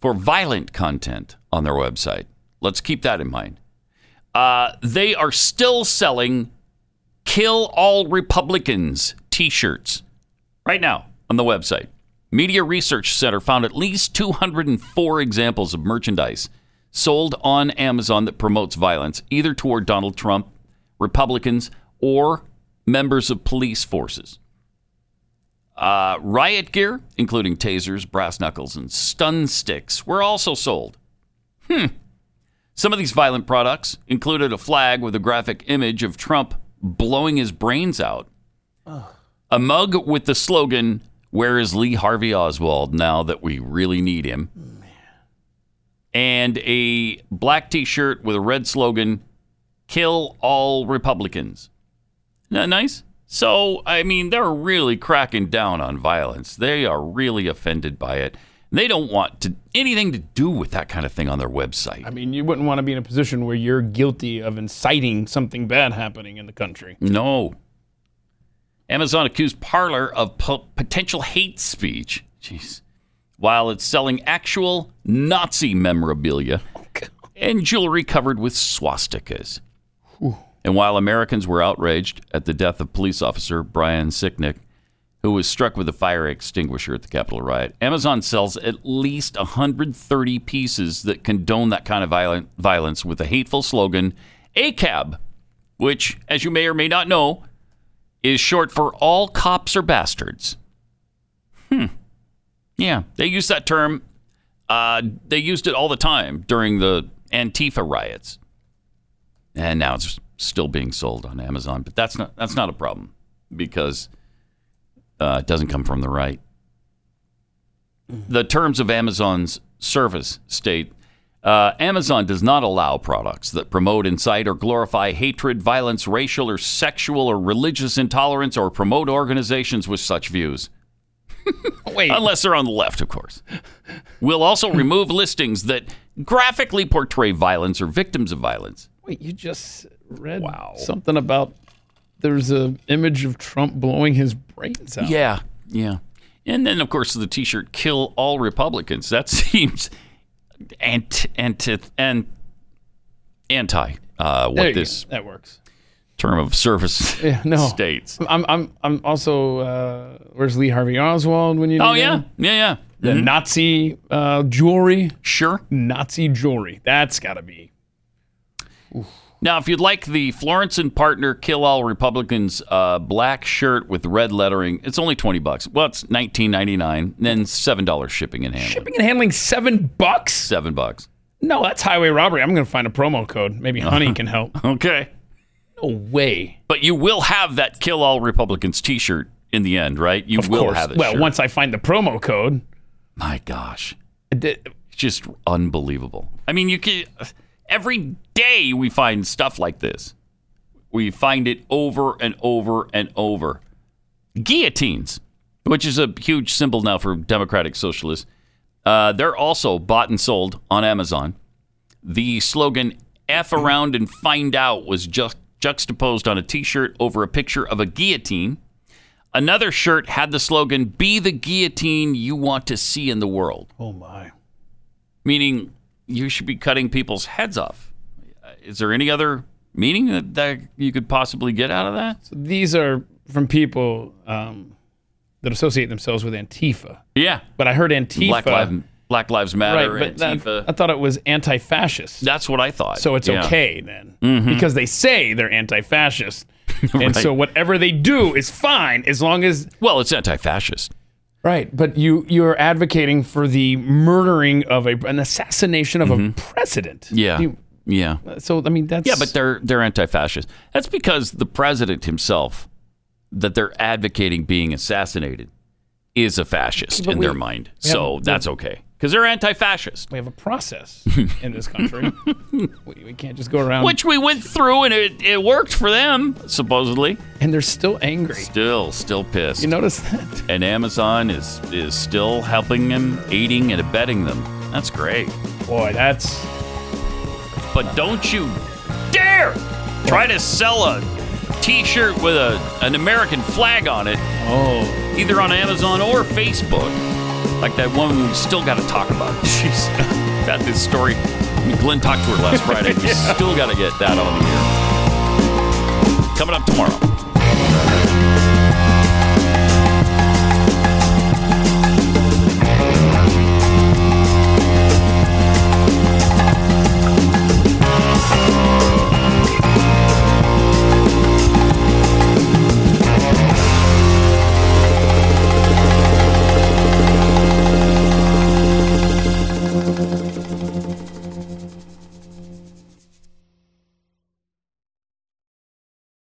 [SPEAKER 2] for violent content on their website. Let's keep that in mind. Uh, they are still selling "Kill All Republicans" T-shirts right now on the website. Media Research Center found at least 204 examples of merchandise sold on Amazon that promotes violence, either toward Donald Trump, Republicans, or members of police forces. Uh, riot gear, including tasers, brass knuckles, and stun sticks, were also sold. Hmm. Some of these violent products included a flag with a graphic image of Trump blowing his brains out A mug with the slogan, Where is Lee Harvey Oswald now that we really need him? And a black t shirt with a red slogan, Kill all Republicans. Isn't that nice? So, I mean, they're really cracking down on violence. They are really offended by it. They don't want to, anything to do with that kind of thing on their website.
[SPEAKER 3] I mean, you wouldn't want to be in a position where you're guilty of inciting something bad happening in the country.
[SPEAKER 2] No. Amazon accused Parler of po- potential hate speech. Jeez. While it's selling actual Nazi memorabilia and jewelry covered with swastikas. And while Americans were outraged at the death of police officer Brian Sicknick, who was struck with a fire extinguisher at the Capitol riot, Amazon sells at least 130 pieces that condone that kind of violent, violence with a hateful slogan, ACAB, which, as you may or may not know, is short for All Cops Are Bastards. Hmm. Yeah, they use that term. Uh, they used it all the time during the Antifa riots and now it's still being sold on Amazon. But that's not that's not a problem because uh, it doesn't come from the right. The terms of Amazon's service state. Uh, Amazon does not allow products that promote, incite, or glorify hatred, violence, racial, or sexual, or religious intolerance, or promote organizations with such views. Wait. Unless they're on the left, of course. We'll also remove listings that graphically portray violence or victims of violence.
[SPEAKER 3] Wait, you just read something about there's a image of Trump blowing his brains out.
[SPEAKER 2] Yeah, yeah. And then, of course, the T-shirt "Kill all Republicans." That seems anti anti and anti uh,
[SPEAKER 3] There you
[SPEAKER 2] what
[SPEAKER 3] go.
[SPEAKER 2] this
[SPEAKER 3] that works.
[SPEAKER 2] term of service
[SPEAKER 3] Yeah, no.
[SPEAKER 2] states.
[SPEAKER 3] I'm I'm I'm also uh, where's Lee Harvey Oswald when you
[SPEAKER 2] Oh
[SPEAKER 3] need
[SPEAKER 2] yeah,
[SPEAKER 3] him?
[SPEAKER 2] yeah, yeah.
[SPEAKER 3] the
[SPEAKER 2] Mhm.
[SPEAKER 3] Nazi uh, jewelry.
[SPEAKER 2] Sure,
[SPEAKER 3] Nazi jewelry. That's got to be
[SPEAKER 2] Now, if you'd like the Florence and Partner Kill All Republicans uh, black shirt with red lettering, it's only twenty bucks. Well, it's nineteen ninety nine, then seven dollars shipping and handling.
[SPEAKER 3] shipping and handling seven bucks.
[SPEAKER 2] Seven bucks.
[SPEAKER 3] No, that's highway robbery. I'm gonna find a promo code. Maybe Honey can help.
[SPEAKER 2] Okay.
[SPEAKER 3] No way.
[SPEAKER 2] But Uh-huh. you will have that Kill All Republicans T-shirt in the end, right? You
[SPEAKER 3] of
[SPEAKER 2] will
[SPEAKER 3] course.
[SPEAKER 2] have it.
[SPEAKER 3] well, once I find the promo code,
[SPEAKER 2] my gosh, it's just unbelievable. I mean, you can every day we find stuff like this. We find it over and over and over. Guillotines, which is a huge symbol now for democratic socialists, uh, they're also bought and sold on Amazon. The slogan "F around and find out" was just juxtaposed on a T-shirt over a picture of a guillotine. Another shirt had the slogan "Be the guillotine you want to see in the world."
[SPEAKER 3] Oh my.
[SPEAKER 2] meaning you should be cutting people's heads off. Uh, Is there any other meaning that, that you could possibly get out of that?
[SPEAKER 3] So these are from people um, that associate themselves with Antifa.
[SPEAKER 2] Yeah,
[SPEAKER 3] But I heard Antifa.
[SPEAKER 2] Black Lives Black Lives Matter,
[SPEAKER 3] right, but that-
[SPEAKER 2] Antifa.
[SPEAKER 3] I thought it was anti-fascist.
[SPEAKER 2] That's what I thought.
[SPEAKER 3] So it's
[SPEAKER 2] Yeah.
[SPEAKER 3] okay then,
[SPEAKER 2] Mhm.
[SPEAKER 3] because they say they're anti-fascist,
[SPEAKER 2] Right.
[SPEAKER 3] and so whatever they do is fine as long as.
[SPEAKER 2] Well, it's anti-fascist.
[SPEAKER 3] Right, but you you're advocating for the murdering of a an assassination of a president.
[SPEAKER 2] Mm-hmm. Yeah,
[SPEAKER 3] You-
[SPEAKER 2] yeah,
[SPEAKER 3] so I mean that's
[SPEAKER 2] yeah. But they're they're anti-fascist. That's because the president himself, that they're advocating being assassinated, is a fascist
[SPEAKER 3] But
[SPEAKER 2] in
[SPEAKER 3] we-
[SPEAKER 2] their mind.
[SPEAKER 3] we
[SPEAKER 2] So
[SPEAKER 3] have-
[SPEAKER 2] that's okay because they're anti-fascist.
[SPEAKER 3] we have a process in this country. we, we can't just go around.
[SPEAKER 2] Which we went through and it, it worked for them, supposedly.
[SPEAKER 3] And they're still angry.
[SPEAKER 2] Still, still pissed.
[SPEAKER 3] You notice that?
[SPEAKER 2] And Amazon is is still helping them, aiding and abetting them. That's great.
[SPEAKER 3] Boy, that's
[SPEAKER 2] But don't you dare try to sell a t-shirt with a, an American flag on it.
[SPEAKER 3] Oh.
[SPEAKER 2] Either on Amazon or Facebook. Like that woman we still gotta talk about. She's got this story. I mean, Glenn talked to her last Friday. We
[SPEAKER 4] Yeah.
[SPEAKER 2] still gotta get that on the air. Coming up tomorrow.